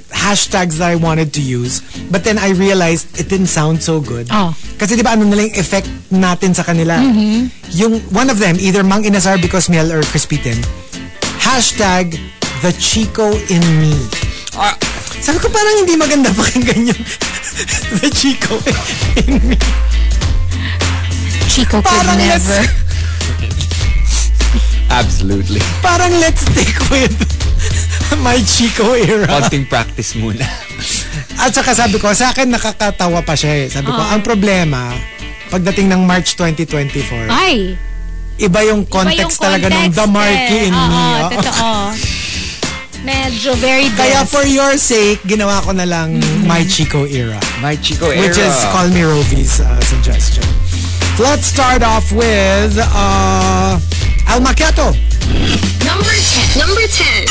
Speaker 3: hashtags that I wanted to use, but then I realized it didn't sound so good.
Speaker 1: Oh.
Speaker 3: Kasi di ba ano nila yung effect natin sa kanila? Yung one of them, either Mang Inasar because Miel or Crispy Tim, hashtag the Chico in me. Sabi ko parang hindi maganda pakinggan yung the Chico eh. in me.
Speaker 1: Chico could
Speaker 3: Parang let's,
Speaker 1: never.
Speaker 2: Absolutely.
Speaker 3: parang let's stick with my Chico era.
Speaker 2: Konting practice muna.
Speaker 3: At saka sabi ko, sa akin nakakatawa pa siya eh. Sabi ko,
Speaker 1: Ah.
Speaker 3: ang problema, pagdating ng March 2024,
Speaker 1: Ay.
Speaker 3: iba yung
Speaker 1: Ah. Iba
Speaker 3: context,
Speaker 1: yung
Speaker 3: talaga ng
Speaker 1: context
Speaker 3: The Marky
Speaker 1: eh.
Speaker 3: in
Speaker 1: Oo,
Speaker 3: me. oh.
Speaker 1: totoo. Medyo very
Speaker 3: Kaya
Speaker 1: best.
Speaker 3: for your sake, ginawa ko na
Speaker 1: Mm-hmm.
Speaker 3: lang my Chico era.
Speaker 2: My Chico era.
Speaker 3: Which is Call Me Rovi's uh, suggestion. Let's start off with uh, Al Macchiato.
Speaker 6: Number 10. Number 10.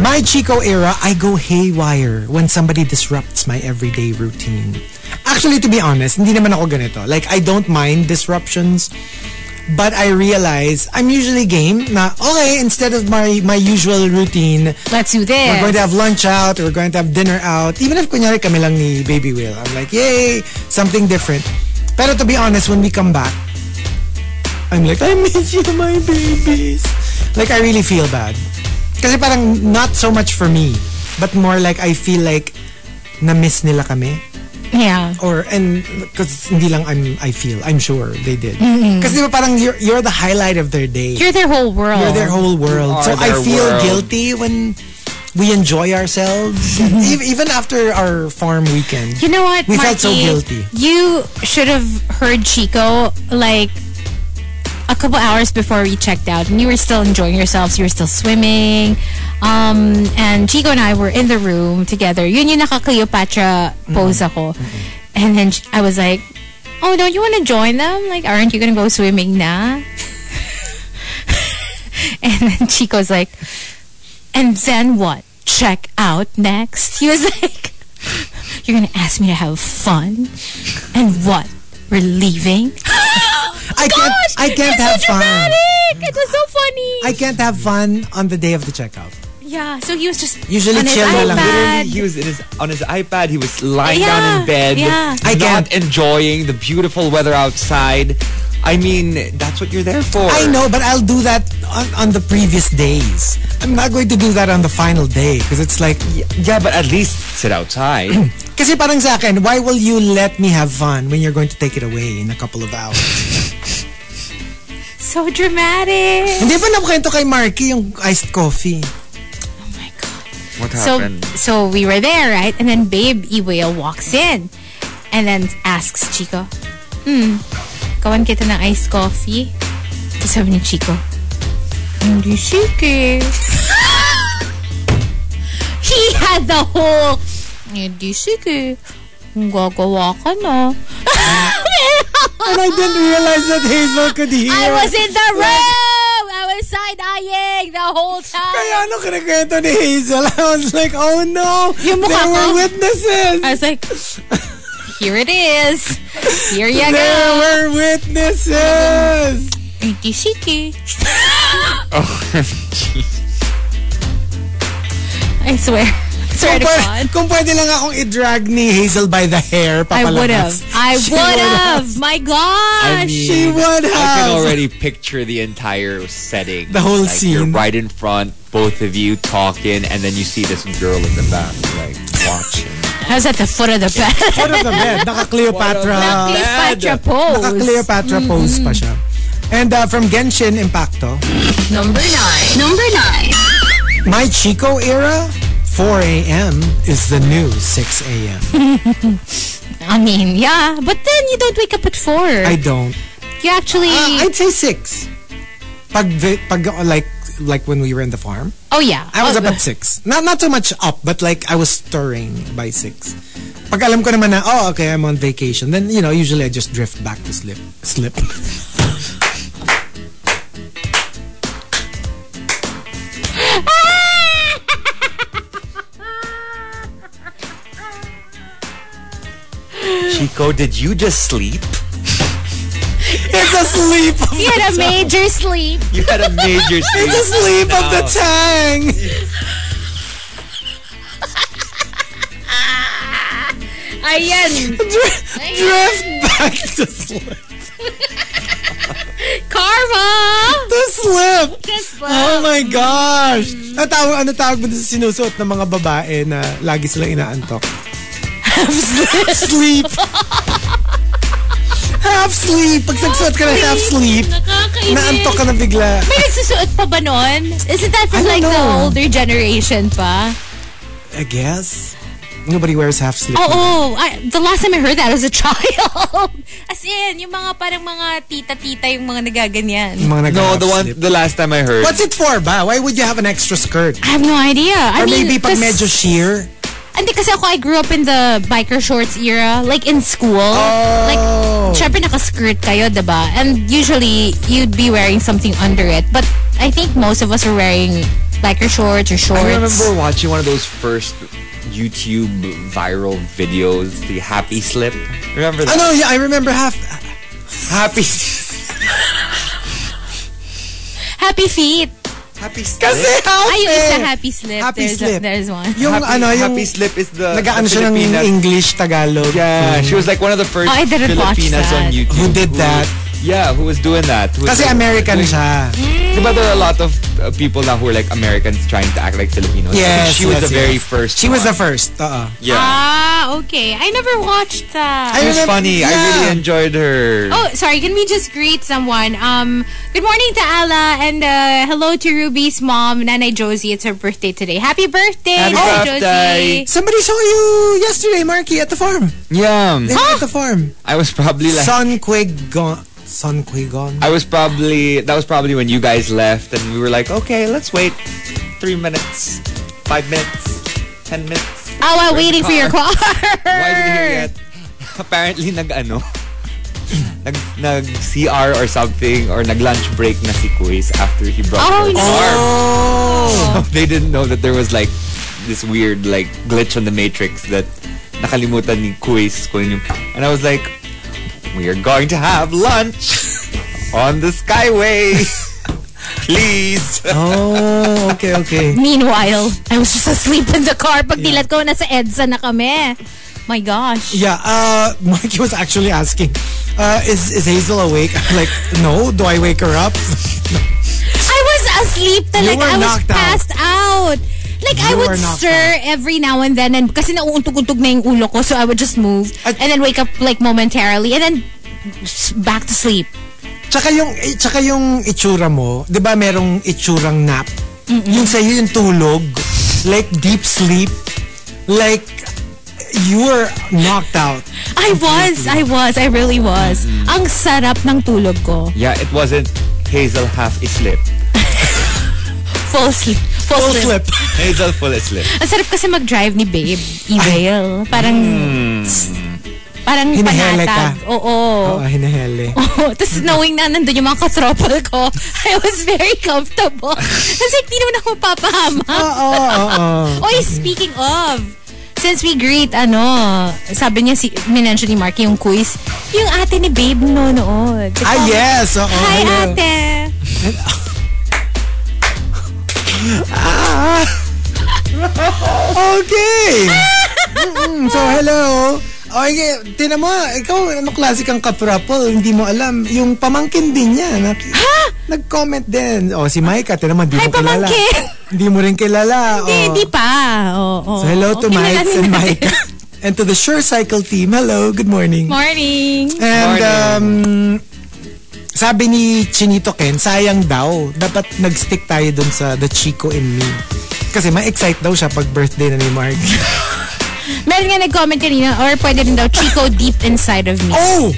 Speaker 3: My Chico era, I go haywire when somebody disrupts my everyday routine. Actually, to be honest, hindi naman ako ganito. Like, I don't mind disruptions. But I realize I'm usually game na, okay, instead of my, my usual routine,
Speaker 1: Let's do this.
Speaker 3: we're going to have lunch out, we're going to have dinner out. Even if kunyari kami lang ni Baby Will, I'm like, yay, something different. Pero to be honest, when we come back, I'm like, I miss you, my babies. Like, I really feel bad. Kasi parang not so much for me, but more like I feel like na-miss nila kami.
Speaker 1: yeah.
Speaker 3: Or, and, because hindi lang I'm, I feel, I'm sure they did. Kasi di ba parang you're, you're the highlight of their day.
Speaker 1: You're their whole world.
Speaker 3: You're their whole world.
Speaker 2: are
Speaker 3: So I
Speaker 2: their
Speaker 3: feel
Speaker 2: world.
Speaker 3: guilty when we enjoy ourselves. And ev- Even after our farm weekend.
Speaker 1: You know what,
Speaker 3: We
Speaker 1: Marky?
Speaker 3: felt so guilty.
Speaker 1: You should have heard Chico like a couple hours before we checked out, and you were still enjoying yourselves. You were still swimming, um, and Chico and I were in the room together. Yun yung naka Cleopatra pose ako,
Speaker 3: Mm-hmm.
Speaker 1: and then sh- I was like, "Oh, don't you want to join them? Like, aren't you gonna go swimming na?" and then Chico's like, "And then what? Check out next." He was like. You're gonna ask me to have fun? And what? We're leaving?
Speaker 3: I can't, I can't
Speaker 1: it's
Speaker 3: have
Speaker 1: so
Speaker 3: fun.
Speaker 1: dramatic! It was so funny!
Speaker 3: I can't have fun on the day of the checkout.
Speaker 1: yeah, so he was just
Speaker 3: Usually
Speaker 1: on his
Speaker 3: chill na lang.
Speaker 1: iPad.
Speaker 2: He was in his, on his iPad. He was lying
Speaker 1: Yeah,
Speaker 2: down in bed,
Speaker 1: yeah.
Speaker 3: I
Speaker 2: not
Speaker 3: can't.
Speaker 2: enjoying the beautiful weather outside. I mean, that's what you're there for.
Speaker 3: I know, but I'll do that on, on the previous days. I'm not going to do that on the final day because it's like,
Speaker 2: Yeah, but at least sit outside.
Speaker 3: kasi parang sa akin, why will you let me have fun when you're going to take it away in a couple of hours?
Speaker 1: so dramatic!
Speaker 3: Hindi ba nakwento kay Marky yung iced coffee?
Speaker 1: Oh my god.
Speaker 2: what
Speaker 1: So,
Speaker 2: happened?
Speaker 1: so we were there, right? And then Babe Iwale walks in and then asks Chico, Hmm, kawan kita ng iced coffee? Tapos sabi ni Chico, Hindi sige. he had the whole, Hindi sige. Kung Gagawa ka na.
Speaker 3: And I didn't realize that Hazel could hear.
Speaker 1: I was in the room! I was side-eyeing the whole time.
Speaker 3: Kaya ano kinikwento ni Hazel? I was like, oh no!
Speaker 1: Yung mukha
Speaker 3: there
Speaker 1: ko.
Speaker 3: were witnesses!
Speaker 1: I was like, here it is. Here you go.
Speaker 3: there were witnesses!
Speaker 1: Hindi sige.
Speaker 3: Oh,
Speaker 1: I swear. I swear to
Speaker 3: pwe-
Speaker 1: God.
Speaker 3: kung pwede lang akong i-drag ni Hazel by the hair,
Speaker 1: I
Speaker 3: papalabas.
Speaker 1: would have. I
Speaker 3: She
Speaker 1: would
Speaker 3: would've.
Speaker 1: have. My gosh.
Speaker 3: She would
Speaker 2: I can
Speaker 3: have.
Speaker 2: already picture the entire setting.
Speaker 3: The whole
Speaker 2: like, You're
Speaker 3: scene.
Speaker 2: right in front, both of you talking, and then you see this girl in the back, like watching.
Speaker 1: I was at the foot of the bed.
Speaker 3: Out of the bed. Naka-Cleopatra.
Speaker 1: Cleopatra pose.
Speaker 3: Naka-Cleopatra pose pa siya. And uh, from Genshin Impacto,
Speaker 6: Number 9. Number 9.
Speaker 3: my Chico era, 4 a.m. is the new 6 a.m.
Speaker 1: I mean, yeah. But then you don't wake up at four.
Speaker 3: I don't.
Speaker 1: you actually.
Speaker 3: Uh, I'd say six. Pag, vi- pag uh, like like when we were in the farm,
Speaker 1: oh yeah.
Speaker 3: I was
Speaker 1: Oh,
Speaker 3: up at six. Not not so much up, but like I was stirring by six. Pag alam ko naman na, oh, okay, I'm on vacation. Then, you know, usually I just drift back to slip. Slip.
Speaker 2: Chico, did you just sleep?
Speaker 3: It's a sleep. of-
Speaker 1: He had a major sleep.
Speaker 2: You had a major sleep.
Speaker 3: It's a sleep of the tang.
Speaker 1: Ayan.
Speaker 3: Drift back to slip.
Speaker 1: Karma.
Speaker 3: To slip.
Speaker 1: Just
Speaker 3: Oh my gosh. Natawag, ano tawag mo dun sa sinusuot ng mga babae na lagi silang inaantok? half sleep. half sleep. Pag nagsuot ka ng half sleep,
Speaker 1: Nakakainis.
Speaker 3: naantok ka na bigla.
Speaker 1: May nagsusuot pa ba nun? Isn't that
Speaker 3: I
Speaker 1: from
Speaker 3: don't
Speaker 1: like the
Speaker 3: know.
Speaker 1: older generation pa?
Speaker 3: I guess. Nobody wears half sleep.
Speaker 1: Oo. Oh, I, the last time I heard that was a child. As in, yung mga parang mga tita-tita yung mga nagaganyan.
Speaker 3: Yung mga
Speaker 2: No,
Speaker 3: nag-half
Speaker 2: the one,
Speaker 3: sleep.
Speaker 2: the last time I heard.
Speaker 3: What's it for ba? Why would you have an extra skirt?
Speaker 1: I have no idea. I
Speaker 3: Or
Speaker 1: mean,
Speaker 3: maybe pag
Speaker 1: kas-
Speaker 3: medyo sheer? Oh.
Speaker 1: Hindi kasi ako, I grew up in the biker shorts era. Like in school. Like, syempre naka-skirt kayo, diba? And usually, you'd be wearing something under it. But I think most of us are wearing biker shorts or shorts.
Speaker 2: I remember watching one of those first YouTube viral videos, the Happy Slip. Remember that?
Speaker 3: Ano, yeah, I remember half.
Speaker 2: Happy
Speaker 1: Happy feet.
Speaker 2: Happy Slip. Kasi
Speaker 1: I used a happy slip.
Speaker 3: Happy
Speaker 1: there's,
Speaker 3: slip.
Speaker 1: A, there's one.
Speaker 3: eh. Yung
Speaker 2: happy,
Speaker 3: ano, yung
Speaker 2: happy Slip is the the
Speaker 3: nag-ano siya ng
Speaker 2: Filipina-
Speaker 3: English, Tagalog.
Speaker 2: Yeah,
Speaker 3: Mm.
Speaker 2: she was like one of the first
Speaker 1: Oh, I didn't watch
Speaker 2: Filipinas on
Speaker 1: that.
Speaker 2: YouTube.
Speaker 3: Who did that?
Speaker 2: Yeah, who was doing that? Who was
Speaker 3: Kasi
Speaker 2: doing-
Speaker 3: American
Speaker 2: doing-
Speaker 3: siya.
Speaker 2: Diba there are a lot of uh, people now who are like Americans trying to act like Filipinos. I think
Speaker 3: Yes,
Speaker 2: she was
Speaker 3: yes,
Speaker 2: the very
Speaker 3: yes.
Speaker 2: first.
Speaker 3: She was the
Speaker 2: one.
Speaker 3: first. Uh-uh.
Speaker 2: Yeah.
Speaker 1: Ah, okay. I never watched that.
Speaker 3: I
Speaker 2: it was
Speaker 3: remember-
Speaker 2: funny. I
Speaker 3: yeah.
Speaker 2: really enjoyed her.
Speaker 1: Oh, sorry. Can we just greet someone? Um, good morning to Ala and uh, hello to Ruby's mom, Nanay Josie. It's her birthday today. Happy birthday,
Speaker 2: Happy
Speaker 1: Nanay
Speaker 2: birthday.
Speaker 1: Josie.
Speaker 3: Somebody saw you yesterday, Marky, at the farm.
Speaker 2: Yeah.
Speaker 3: They were At the farm.
Speaker 2: I was probably like.
Speaker 3: Son Quigon. Son Quigon.
Speaker 2: I was probably that was probably when you guys left and we were like, okay, let's wait three minutes, five minutes, ten minutes.
Speaker 1: Oh, I'm waiting for your car.
Speaker 2: Why didn't hear yet? Apparently nag ano. Nag, nag CR or something or nag lunch break na si Kuis after he brought her
Speaker 1: Oh, no.
Speaker 2: car.
Speaker 3: Oh!
Speaker 2: They didn't know that there was like this weird like glitch on the matrix that nakalimutan ni Kuis ko yun yung- and I was like we are going to have lunch on the skyway please
Speaker 3: Oh, okay, okay.
Speaker 1: Meanwhile, I was just asleep in the car. Pagdilat ko, nasa EDSA na kami. My gosh.
Speaker 3: Yeah, uh, Marky was actually asking, uh, is, is Hazel awake? I'm like, no, do I wake her up?
Speaker 1: I was asleep talaga.
Speaker 3: You were
Speaker 1: I was
Speaker 3: knocked out.
Speaker 1: passed out. Like, I
Speaker 3: You
Speaker 1: would
Speaker 3: were knocked
Speaker 1: stir every now and then. And kasi nauuntog-untog na yung ulo ko. So, I would just move.
Speaker 3: At-
Speaker 1: and then wake up, like, momentarily. And then, s- back to sleep.
Speaker 3: Tsaka yung, eh, tsaka yung itsura mo, di ba merong itsurang nap? Yung sa'yo yung tulog, like deep sleep, like you were knocked out.
Speaker 1: I was. I was. I really was.
Speaker 3: Mm.
Speaker 1: Ang sarap ng tulog ko.
Speaker 2: yeah it wasn't Hazel half asleep
Speaker 1: Full sleep. Full,
Speaker 3: Full
Speaker 1: sleep.
Speaker 3: slip.
Speaker 2: Hazel full asleep
Speaker 1: Ang sarap kasi mag-drive ni Babe. I-rail. Parang... Parang
Speaker 3: Hinahele Hmm.
Speaker 1: panatag.
Speaker 3: ka.
Speaker 1: Oo.
Speaker 3: Oh, hinahele.
Speaker 1: Oh, Tapos knowing na nandun yung mga katropal ko, I was very comfortable. Kasi like, di naman ako mapapahamak.
Speaker 3: Ah, Oo, oo, oo.
Speaker 1: Oy, speaking of, since we greet, ano, sabi niya, si, minention ni Marky yung quiz, yung ate ni Babe nanonood.
Speaker 3: Ah, yes, oo.
Speaker 1: Hi,
Speaker 3: hello.
Speaker 1: ate.
Speaker 3: Okay! Mm-mm, so, hello. Okay, tinan mo, ikaw, ano klase kang kaprapol, hindi mo alam. Yung pamangkin din niya. Nak- Nag-comment din. O, si Micah, tinan mo, hindi
Speaker 1: Hi,
Speaker 3: mo kilala.
Speaker 1: pamangkin.
Speaker 3: Hindi mo rin kilala.
Speaker 1: Hindi,
Speaker 3: o.
Speaker 1: di pa. Oo, oo.
Speaker 3: So, hello to
Speaker 1: Okay,
Speaker 3: Mike
Speaker 1: kilalanin
Speaker 3: and
Speaker 1: natin.
Speaker 3: Micah. And to the Sure Cycle team, hello, good morning.
Speaker 1: Morning.
Speaker 3: And, um, sabi ni Chinito Ken, sayang daw. Dapat nag-stick tayo dun sa The Chico and Me. Kasi ma-excite daw siya pag birthday na ni Mark.
Speaker 1: Meron nga nag-comment kanina, or pwede rin daw, Chico deep inside of me.
Speaker 3: Oh!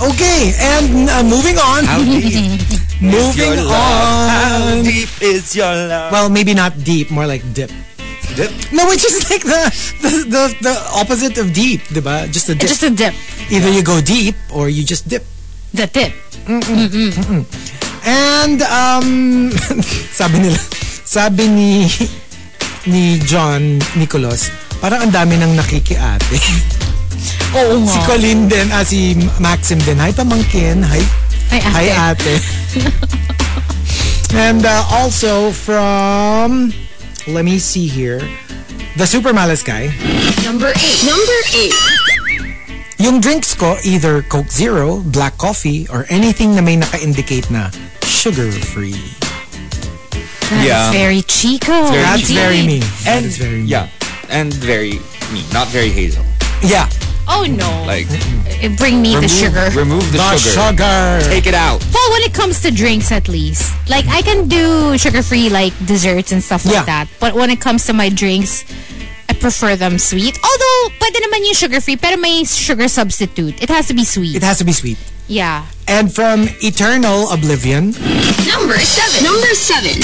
Speaker 3: Okay, and uh, moving on.
Speaker 2: how deep
Speaker 3: moving
Speaker 2: your love how
Speaker 3: on.
Speaker 2: deep is your love
Speaker 3: Well, maybe not deep, more like dip.
Speaker 2: Dip?
Speaker 3: No, which is like the the, the, the opposite of deep, diba? Just a dip.
Speaker 1: Just a dip.
Speaker 3: Either you go deep or you just dip.
Speaker 1: The tip.
Speaker 3: And um sabi nila, sabi ni ni John Nicolos, parang ang dami nang nakikiate.
Speaker 1: Oo nga.
Speaker 3: si Colin din, ah, si Maxim din. Hi pamangkin, hi
Speaker 1: Ay, ah, ate.
Speaker 3: Hi, ate. and uh, also from, let me see here, the Super Malas guy.
Speaker 6: Number eight. Number eight.
Speaker 3: Yung drinks ko, either Coke Zero, black coffee, or anything na may naka-indicate na sugar-free.
Speaker 1: That's
Speaker 2: Yeah.
Speaker 1: very Chico.
Speaker 2: very
Speaker 3: That's
Speaker 2: Indeed.
Speaker 3: very me.
Speaker 2: and
Speaker 3: That's very me.
Speaker 2: yeah and very me not very Hazel
Speaker 3: Yeah.
Speaker 1: Oh no.
Speaker 2: like
Speaker 1: Eh, Bring me
Speaker 2: remove-
Speaker 1: the sugar.
Speaker 2: remove the,
Speaker 3: The
Speaker 2: sugar
Speaker 3: sugar.
Speaker 2: take it out
Speaker 1: Well, when it comes to drinks, at least, like I can do sugar-free, like desserts and stuff
Speaker 3: Yeah.
Speaker 1: like that. But when it comes to my drinks, I prefer them sweet. Although, pwede naman yung sugar-free, pero may sugar substitute. It has to be
Speaker 3: It
Speaker 1: sweet.
Speaker 3: has to be sweet.
Speaker 1: yeah.
Speaker 3: And from Eternal Oblivion,
Speaker 6: Number seven. Number seven.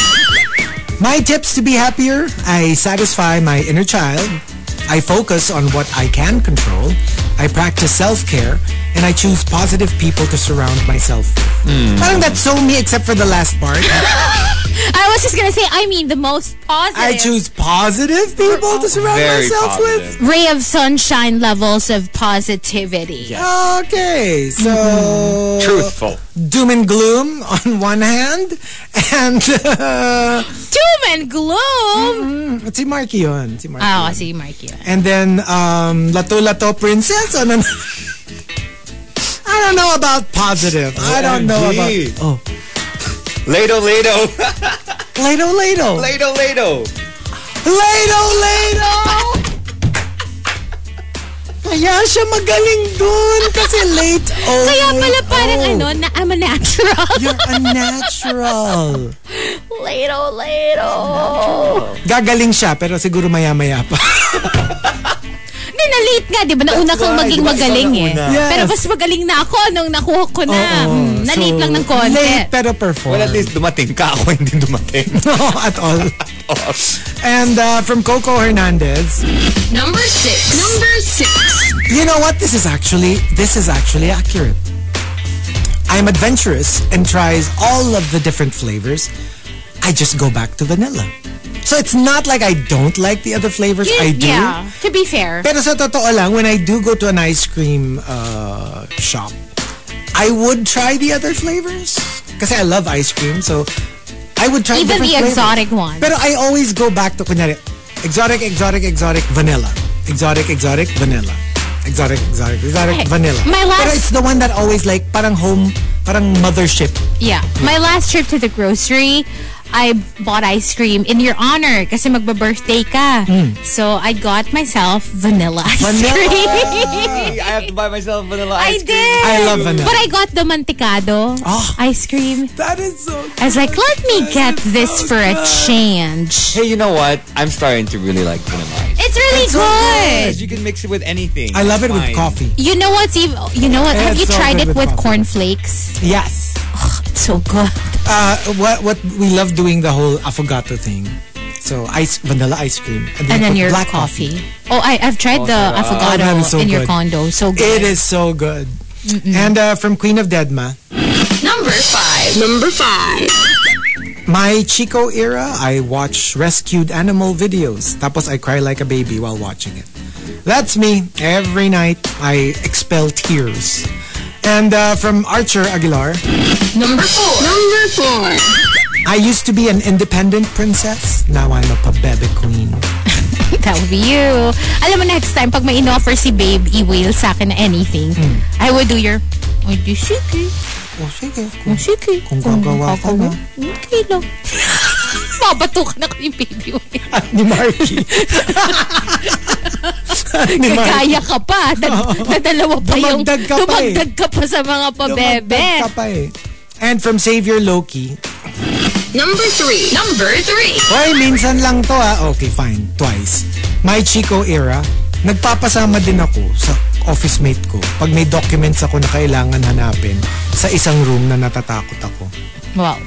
Speaker 3: My tips to be happier I satisfy my inner child. I focus on what I can control. I practice self-care, and I choose positive people to surround myself with. Parang that's so me except for the last part.
Speaker 1: I was just gonna say, I mean, the most positive
Speaker 3: I choose positive people to surround
Speaker 2: Very
Speaker 3: myself with.
Speaker 2: positive.
Speaker 1: ray of sunshine levels of positivity.
Speaker 3: Okay, so
Speaker 2: Mm-hmm. Truthful.
Speaker 3: doom and gloom on one hand, and uh,
Speaker 1: Doom and gloom.
Speaker 3: Mm-hmm. si Marky yun. Si Marky.
Speaker 1: Oh, I see, Mikey.
Speaker 3: And then um, Lato Lato Princess on an. I don't know about positive. I don't know about
Speaker 2: OMG.
Speaker 3: oh
Speaker 2: Lato, lato.
Speaker 3: Lato Lato
Speaker 2: Lato, lato.
Speaker 3: Lato Lato. Kaya siya magaling dun kasi late oh.
Speaker 1: Kaya pala parang ano, na I'm a natural.
Speaker 3: You're unnatural.
Speaker 1: Lato, lato.
Speaker 3: Gagaling siya pero siguro maya-maya pa.
Speaker 1: Hindi, na-late nga, di ba? Nauna kang maging magaling eh.
Speaker 3: Yes.
Speaker 1: Pero mas magaling na ako nung nakuha ko na.
Speaker 3: Oo.
Speaker 1: Mm, na-late
Speaker 3: So,
Speaker 1: lang ng konti.
Speaker 3: Late pero perform.
Speaker 2: Well, at least dumating ka. Ako hindi dumating.
Speaker 3: no, at all. And uh, from Coco Hernandez,
Speaker 6: Number six. Number six.
Speaker 3: You know what? This is actually this is actually accurate. I'm adventurous and tries all of the different flavors. I just go back to vanilla. So it's not like I don't like the other flavors. I do.
Speaker 1: Yeah, to be fair.
Speaker 3: Pero sa totoo lang, when I do go to an ice cream uh, shop, I would try the other flavors. Kasi I love ice cream, so I would try
Speaker 1: Even
Speaker 3: different flavors.
Speaker 1: the exotic ones.
Speaker 3: Pero I always go back to, kunyari, exotic, exotic, exotic, vanilla. Exotic, exotic, vanilla. Exotic, exotic, exotic,
Speaker 1: Okay.
Speaker 3: vanilla.
Speaker 1: My
Speaker 3: Pero
Speaker 1: last-
Speaker 3: it's the one that always like, parang home, parang mothership.
Speaker 1: Yeah. My last trip to the grocery, I bought ice cream in your honor kasi magba-birthday ka. So I got myself vanilla ice
Speaker 3: Hmm. Vanilla.
Speaker 1: cream.
Speaker 2: I have to buy myself vanilla
Speaker 1: I
Speaker 2: ice
Speaker 1: did.
Speaker 2: cream.
Speaker 3: I love vanilla.
Speaker 1: But I got the mantecado
Speaker 3: Oh.
Speaker 1: ice cream.
Speaker 3: That is so
Speaker 1: I was like, let me get this for a change.
Speaker 2: Hey, you know what? I'm starting to really like vanilla ice.
Speaker 1: It's really
Speaker 3: so
Speaker 1: good.
Speaker 2: Because you can mix it with anything.
Speaker 3: I love it
Speaker 2: It's fine.
Speaker 3: with coffee.
Speaker 1: You know what's even? You know what?
Speaker 3: Yeah,
Speaker 1: Have
Speaker 3: it's
Speaker 1: you
Speaker 3: so
Speaker 1: tried
Speaker 3: good
Speaker 1: it
Speaker 3: with
Speaker 1: with
Speaker 3: coffee.
Speaker 1: cornflakes?
Speaker 3: Yes.
Speaker 1: It's so good.
Speaker 3: uh, what what we love doing the whole affogato thing. So ice vanilla ice cream and
Speaker 1: And
Speaker 3: you
Speaker 1: then
Speaker 3: put
Speaker 1: your
Speaker 3: black
Speaker 1: coffee. Oh, I, I've tried the
Speaker 3: that
Speaker 1: avocado
Speaker 3: is so
Speaker 1: in your
Speaker 3: good.
Speaker 1: condo. So good.
Speaker 3: It is so good. And uh, from Queen of Deadma,
Speaker 6: Number five. Number five.
Speaker 3: my Chico era, I watch rescued animal videos. Tapos I cry like a baby while watching it. That's me. Every night I expel tears. And uh, from Archer Aguilar,
Speaker 6: Number four. Number four.
Speaker 3: I used to be an independent princess. Now I'm a pabebe queen.
Speaker 1: That would be you. Alam mo, next time, pag may in-offer si Babe i-whale sa akin na anything,
Speaker 3: Hmm.
Speaker 1: I would do your, Uy, di sige.
Speaker 3: Oh, sige.
Speaker 1: Oh, sige.
Speaker 3: Kung gagawa ka
Speaker 1: gagawa,
Speaker 3: na.
Speaker 1: Okay lang. Babato ka na kay Baby Whale.
Speaker 3: Ni Marky. Ni Marky.
Speaker 1: Kagaya ka pa. Nag, nadalawa pa yung...
Speaker 3: Dumagdag ka pa eh.
Speaker 1: dumagdag ka pa sa mga pabebe.
Speaker 3: Dumagdag ka pa eh. And from Savior Loki,
Speaker 6: Number three. Number three.
Speaker 3: Hoy, minsan lang to ah. Okay, fine. Twice. My Chico era, nagpapasama din ako sa office mate ko pag may documents ako na kailangan hanapin sa isang room na natatakot ako.
Speaker 1: Wow.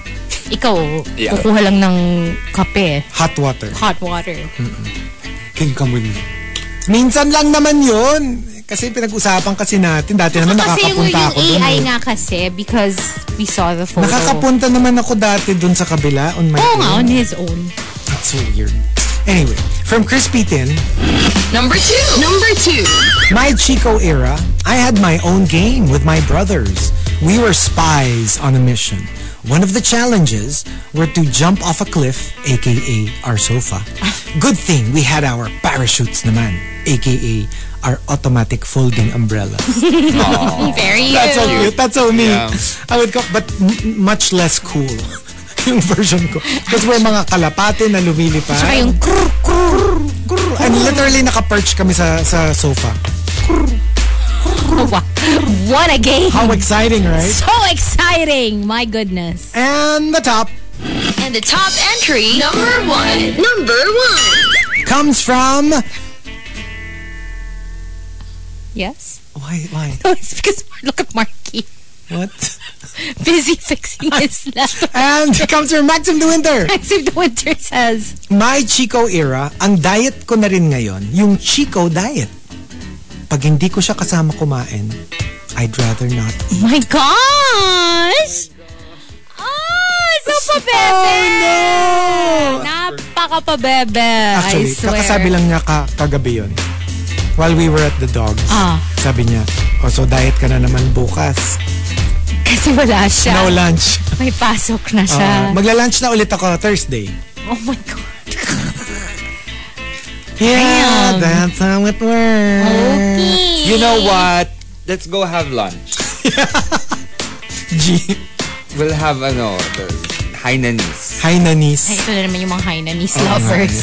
Speaker 1: Ikaw,
Speaker 2: Yeah.
Speaker 1: kukuha lang ng kape.
Speaker 3: Hot water.
Speaker 1: Hot water.
Speaker 3: King come with me. Minsan lang naman yun. Kasi pinag-usapan kasi natin. Dati naman
Speaker 1: Kasi yung,
Speaker 3: nakakapunta
Speaker 1: yung
Speaker 3: ako dun.
Speaker 1: AI
Speaker 3: eh.
Speaker 1: nga kasi because we saw the photo.
Speaker 3: Nakakapunta naman ako dati dun eh. sa kabila on my
Speaker 1: Oo
Speaker 3: own.
Speaker 1: nga, on his own.
Speaker 3: That's so weird. Anyway, from Crispy Tin,
Speaker 6: Number two. Number two.
Speaker 3: my Chico era, I had my own game with my brothers. We were spies on a mission. One of the challenges were to jump off a cliff, aka our sofa. Good thing we had our parachutes naman, aka our automatic folding umbrellas.
Speaker 1: Very
Speaker 3: That's so cute. That's so me.
Speaker 2: Yeah.
Speaker 3: I would go, but m- much less cool yung version ko. Because we're mga kalapate na lumilipad.
Speaker 1: Tsaka yung krrr, krrr,
Speaker 3: Grrr. And literally naka-perch kami sa sa sofa.
Speaker 1: Wow. What a game!
Speaker 3: How exciting, right?
Speaker 1: So exciting! My goodness.
Speaker 3: And the top
Speaker 6: And the top entry. Number one. Number one.
Speaker 3: comes from
Speaker 1: Yes?
Speaker 3: why why
Speaker 1: No, it's because look at Marky.
Speaker 3: what?
Speaker 1: Busy fixing his laptop.
Speaker 3: And it comes from Maxim the Winter.
Speaker 1: Maxim the Winter says,
Speaker 3: My Chico era, ang diet ko na rin ngayon, yung Chico diet. pag hindi ko siya kasama kumain, I'd rather not eat.
Speaker 1: My gosh! Oh, so pabebe! Oh, no! Napaka-pabebe, I
Speaker 3: Actually,
Speaker 1: swear.
Speaker 3: kakasabi lang niya ka, kagabi yun. While we were at the dogs,
Speaker 1: Ah.
Speaker 3: sabi niya, oh, so diet ka na naman bukas.
Speaker 1: Kasi wala siya.
Speaker 3: No lunch.
Speaker 1: May pasok na
Speaker 3: Uh,
Speaker 1: siya.
Speaker 3: magla-lunch na ulit ako Thursday.
Speaker 1: oh my God.
Speaker 3: Yeah,
Speaker 1: Damn.
Speaker 3: that's how it works.
Speaker 1: Oh. Okay.
Speaker 2: You know what? Let's go have lunch.
Speaker 3: G.
Speaker 2: We'll have ano, the Hainanese.
Speaker 1: Ay,
Speaker 3: Hainanese.
Speaker 1: ito na naman yung mga Hainanese
Speaker 3: Ah,
Speaker 1: lovers.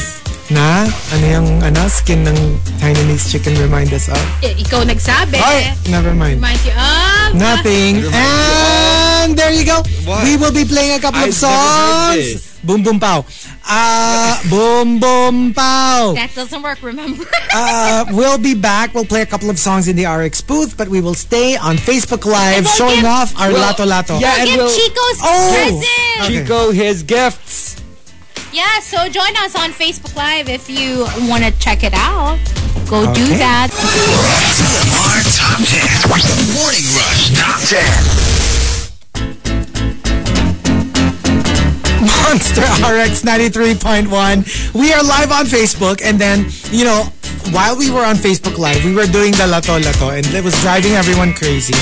Speaker 3: Na, ano yung ano, skin ng Hainanese chicken remind us of?
Speaker 1: Eh, ikaw nagsabi.
Speaker 3: Ay, never mind.
Speaker 1: Remind you um, of...
Speaker 3: Nothing. And there you go.
Speaker 2: What?
Speaker 3: We will be playing a couple
Speaker 2: I've
Speaker 3: of
Speaker 2: never heard
Speaker 3: songs.
Speaker 2: this.
Speaker 3: Boom Boom Pow. Ah, Boom Boom Pow.
Speaker 1: That doesn't work, remember?
Speaker 3: Uh, we'll be back. We'll play a couple of songs in the RX booth, but we will stay on Facebook Live
Speaker 1: We'll
Speaker 3: showing
Speaker 1: give-
Speaker 3: off our Lato Lato.
Speaker 2: yeah, and
Speaker 1: Get
Speaker 2: we'll
Speaker 1: Chico's
Speaker 3: Oh!
Speaker 1: present!
Speaker 3: Okay.
Speaker 2: Chico his gifts.
Speaker 1: Yeah, so join us on Facebook Live if you want to check it out. Go do
Speaker 3: Okay.
Speaker 1: that.
Speaker 5: TMR Top 10. Morning Rush Top 10.
Speaker 3: Monster RX 93.1. We are live on Facebook, and then, you know, while we were on Facebook Live, we were doing the Lato Lato, and it was driving everyone crazy.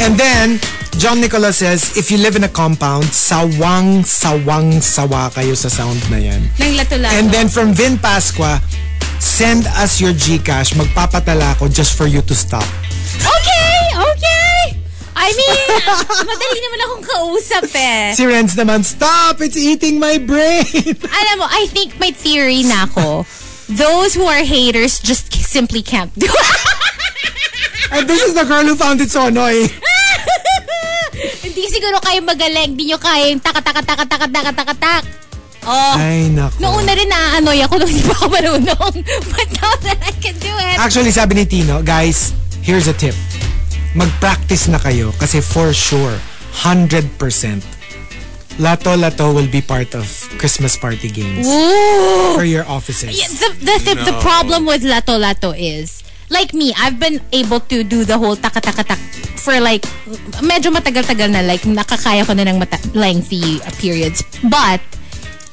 Speaker 3: And then, John Nicola says, if you live in a compound, sawang, sawang, sawa kayo sa sound na yan.
Speaker 1: Nang latula.
Speaker 3: And then from Vin Pasqua, send us your Gcash. Magpapatala ako just for you to stop.
Speaker 1: Okay, okay. I mean, madali naman akong kausap eh.
Speaker 3: Si Renz naman, stop! It's eating my brain!
Speaker 1: Alam mo, I think my theory na ako, those who are haters just simply can't do it.
Speaker 3: And this is the girl who found it so annoying.
Speaker 1: Hindi siguro kayo magaling. Hindi nyo kaya yung taka-taka-taka-taka-taka-taka-tak. Oh.
Speaker 3: Ay, nako.
Speaker 1: Noong una rin naaanoy ako nung hindi pa ako marunong. But now that I can do it.
Speaker 3: Actually, sabi ni Tino, guys, here's a tip. Mag-practice na kayo kasi for sure, 100%, Lato Lato will be part of Christmas party games
Speaker 1: Ooh.
Speaker 3: for your offices.
Speaker 1: Yeah, the the, the, the problem with lato lato is like me, I've been able to do the whole taka taka tak for like medyo matagal-tagal na like nakakaya ko na ng mata- lengthy uh, periods. But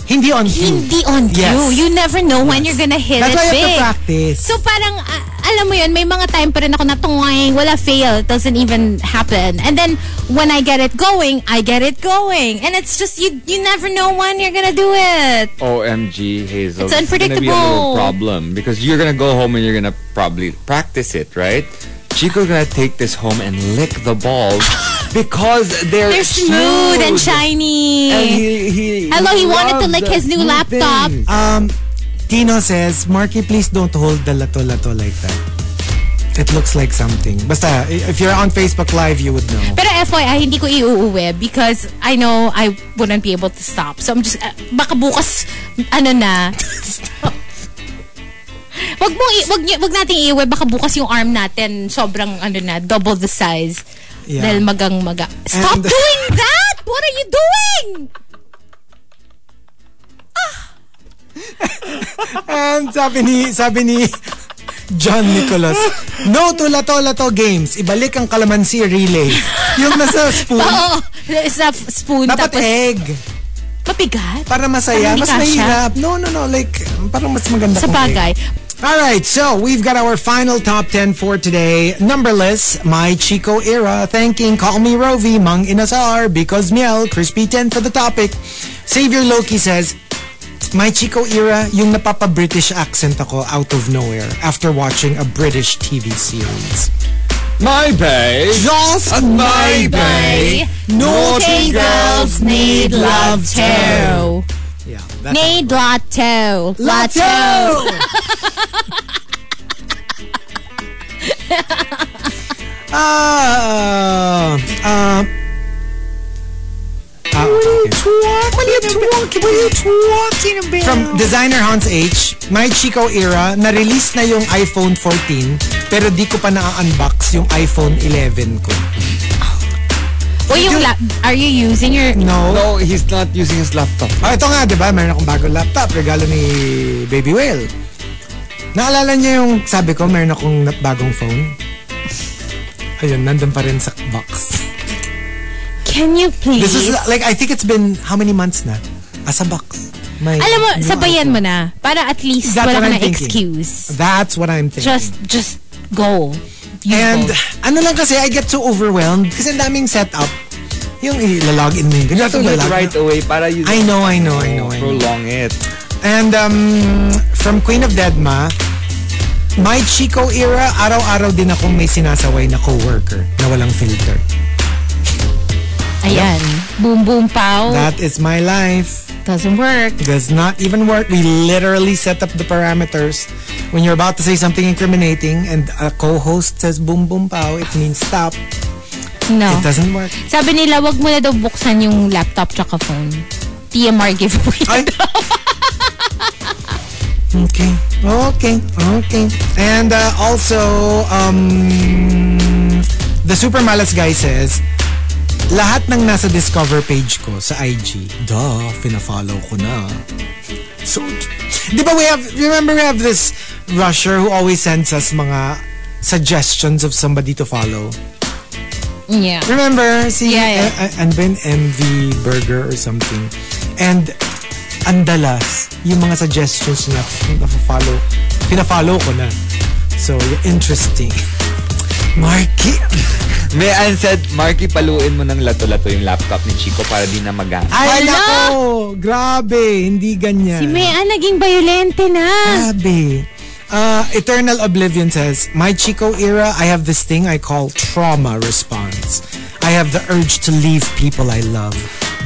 Speaker 3: Hindi on cue.
Speaker 1: hindi on cue.
Speaker 3: Yes.
Speaker 1: You never know when you're gonna hit
Speaker 3: That's
Speaker 1: it
Speaker 3: why you
Speaker 1: big.
Speaker 3: have to practice.
Speaker 1: So parang, ah, alam mo yun, may mga time pa rin ako na tungay, wala fail, it doesn't even happen. And then, when I get it going, I get it going. And it's just, you you never know when you're gonna do it.
Speaker 2: OMG, Hazel.
Speaker 1: It's
Speaker 2: this is gonna be a
Speaker 1: unpredictable.
Speaker 2: little problem because you're gonna go home and you're gonna probably practice it, right? Chico's gonna take this home and lick the balls because they're,
Speaker 1: They're smooth
Speaker 2: smooth.
Speaker 1: and shiny.
Speaker 3: Oh,
Speaker 2: And he, he,
Speaker 1: Hello, he wanted to
Speaker 2: loved
Speaker 1: lick
Speaker 2: the
Speaker 1: his new
Speaker 2: smooth
Speaker 1: laptop.
Speaker 2: thing.
Speaker 3: Um, Tino says, Marky, please don't hold the Lato Lato like that. It looks like something. Basta, i- if you're on Facebook Live, you would know.
Speaker 1: Pero FYI, hindi ko iuuwi because I know I wouldn't be able to stop. So I'm just, ah, baka bukas, ano na. Wag mo i- wag niyo- wag nating iuwi baka bukas yung arm natin sobrang ano na double the size.
Speaker 3: Yeah.
Speaker 1: Dahil magang maga. Stop
Speaker 3: And-
Speaker 1: doing that. What are you doing?
Speaker 3: And sabi ni, sabi ni John Nicholas, no to Lato Lato games. Ibalik ang kalamansi relay. Yung nasa spoon.
Speaker 1: Oo. Sa f- spoon
Speaker 3: Mm. Dapat eh.
Speaker 1: tapos
Speaker 3: egg.
Speaker 1: mabigat.
Speaker 3: Para masaya.
Speaker 1: Parang
Speaker 3: Mas
Speaker 1: hindi kasha.
Speaker 3: mahirap. No, no, no. Like, parang mas maganda
Speaker 1: Sa
Speaker 3: kung
Speaker 1: bagay.
Speaker 3: egg. All right, so we've got our final top 10 for today. Numberless, My Chico Era, Thanking, Call Me Rovi, Mang Inasar, Because Miel, Crispy 10 for the topic. Savior Loki says, My Chico Era, yung napapa-British accent ako out of nowhere after watching a British TV series.
Speaker 2: My babe.
Speaker 3: Just
Speaker 2: my babe.
Speaker 1: Bye.
Speaker 3: Naughty girls need love too. Yeah, that's
Speaker 1: Need latte.
Speaker 3: Lato! Ah, ah. Ah, okay. What are you talking? What are you talking about? From designer Hans H, My Chico Era, na-release na yung iPhone 14, pero di ko pa na-unbox yung iPhone 11 ko.
Speaker 1: O yung la- are you using your
Speaker 3: No.
Speaker 2: No, he's not using his laptop.
Speaker 3: diba? Ah, ito nga, di ba? Meron akong bagong laptop, regalo ni Baby Whale. Naalala niya yung sabi ko, meron akong na- bagong phone. Ayun, nandun pa rin sa box.
Speaker 1: Can you please?
Speaker 3: This is like, I think it's been how many months na? Ah, sa box. My,
Speaker 1: Alam mo,
Speaker 3: new
Speaker 1: sabayan mo
Speaker 3: iPhone.
Speaker 1: na. Para at least
Speaker 3: That's what
Speaker 1: wala ka
Speaker 3: I'm
Speaker 1: na
Speaker 3: thinking.
Speaker 1: excuse.
Speaker 3: That's what I'm thinking.
Speaker 1: Just, just go. You
Speaker 3: And
Speaker 1: go.
Speaker 3: ano lang kasi, I get so overwhelmed kasi ang daming setup. Yung ilalog in mo yung
Speaker 2: do
Speaker 3: ganito,
Speaker 2: it
Speaker 3: ilalog-
Speaker 2: right away para you
Speaker 3: I know, I know, I know, I know.
Speaker 2: prolong it.
Speaker 3: And um, from Queen of Deadma, my Chico era, araw-araw din akong may sinasaway na coworker na walang filter.
Speaker 1: Ayan. Boom, boom, pow.
Speaker 3: That is my life.
Speaker 1: Doesn't work.
Speaker 3: Does not even work. We literally set up the parameters. When you're about to say something incriminating and a co-host says boom boom pow, it means stop.
Speaker 1: No.
Speaker 3: It doesn't work.
Speaker 1: Sabi nila, wag mo na daw buksan yung laptop tsaka phone. TMR giveaway.
Speaker 3: Ay. okay. Okay. Okay. And uh, also, um, the Super Malas guy says, lahat ng nasa Discover page ko sa IG, duh, fina-follow ko na. So, di ba we have, remember we have this rusher who always sends us mga suggestions of somebody to follow.
Speaker 1: Yeah.
Speaker 3: Remember, si
Speaker 1: Yeah, yeah.
Speaker 3: a- a- ano ba yun? MV Burger or something. And ang dalas, yung mga suggestions niya, follow pina-follow ko na. So, yeah, interesting. Marky,
Speaker 2: May Ann said, Marky, paluin mo ng lato-lato yung laptop ni Chico para di na mag
Speaker 3: ay
Speaker 1: Hala!
Speaker 3: nako, grabe, hindi ganyan.
Speaker 1: Si Mea ah, naging violente
Speaker 3: Ah.
Speaker 1: na.
Speaker 3: Grabe. Uh, Eternal Oblivion says, My Chico era, I have this thing I call trauma response. I have the urge to leave people I love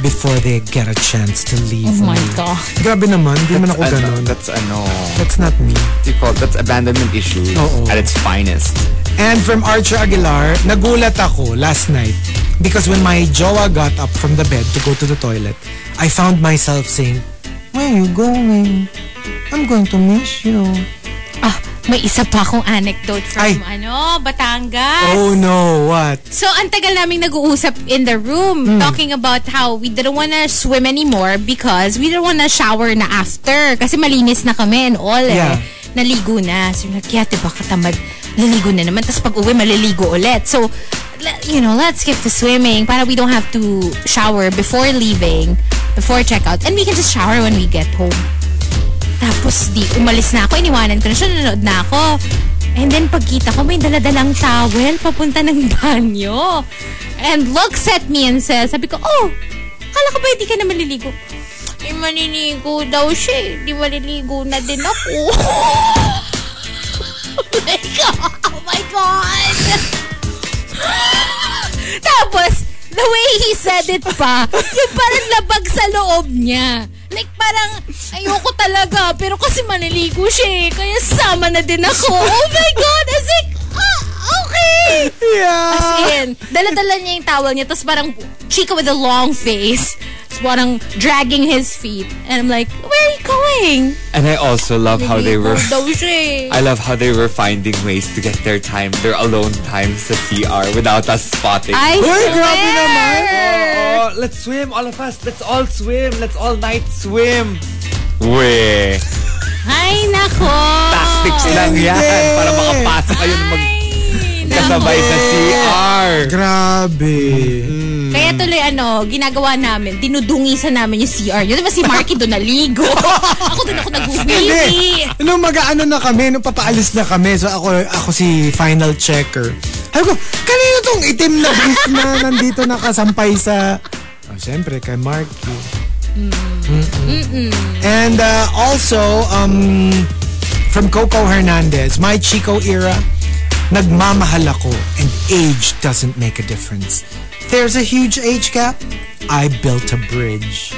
Speaker 3: before they get a chance to leave
Speaker 1: Oh my
Speaker 3: me.
Speaker 1: God.
Speaker 3: Grabe naman, di man ako ganun.
Speaker 2: That's ano,
Speaker 3: That's not me.
Speaker 2: what do you call it? That's abandonment issues
Speaker 3: Oo.
Speaker 2: at its finest.
Speaker 3: And from Archer Aguilar, nagulat ako last night because when my jowa got up from the bed to go to the toilet, I found myself saying, Where are you going? I'm going to miss you.
Speaker 1: Ah, may isa pa akong anecdote from
Speaker 3: Ay.
Speaker 1: ano, Batangas.
Speaker 3: Oh no, what?
Speaker 1: So, ang tagal naming nag-uusap in the room talking about how we didn't wanna swim anymore because we didn't wanna shower na after. Kasi malinis na kami and all eh.
Speaker 3: Yeah.
Speaker 1: Naligo na. So, we're like, yeah, diba katamad? Liligo na naman. Tapos pag uwi, maliligo ulit. So, le- you know, let's get to swimming para we don't have to shower before leaving, before checkout. And we can just shower when we get home. Tapos di, umalis na ako, iniwanan ko na siya, nanonood na ako. And then pagkita ko, may daladalang towel papunta ng banyo. And looks at me and says, sabi ko, oh, kala ko ba hindi ka na maliligo? Hindi maliligo daw siya eh. Hindi maliligo na din ako. oh my God! Oh my God! Tapos, the way he said it pa, yung parang labag sa loob niya. Like parang, ayoko talaga, pero kasi maniligo siya eh, kaya sama na din ako. Oh my God! As in, ah, okay!
Speaker 3: Yeah.
Speaker 1: As in, dala-dala niya yung towel niya, tapos parang chica with a long face, tapos parang dragging his feet. And I'm like, where are you going?
Speaker 2: And I also love how they were...
Speaker 1: Niligo daw siya eh.
Speaker 2: I love how they were finding ways to get their time, their alone time sa CR without us spotting.
Speaker 1: I
Speaker 3: Uy, grabe
Speaker 1: swear!
Speaker 3: naman!
Speaker 2: Oh, let's swim, all of us. Let's all swim. Let's all night swim. We.
Speaker 1: Ay, nako!
Speaker 2: Tactics
Speaker 1: Oh,
Speaker 2: lang
Speaker 3: Hindi.
Speaker 2: yan para makapasok kayo ng
Speaker 1: Ay, nako.
Speaker 2: magkasabay sa CR.
Speaker 3: Grabe. Mm.
Speaker 1: Kaya tuloy ano, ginagawa namin, dinudungisan namin yung CR. Yun diba si Marky doon naligo? ako doon ako
Speaker 3: Hindi.
Speaker 1: nagwiwi.
Speaker 3: Nung mag-ano na kami, nung papaalis na kami, so ako, ako si final checker. Sabi ko, kanino tong itim na bis na nandito nakasampay sa... Oh, Siyempre, kay Marky. And uh, also, um, from Coco Hernandez, my Chico era, nagmamahal ako and age doesn't make a difference. There's a huge age gap. I built a bridge.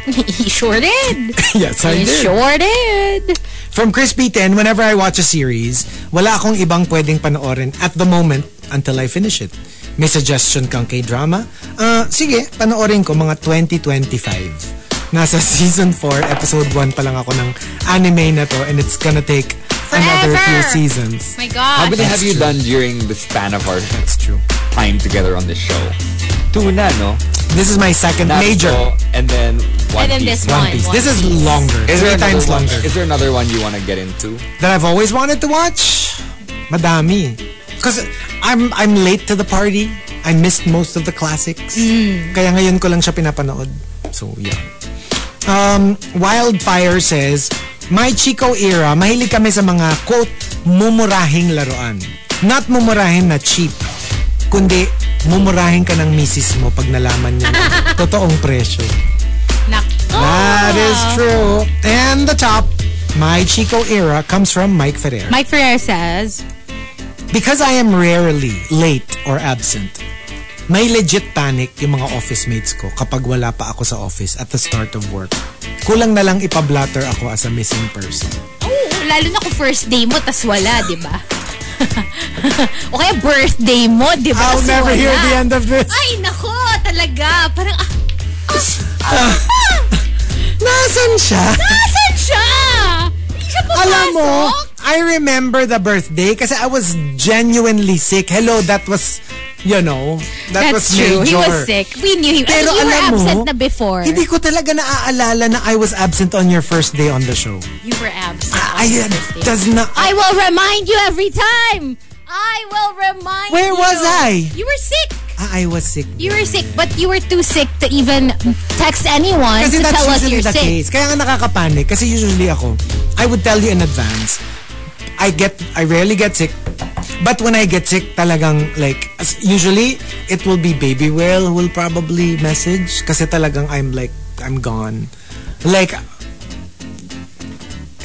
Speaker 1: He sure did.
Speaker 3: yes, I
Speaker 1: He
Speaker 3: did.
Speaker 1: sure did.
Speaker 3: From Crispy 10, whenever I watch a series, wala akong ibang pwedeng panoorin at the moment until I finish it. May suggestion kang K-drama? Ah, sige, panoorin ko mga 2025. Nasa season 4, episode 1 pa lang ako ng anime na to and it's gonna take another
Speaker 1: Forever!
Speaker 3: few seasons.
Speaker 1: My
Speaker 2: How
Speaker 1: gosh.
Speaker 2: many have you done during the span of our
Speaker 3: That's true.
Speaker 2: time together on this show? Two na, no?
Speaker 3: This is my second
Speaker 2: Naruto,
Speaker 3: major.
Speaker 2: And then One
Speaker 1: And then
Speaker 2: Piece.
Speaker 1: this
Speaker 3: One
Speaker 1: one.
Speaker 3: Piece. This is longer.
Speaker 2: Is there
Speaker 3: three
Speaker 2: another
Speaker 3: times
Speaker 2: one-
Speaker 3: longer.
Speaker 2: Is there another one you want to get into?
Speaker 3: that I've always wanted to watch. Madami. Because I'm, I'm late to the party. I missed most of the classics. Kaya ngayon ko lang siya pinapanood. So, yeah. Um, Wildfire says, My Chico era, mahilig kami sa mga, quote, mumurahing laruan. Not mumurahin na cheap, kundi mumurahin ka ng misis mo pag nalaman niya yung totoong presyo.
Speaker 1: Nako.
Speaker 3: That is true. And the top, my Chico era comes from Mike Ferrer.
Speaker 1: Mike Ferrer says,
Speaker 3: Because I am rarely late or absent, may legit panic yung mga office mates ko kapag wala pa ako sa office at the start of work. Kulang na lang ipablatter ako as a missing person.
Speaker 1: oh, lalo na kung first day mo, tas wala, di ba? o kaya birthday mo, di ba?
Speaker 3: I'll
Speaker 1: Tas
Speaker 3: never
Speaker 1: wala.
Speaker 3: hear the end of this.
Speaker 1: Ay, nako, talaga. Parang, ah,
Speaker 3: Nasaan siya?
Speaker 1: asan siya? Hindi siya pumasok?
Speaker 3: Alam mo, I remember the birthday kasi I was genuinely sick. Hello, that was, you know, that
Speaker 1: That's
Speaker 3: was
Speaker 1: true. He
Speaker 3: major.
Speaker 1: was sick. We knew him.
Speaker 3: Pero
Speaker 1: I mean, you were
Speaker 3: alam mo,
Speaker 1: absent na before.
Speaker 3: Hindi ko talaga naaalala na I was absent on your first day on the show.
Speaker 1: You were absent.
Speaker 3: I, I
Speaker 1: on your birthday.
Speaker 3: Ah, does not.
Speaker 1: I will remind you every time. I will remind
Speaker 3: Where
Speaker 1: you.
Speaker 3: was I?
Speaker 1: You were sick.
Speaker 3: I, I was sick.
Speaker 1: You were sick, but you were too sick to even text anyone
Speaker 3: Kasi
Speaker 1: to
Speaker 3: that's
Speaker 1: tell us
Speaker 3: usually
Speaker 1: you're
Speaker 3: the
Speaker 1: sick.
Speaker 3: case. Kaya nga nakakapanik. Kasi usually ako, I would tell you in advance. I get, I rarely get sick. But when I get sick, talagang like, as- usually, it will be Baby Will who will probably message. Kasi talagang I'm like, I'm gone. Like,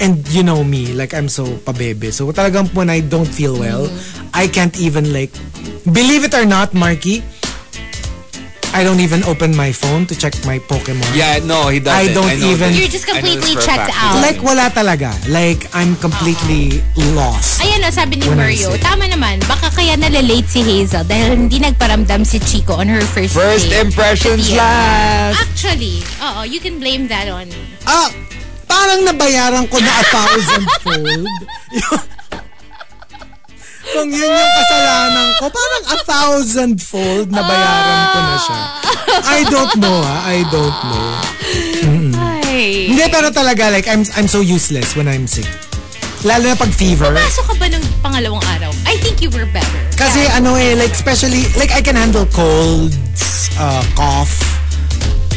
Speaker 3: and you know me, like I'm so pabebe. So talagang when I don't feel well,
Speaker 1: Mm-hmm.
Speaker 3: I can't even like, believe it or not, Marky, I don't even open my phone to check my Pokemon.
Speaker 2: Yeah, no, he doesn't.
Speaker 3: I don't
Speaker 2: know this.
Speaker 3: even-
Speaker 1: You're just
Speaker 2: I know this
Speaker 1: completely
Speaker 2: for a fact.
Speaker 1: checked out.
Speaker 3: Like wala talaga. Like I'm completely lost.
Speaker 1: Ayan na, sabi ni
Speaker 3: When I
Speaker 1: Mario,
Speaker 3: say-
Speaker 1: tama naman, baka kaya nalalate si Hazel dahil hindi nagparamdam si Chico on her first,
Speaker 2: First
Speaker 1: day.
Speaker 2: impressions
Speaker 1: Kasi,
Speaker 2: last.
Speaker 1: Actually, oo, you can blame that on
Speaker 3: Ah, parang nabayaran ko na a thousandfold. Yung- Kung yun yung kasalanan ko, parang a thousandfold nabayaran ko na siya. I don't know ha. I don't know.
Speaker 1: Ay.
Speaker 3: Hindi, pero talaga, like, I'm, I'm so useless when I'm sick. Lalo na pag fever.
Speaker 1: Pasok ka ba nung pangalawang araw? I think you were better.
Speaker 3: Kasi ano eh, like especially, like I can handle colds, uh, cough,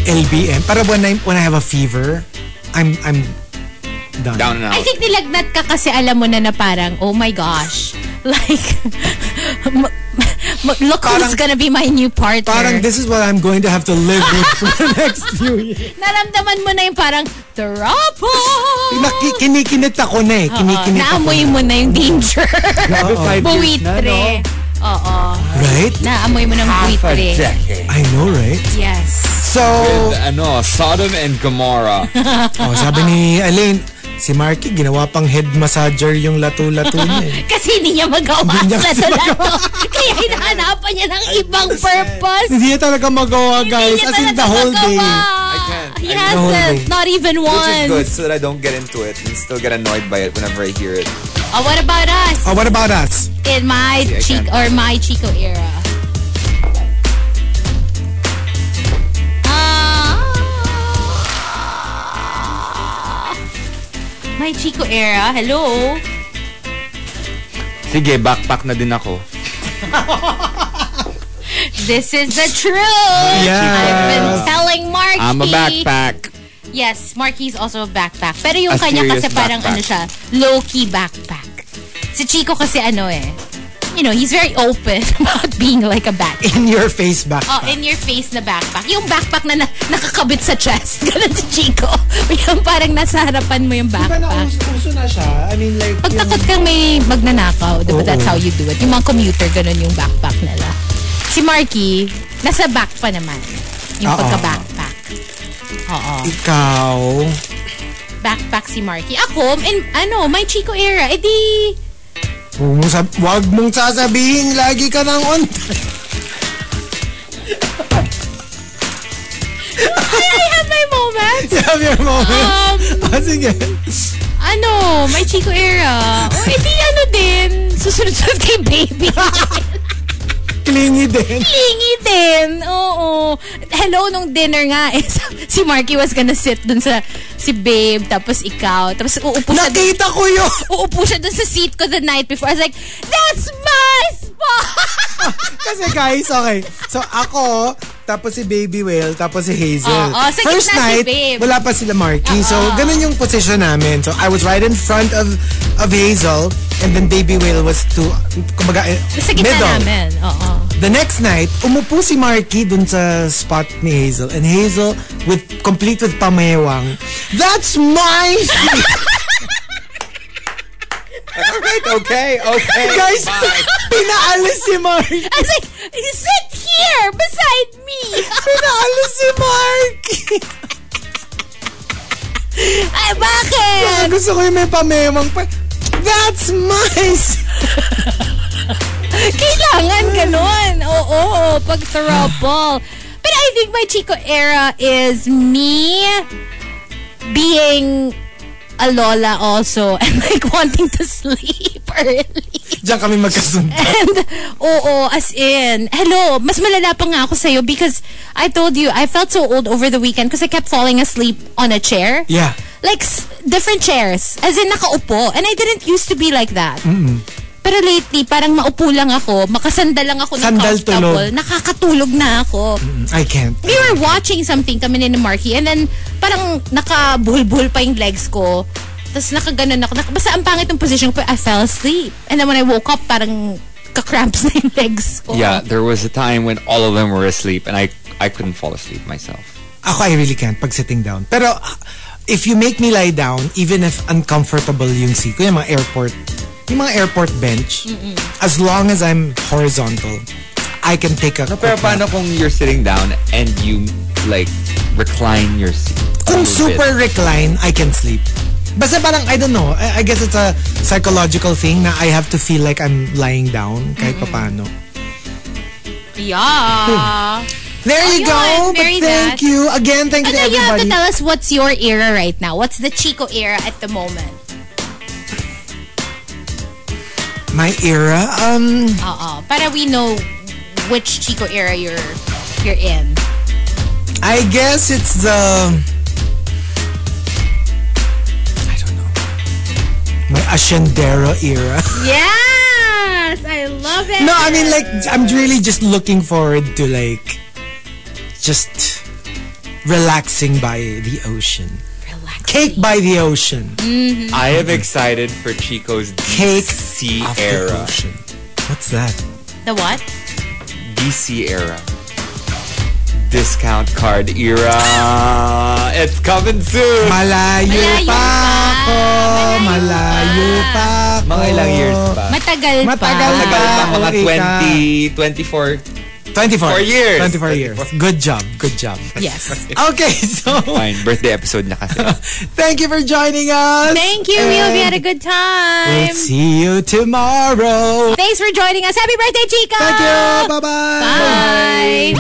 Speaker 3: LBM. Pero when I, when I have a fever, I'm, I'm done.
Speaker 2: Down and out.
Speaker 1: I think nilagnat ka kasi alam mo na na parang, oh my gosh. Like, ma- ma- look who's
Speaker 3: Parang-
Speaker 1: gonna be my new partner.
Speaker 3: Parang this is what I'm going to have to live with for the next few years.
Speaker 1: Naramdaman mo na yung parang, trouble!
Speaker 3: Naki- kinikinit ako na eh. Kinikinit ako
Speaker 1: Uh-huh. Naamoy
Speaker 3: na.
Speaker 1: mo na yung danger.
Speaker 2: Grabe, five years na, no?
Speaker 1: buitre. Oo.
Speaker 3: Right?
Speaker 1: Naamoy mo ng
Speaker 2: Half a
Speaker 1: buitre.
Speaker 2: decade.
Speaker 3: I know, right?
Speaker 1: Yes.
Speaker 3: So,
Speaker 2: With, ano, Uh, Sodom and Gomorrah.
Speaker 3: oh, sabi ni Aline, si Marky, ginawa pang head massager yung lato-lato niya eh.
Speaker 1: Kasi hindi niya magawa
Speaker 3: Hindi niya
Speaker 1: sa
Speaker 3: kasi
Speaker 1: lato-lato. Kaya hinahanapan niya ng ibang purpose.
Speaker 3: Hindi niya talaga magawa, guys.
Speaker 1: Hindi
Speaker 3: As
Speaker 1: niya
Speaker 3: in
Speaker 1: talaga
Speaker 3: the whole day.
Speaker 1: magawa.
Speaker 2: can't. I mean,
Speaker 1: He
Speaker 3: the whole
Speaker 1: hasn't.
Speaker 3: day.
Speaker 1: Not even
Speaker 2: Which is good
Speaker 1: once.
Speaker 2: so that I don't get into it and still get annoyed by it whenever I hear it.
Speaker 1: Oh, what about us?
Speaker 3: Oh, what about us?
Speaker 1: in my
Speaker 2: Yeah, I
Speaker 1: cheek
Speaker 2: can.
Speaker 1: or my Chico era. Ah. My Chico era, hello.
Speaker 2: Sige, backpack na din ako.
Speaker 1: This is the truth. I've
Speaker 3: Yeah.
Speaker 1: been telling Marky.
Speaker 2: I'm a backpack.
Speaker 1: Yes, Marky's also a backpack. Pero yung
Speaker 2: A
Speaker 1: kanya
Speaker 2: serious
Speaker 1: kasi parang
Speaker 2: backpack.
Speaker 1: ano siya, low-key backpack. Si Chico kasi ano eh, you know, he's very open about being like a backpack.
Speaker 3: In your face back.
Speaker 1: Oh, in your face na backpack. Yung backpack na, na- nakakabit sa chest. Ganun si Chico. Yung parang nasa harapan mo yung
Speaker 3: Diba na,
Speaker 1: backpack.
Speaker 3: uso, uso na siya? I mean, like,
Speaker 1: Pag
Speaker 3: yung-
Speaker 1: takot kang may magnanakaw, diba
Speaker 3: Oo.
Speaker 1: that's how you do it. Yung mga commuter, ganun yung backpack nila. Si Marky, nasa back pa naman. Yung
Speaker 3: Oo.
Speaker 1: pagka-backpack. Oo.
Speaker 3: ikaw,
Speaker 1: Backpack si Marky. Ako, in, ano, my Chico era, edi...
Speaker 3: huwag mong, sab- huwag mong sasabihin, lagi ka nang on.
Speaker 1: I have my moments.
Speaker 3: You have your moment.
Speaker 1: Um,
Speaker 3: Ah, sige.
Speaker 1: ano, my Chico Oh, eh, era. O, edi ano din, susunod-sunod kay baby.
Speaker 3: Clingy din.
Speaker 1: Lingi din. Oo. Hello, nung dinner nga, eh, si Marky was gonna sit dun sa si Babe, tapos ikaw. Tapos uupo siya, dun,
Speaker 3: Nakita ko yun.
Speaker 1: uupo siya dun sa seat ko the night before. I was like, that's my spot!
Speaker 3: Kasi guys, okay. So ako, tapos si Baby Whale, tapos si Hazel.
Speaker 1: Oo, sa
Speaker 3: First
Speaker 1: gitna si
Speaker 3: night,
Speaker 1: Babe.
Speaker 3: wala pa sila Marky. So ganun yung position namin. So I was right in front of of Hazel and then Baby Whale was to, kumbaga, eh,
Speaker 1: sa gitna
Speaker 3: middle.
Speaker 1: namin. Oo.
Speaker 3: The next night, umupo si Marky dun sa spot ni Hazel. And Hazel, with complete with pamewang, That's my seat!
Speaker 2: Alright, okay, okay.
Speaker 3: Guys, pinaalis si Marky!
Speaker 1: I was like, you sit here beside me!
Speaker 3: Pinaalis si Marky!
Speaker 1: Ay, bakit?
Speaker 3: Gusto ko yung may pamewang pa. That's my seat!
Speaker 1: Kailangan ganun. Oo, pag trouble. But I think my Chico era is me being a lola also and like wanting to sleep early.
Speaker 3: Diyan kami magkasunod.
Speaker 1: And oo, as in, hello, mas malala pa nga ako sa'yo because I told you, I felt so old over the weekend because I kept falling asleep on a chair.
Speaker 3: Yeah.
Speaker 1: Like, s- different chairs. As in, nakaupo. And I didn't used to be like that. Pero lately, parang maupo lang ako, makasandal lang ako ng
Speaker 3: Sandal
Speaker 1: comfortable.
Speaker 3: tulog.
Speaker 1: Nakakatulog na ako.
Speaker 3: I can't.
Speaker 1: We were watching something kami ni Marky and then parang nakabuhol-buhol pa yung legs ko. Tapos nakaganon ako. Nak- Basta ang pangit ng position ko, but I fell asleep. And then when I woke up, parang kakramps na yung legs ko.
Speaker 2: Yeah, there was a time when all of them were asleep, and I I couldn't fall asleep myself.
Speaker 3: Ako, I really can't pag sitting down. Pero, uh, if you make me lie down, even if uncomfortable yung seat ko, yung mga airport, yung mga airport bench, as long as I'm horizontal, I can take a
Speaker 2: Pero
Speaker 3: quick
Speaker 2: paano
Speaker 3: nap.
Speaker 2: kung you're sitting down and you like recline your seat? a
Speaker 3: Kung
Speaker 2: little bit?
Speaker 3: super recline, I can sleep. Basta parang, I don't know, I, I guess it's a psychological thing na I have to feel like I'm lying down kahit papano.
Speaker 1: Yeah.
Speaker 3: There you
Speaker 1: Ayun,
Speaker 3: go! But
Speaker 1: very Ano
Speaker 3: thank
Speaker 1: that.
Speaker 3: you! Again, thank you
Speaker 1: But
Speaker 3: to
Speaker 1: now you have to
Speaker 3: everybody.
Speaker 1: tell us what's your era right now. What's the Chico era at the moment?
Speaker 3: My era, um...
Speaker 1: Oo. Uh-uh. Para we know which Chico era you're you're in.
Speaker 3: I guess it's the. I don't know. My Ashendero era.
Speaker 1: Yes! I love it!
Speaker 3: no, I mean, like, I'm really just looking forward to, like, just relaxing by the ocean. Cake by the ocean.
Speaker 2: I am excited for Chico's
Speaker 3: Cake
Speaker 2: DC
Speaker 3: of the
Speaker 2: era.
Speaker 3: ocean. What's that?
Speaker 1: The what?
Speaker 2: DC era. Discount card era. It's coming soon.
Speaker 3: Malayo,
Speaker 1: Malayo
Speaker 3: pa
Speaker 1: pa.
Speaker 3: ako. Malayo pa ako.
Speaker 2: Mga ilang years pa?
Speaker 3: Oh.
Speaker 1: Matagal,
Speaker 3: Matagal
Speaker 1: pa.
Speaker 2: Tagal pa mga
Speaker 3: Rika.
Speaker 2: 20, 24.
Speaker 3: 24.
Speaker 2: Four years.
Speaker 3: 24 years. Good job. Good job.
Speaker 1: Yes.
Speaker 3: Okay, so...
Speaker 2: Fine, birthday episode na kasi.
Speaker 3: Thank you for joining us.
Speaker 1: Thank you. We hope you had a good time.
Speaker 3: We'll see you tomorrow.
Speaker 1: Thanks for joining us. Happy birthday, Chico!
Speaker 3: Thank you. Bye-bye.
Speaker 1: Bye.